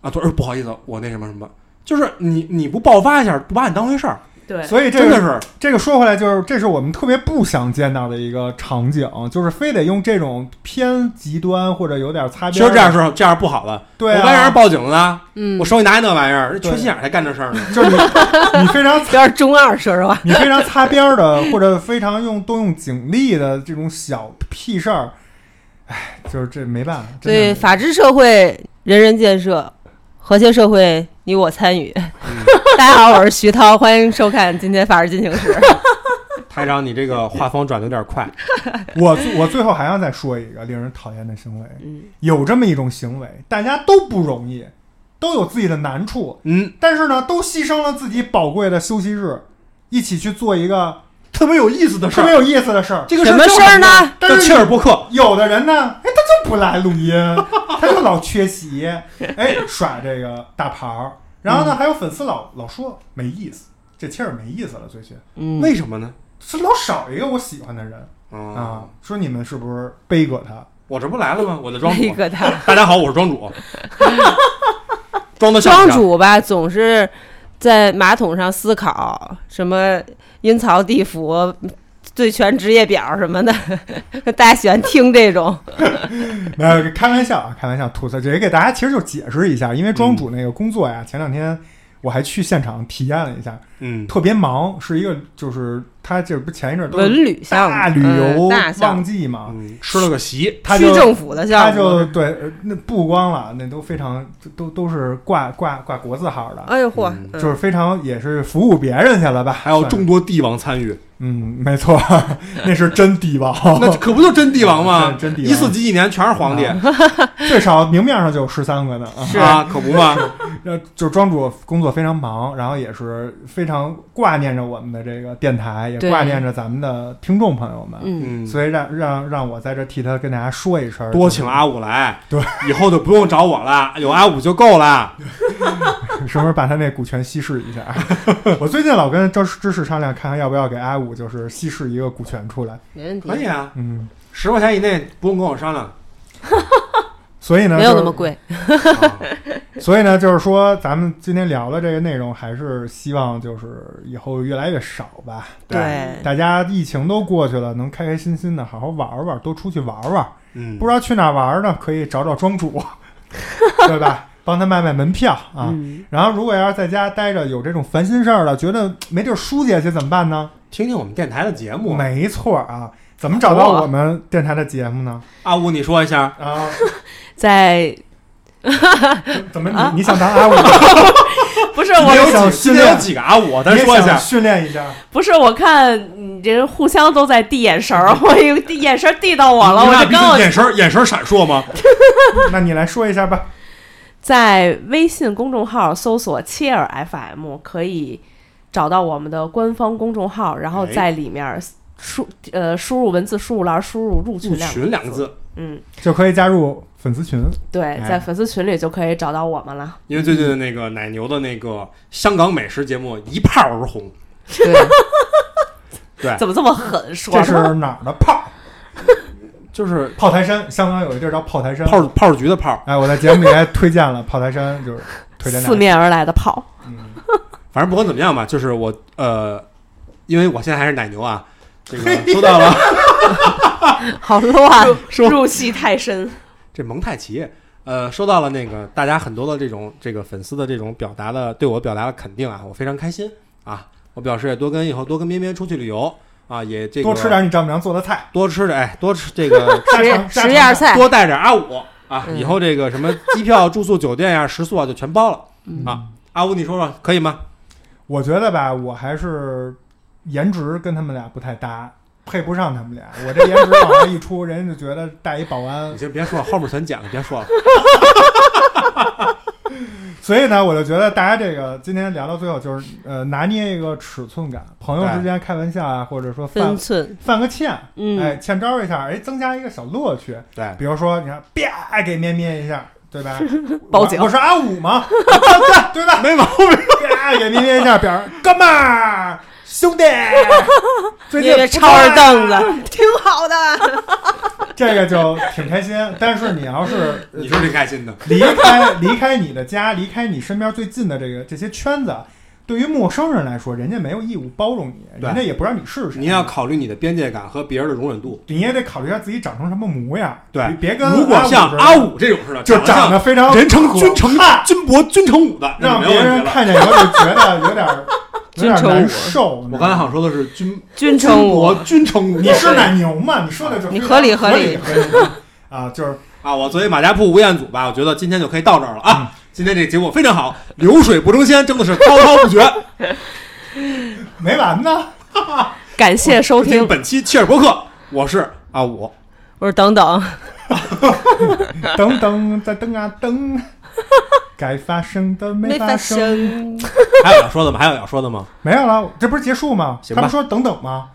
Speaker 6: 啊，他说、呃不好意思，我那什么什么，就是你你不爆发一下，不把你当回事儿，
Speaker 7: 对，
Speaker 4: 所以这
Speaker 6: 真的
Speaker 4: 个
Speaker 6: 是
Speaker 4: 这个说回来就是，这是我们特别不想见到的一个场景，就是非得用这种偏极端或者有点擦边。
Speaker 6: 其实这样，是这样不好的，
Speaker 4: 对啊
Speaker 6: 我万一让人报警了呢？
Speaker 8: 嗯，
Speaker 6: 我手里拿一那玩意儿，这缺心眼儿才干这事儿 呢。
Speaker 4: 就是你你非常
Speaker 8: 有点中二，啊说实话，
Speaker 4: 你非常擦边儿的，或者非常用动用警力的这种小屁事儿，哎，就是这没办法。真
Speaker 8: 所
Speaker 4: 的
Speaker 8: 以
Speaker 4: 没办法
Speaker 8: 法治社会人人建设，和谐社会你我参与。
Speaker 4: 嗯
Speaker 8: 大家好，我是徐涛，欢迎收看今天《法治进行时》。
Speaker 6: 台长，你这个画风转的有点快，
Speaker 4: 我最我最后还要再说一个令人讨厌的行为，
Speaker 8: 嗯
Speaker 4: 有这么一种行为，大家都不容易，都有自己的难处，
Speaker 6: 嗯，
Speaker 4: 但是呢，都牺牲了自己宝贵的休息日，一起去做一个
Speaker 6: 特别有意思的事
Speaker 4: 特别
Speaker 6: 儿。
Speaker 4: 有意思的事儿。
Speaker 6: 这个
Speaker 8: 什么事儿呢？
Speaker 4: 但
Speaker 6: 叫
Speaker 4: 是
Speaker 6: 切尔伯克，
Speaker 4: 有的人呢，哎，他就不来录音，他就老缺席，哎，耍这个大牌儿。然后呢，还有粉丝老老说没意思，这切尔没意思了，最近
Speaker 8: 嗯，
Speaker 6: 为什么呢？
Speaker 4: 是老少一个我喜欢的人啊
Speaker 6: 啊，，
Speaker 4: 说你们是不是背过他？
Speaker 6: 我这不来了吗？我的庄
Speaker 8: 一
Speaker 6: 主，
Speaker 8: 个他
Speaker 6: 大家好，我是庄 主，装的像
Speaker 8: 庄
Speaker 6: 不像
Speaker 8: 主吧，总是在马桶上思考什么阴曹地府、对全职业表什么的， 大家喜欢听这种。
Speaker 4: 没有，开玩笑啊，开玩笑，吐槽，也给大家其实就解释一下，因为庄主那个工作呀，前两天我还去现场体验了一下，
Speaker 6: 嗯，
Speaker 4: 特别忙，是一个就是他这不前一阵儿都是
Speaker 8: 文旅项目，
Speaker 4: 大旅
Speaker 8: 嗯
Speaker 4: 游
Speaker 8: 大项
Speaker 4: 旺
Speaker 8: 目，
Speaker 4: 季嘛，
Speaker 6: 嗯吃了个席，
Speaker 4: 他
Speaker 8: 区
Speaker 4: 就
Speaker 8: 政府的
Speaker 4: 他
Speaker 8: 项目
Speaker 4: 就。对，呃那不光了，那都非常都都是挂挂挂国字号的，
Speaker 8: 哎呦嚯！嗯
Speaker 4: 就是非常也是服务别人去了吧，
Speaker 6: 还有
Speaker 4: 算是
Speaker 6: 众多帝王 参与，
Speaker 4: 嗯，没错， 那是真帝王，
Speaker 6: 那可不就真帝王吗？
Speaker 4: 嗯真真帝王啊
Speaker 6: 一四几几年全是皇 帝
Speaker 4: 最少明面上就有十三个呢啊。
Speaker 6: 啊，可不嘛？
Speaker 4: 呃，就是庄主工作非常忙，然后也是非常挂念着我们的这个电台，也
Speaker 8: 对
Speaker 4: 挂念着咱们的听众朋友们，
Speaker 8: 嗯，
Speaker 6: 嗯，
Speaker 4: 所以让让让我在这替他跟大家说一声，
Speaker 6: 多请阿五来，
Speaker 4: 对，
Speaker 6: 以后就不用找我了，有阿五就 够了。
Speaker 4: 就是 什么时候把他那股权稀释一下？ 我最近老跟周知识商量，看看要不要给阿五就是稀释一个股权出来。
Speaker 8: 没问题
Speaker 6: 可。以啊，
Speaker 4: 嗯，
Speaker 6: 十块钱以内不用跟我商量，
Speaker 4: 所以呢，
Speaker 8: 没有那
Speaker 4: 就
Speaker 8: 么贵。
Speaker 6: 啊
Speaker 4: 所以呢，就是说咱们今天聊的这个内容，还是希望就是以后越来越少吧。
Speaker 8: 对
Speaker 4: 大家疫情都过去了，能开开心心的好好玩玩，多出去玩玩。
Speaker 6: 嗯
Speaker 4: 不知道去哪儿玩呢，可以找找庄主，对吧？帮他卖卖门票啊。
Speaker 8: 嗯，
Speaker 4: 然后，如果要是在家待着有这种烦心事儿了，觉得没地儿疏解去怎么办呢？
Speaker 6: 听听我们电台的节目。
Speaker 4: 没错啊，怎么找到我们电台的节目呢？
Speaker 6: 阿五，你说一下，
Speaker 4: 啊，
Speaker 7: 在
Speaker 4: 怎么你你想当阿五？
Speaker 7: 不是
Speaker 4: 我
Speaker 6: 今
Speaker 7: 我
Speaker 6: 天有
Speaker 4: 想
Speaker 6: 几
Speaker 4: 训
Speaker 6: 今天有
Speaker 4: 练
Speaker 6: 几个阿五？咱
Speaker 4: 啊你也
Speaker 6: 说一
Speaker 4: 想
Speaker 6: 下，
Speaker 4: 训练一下。
Speaker 7: 不是我看你这互相都在递眼神儿，我一递眼神儿递到我了，
Speaker 6: 你
Speaker 7: 我
Speaker 6: 俩
Speaker 7: 就
Speaker 6: 必
Speaker 7: 跟
Speaker 6: 须
Speaker 7: 我
Speaker 6: 眼神眼神闪烁吗？
Speaker 4: 那你来说一下吧。
Speaker 7: 在微信公众号搜索“切尔 FM” 可以找到我们的官方公众号，然后
Speaker 6: 哎
Speaker 7: 在里面输呃输入文字输入栏，输入入群
Speaker 6: 入
Speaker 7: 两
Speaker 6: 群两
Speaker 7: 个
Speaker 6: 个
Speaker 7: 字，
Speaker 6: 字，
Speaker 7: 嗯，
Speaker 4: 就可以加入粉丝群。
Speaker 7: 对，
Speaker 4: 哎
Speaker 7: 在粉丝群里就可以找到我们了。
Speaker 6: 因为最近的那个奶牛的那个香港美食节目一炮而红，
Speaker 8: 对，
Speaker 6: 对
Speaker 7: 怎么这么狠说
Speaker 4: 哎这？是哪儿的炮？
Speaker 6: 就是
Speaker 4: 炮台山，香港有一地儿叫炮台山。
Speaker 6: 炮炮局的炮，
Speaker 4: 哎，我在节目里还推荐了炮台山，就是推荐大
Speaker 7: 四
Speaker 4: 家。
Speaker 7: 面而来的炮，
Speaker 4: 嗯，
Speaker 6: 反正不管怎么样吧，就是我呃，因为我现在还是奶牛啊，这个收到了
Speaker 8: 好乱，
Speaker 7: 入戏太深。
Speaker 6: 这蒙太奇，呃，收到了那个大家很多的这种这个粉丝的这种表达的对我表达的肯定啊，我非常开心啊，我表示也多跟以后多跟咩咩出去旅游啊，也这个
Speaker 4: 多吃点你丈母娘做的菜，
Speaker 6: 多吃点哎多吃这个
Speaker 4: 家常
Speaker 8: 十
Speaker 4: 家
Speaker 8: 十
Speaker 4: 常
Speaker 8: 样菜，
Speaker 6: 多带点阿五啊，
Speaker 8: 嗯
Speaker 6: 以后这个什么机票、住宿、酒店呀、食宿啊就全包了
Speaker 8: 嗯
Speaker 6: 啊。阿五，你说说可以吗？
Speaker 4: 我觉得吧，我还是颜值跟他们俩不太搭，配不上他们俩。我这颜值往这一出，人家就觉得带一保安
Speaker 6: 你，先别说，后面全剪了，别 说了。
Speaker 4: 所以呢，我就觉得大家这个今天聊到最后，就是呃，拿捏一个尺寸感，朋友之间开玩笑啊，或者说 犯
Speaker 8: 分寸，
Speaker 4: 犯个欠，哎，
Speaker 8: 嗯，
Speaker 4: 欠招一下，哎，增加一个小乐趣。
Speaker 6: 对，
Speaker 4: 比如说，你看，啪给咩咩一下，对 吧？
Speaker 7: 报警
Speaker 4: 我我是阿五吗？对对吧？没毛病。啪给咩咩一下，表示哥们儿兄 弟，最近
Speaker 8: 因为
Speaker 4: 不
Speaker 8: 抄着
Speaker 4: 错
Speaker 8: 凳子，挺好的。
Speaker 4: 这个就挺开心。但是你要是呃
Speaker 6: 你是最开心的，
Speaker 4: 离开离开你的家，离开你身边最近的这个这些圈子。对于陌生人来说，人家没有义务包容你，
Speaker 6: 对
Speaker 4: 人家也不知道你是谁。
Speaker 6: 你要考虑你的边界感和别人的容忍度。
Speaker 4: 你也得考虑一下自己长成什么模样。
Speaker 6: 对
Speaker 4: 你别跟
Speaker 6: 如果像
Speaker 4: 似的
Speaker 6: 阿五这种似的，
Speaker 4: 就
Speaker 6: 长
Speaker 4: 长得非常
Speaker 6: 像人称
Speaker 4: 可
Speaker 6: 君臣
Speaker 4: 怕
Speaker 6: 君伯君臣武的，那
Speaker 4: 让
Speaker 6: 就嗯没
Speaker 4: 别
Speaker 6: 有问
Speaker 4: 人
Speaker 6: 题了。
Speaker 4: 看见以后就觉得有点儿有点儿难受。
Speaker 6: 我刚才好像说的是君君
Speaker 8: 君称我
Speaker 6: 伯君臣武，
Speaker 4: 你是奶牛吗？你说的就是
Speaker 8: 你合理
Speaker 4: 合
Speaker 8: 合理
Speaker 4: 合理啊，就是
Speaker 6: 啊，我作为马家铺吴彦祖吧，我觉得今天就可以到这儿了啊。今天这节目非常好，流水不争先，真的是滔滔不绝。
Speaker 4: 没完呢。
Speaker 7: 感谢收听，
Speaker 6: 本期切尔伯克，我是阿五。
Speaker 8: 我说等等，
Speaker 4: 等等，再等啊等，该发生的没发生，
Speaker 8: 生，
Speaker 6: 还有要说的吗？还有要说的吗？
Speaker 4: 没有了，这不是结束吗？
Speaker 6: 行吧
Speaker 4: 他们说等等吗？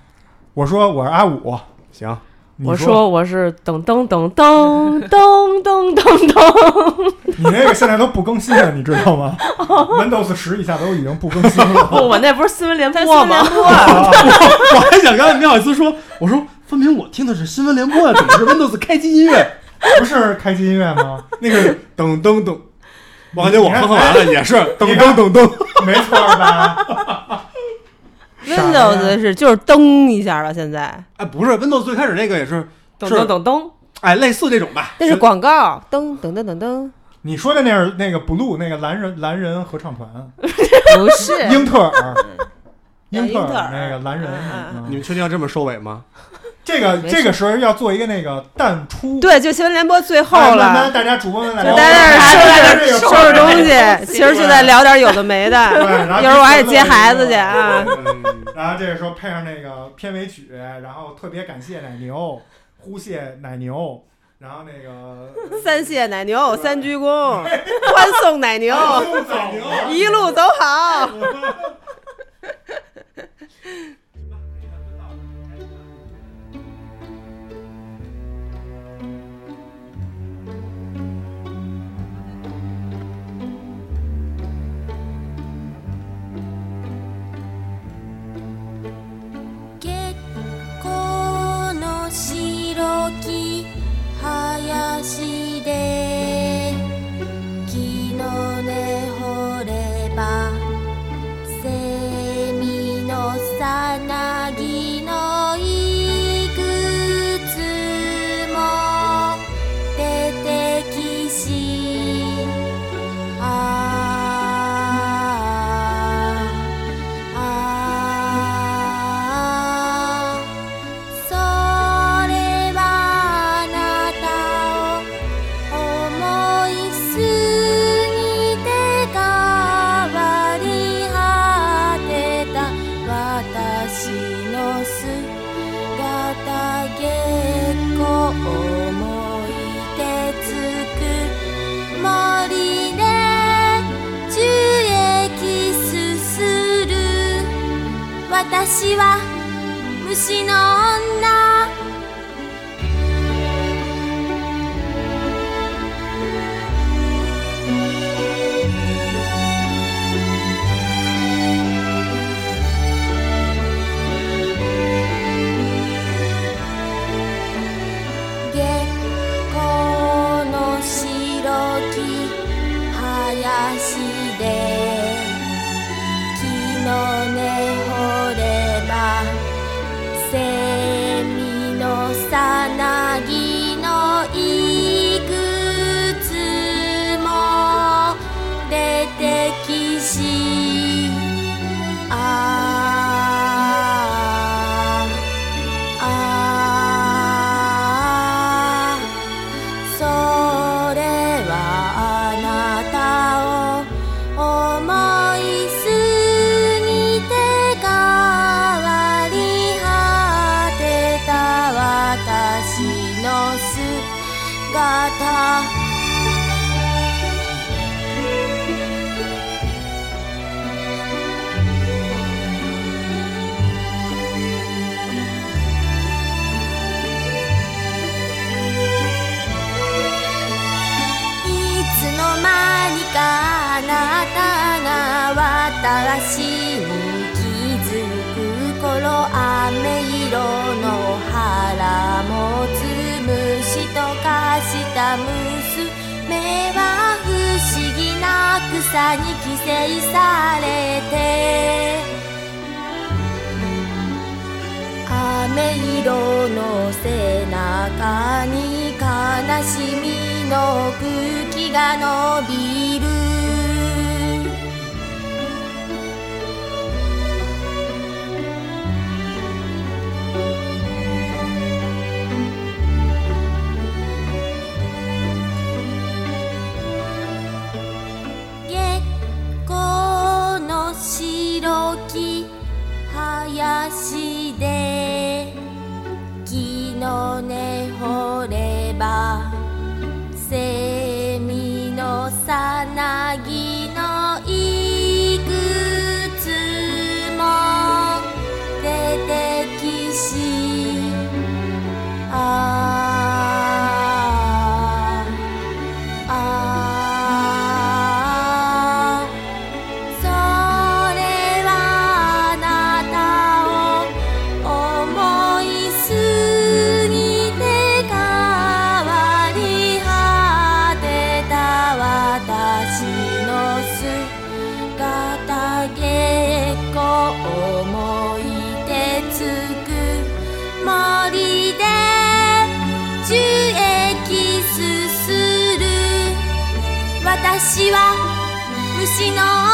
Speaker 4: 我说我是阿五，
Speaker 6: 行，
Speaker 4: 你
Speaker 7: 我
Speaker 4: 说
Speaker 7: 说我是噔噔噔噔噔噔噔噔，
Speaker 4: 你那个现在都不更新了，你知道吗？Windows 十以下都已经不更新了。
Speaker 7: 不，我那不是新闻联播吗？
Speaker 6: 我我还想刚才苗小思说，我说分明我听的是新闻联播呀，怎么是 Windows 开机音乐？
Speaker 4: 不是开机音乐吗？
Speaker 6: 那个噔噔噔， 我感觉我哼哼完了也 是噔噔噔噔。
Speaker 4: 没错吧？
Speaker 8: Windows 是就是噔一下吧，现在
Speaker 6: 哎，不是 Windows 最开始那个也是，
Speaker 7: 噔
Speaker 6: 是
Speaker 7: 噔噔噔，
Speaker 6: 哎，类似这种吧。
Speaker 8: 那是广告，噔噔噔 噔噔，
Speaker 4: 你说的那是那个 Blue 那个蓝人蓝人合唱团，
Speaker 8: 不是，
Speaker 4: 英特尔，
Speaker 8: 嗯
Speaker 4: 英特
Speaker 8: 英特尔
Speaker 4: 那个蓝人，
Speaker 8: 嗯
Speaker 4: 嗯
Speaker 6: 你们确定要这么收尾吗？
Speaker 4: 这个
Speaker 8: 没事
Speaker 4: 这个时候要做一个那个淡出，
Speaker 8: 对，就新闻联播最后
Speaker 4: 哎慢慢
Speaker 8: 了，
Speaker 4: 大家主播们
Speaker 8: 就
Speaker 4: 聊
Speaker 8: 在那
Speaker 4: 聊
Speaker 8: 儿
Speaker 4: 这个
Speaker 8: 收拾收
Speaker 4: 事
Speaker 8: 拾
Speaker 4: 儿
Speaker 8: 东西，其实就在聊点有的没
Speaker 4: 对，
Speaker 8: 的。
Speaker 4: 然后
Speaker 8: 一会儿我还得接孩子去啊。
Speaker 6: 嗯，
Speaker 4: 然后这个时候配上那个片尾曲，然后特别感谢奶牛，呼谢奶牛，然后那个
Speaker 8: 三谢奶牛，三鞠躬，欢送奶牛，
Speaker 4: 奶牛。
Speaker 8: 一路走好。
Speaker 10: 結婚の白き林私は虫の女月光の白き林で木の根掘ればセミのさなぎのいくつも出てきしああああそれはあなたを思いすぎて変わり果てた私の姿いつの間にかあなたが私に気づく頃飴色の腹もつむしと化した娘は不思議な草に寄生されて飴色の背中に悲しみの空気が伸びる月光の白き林で木の根掘ればセミのさなぎのいくつも出てきしああああそれはあなたを思いすぎて変わり果てた私の姿結構思い出つく森で樹液すする私は虫の女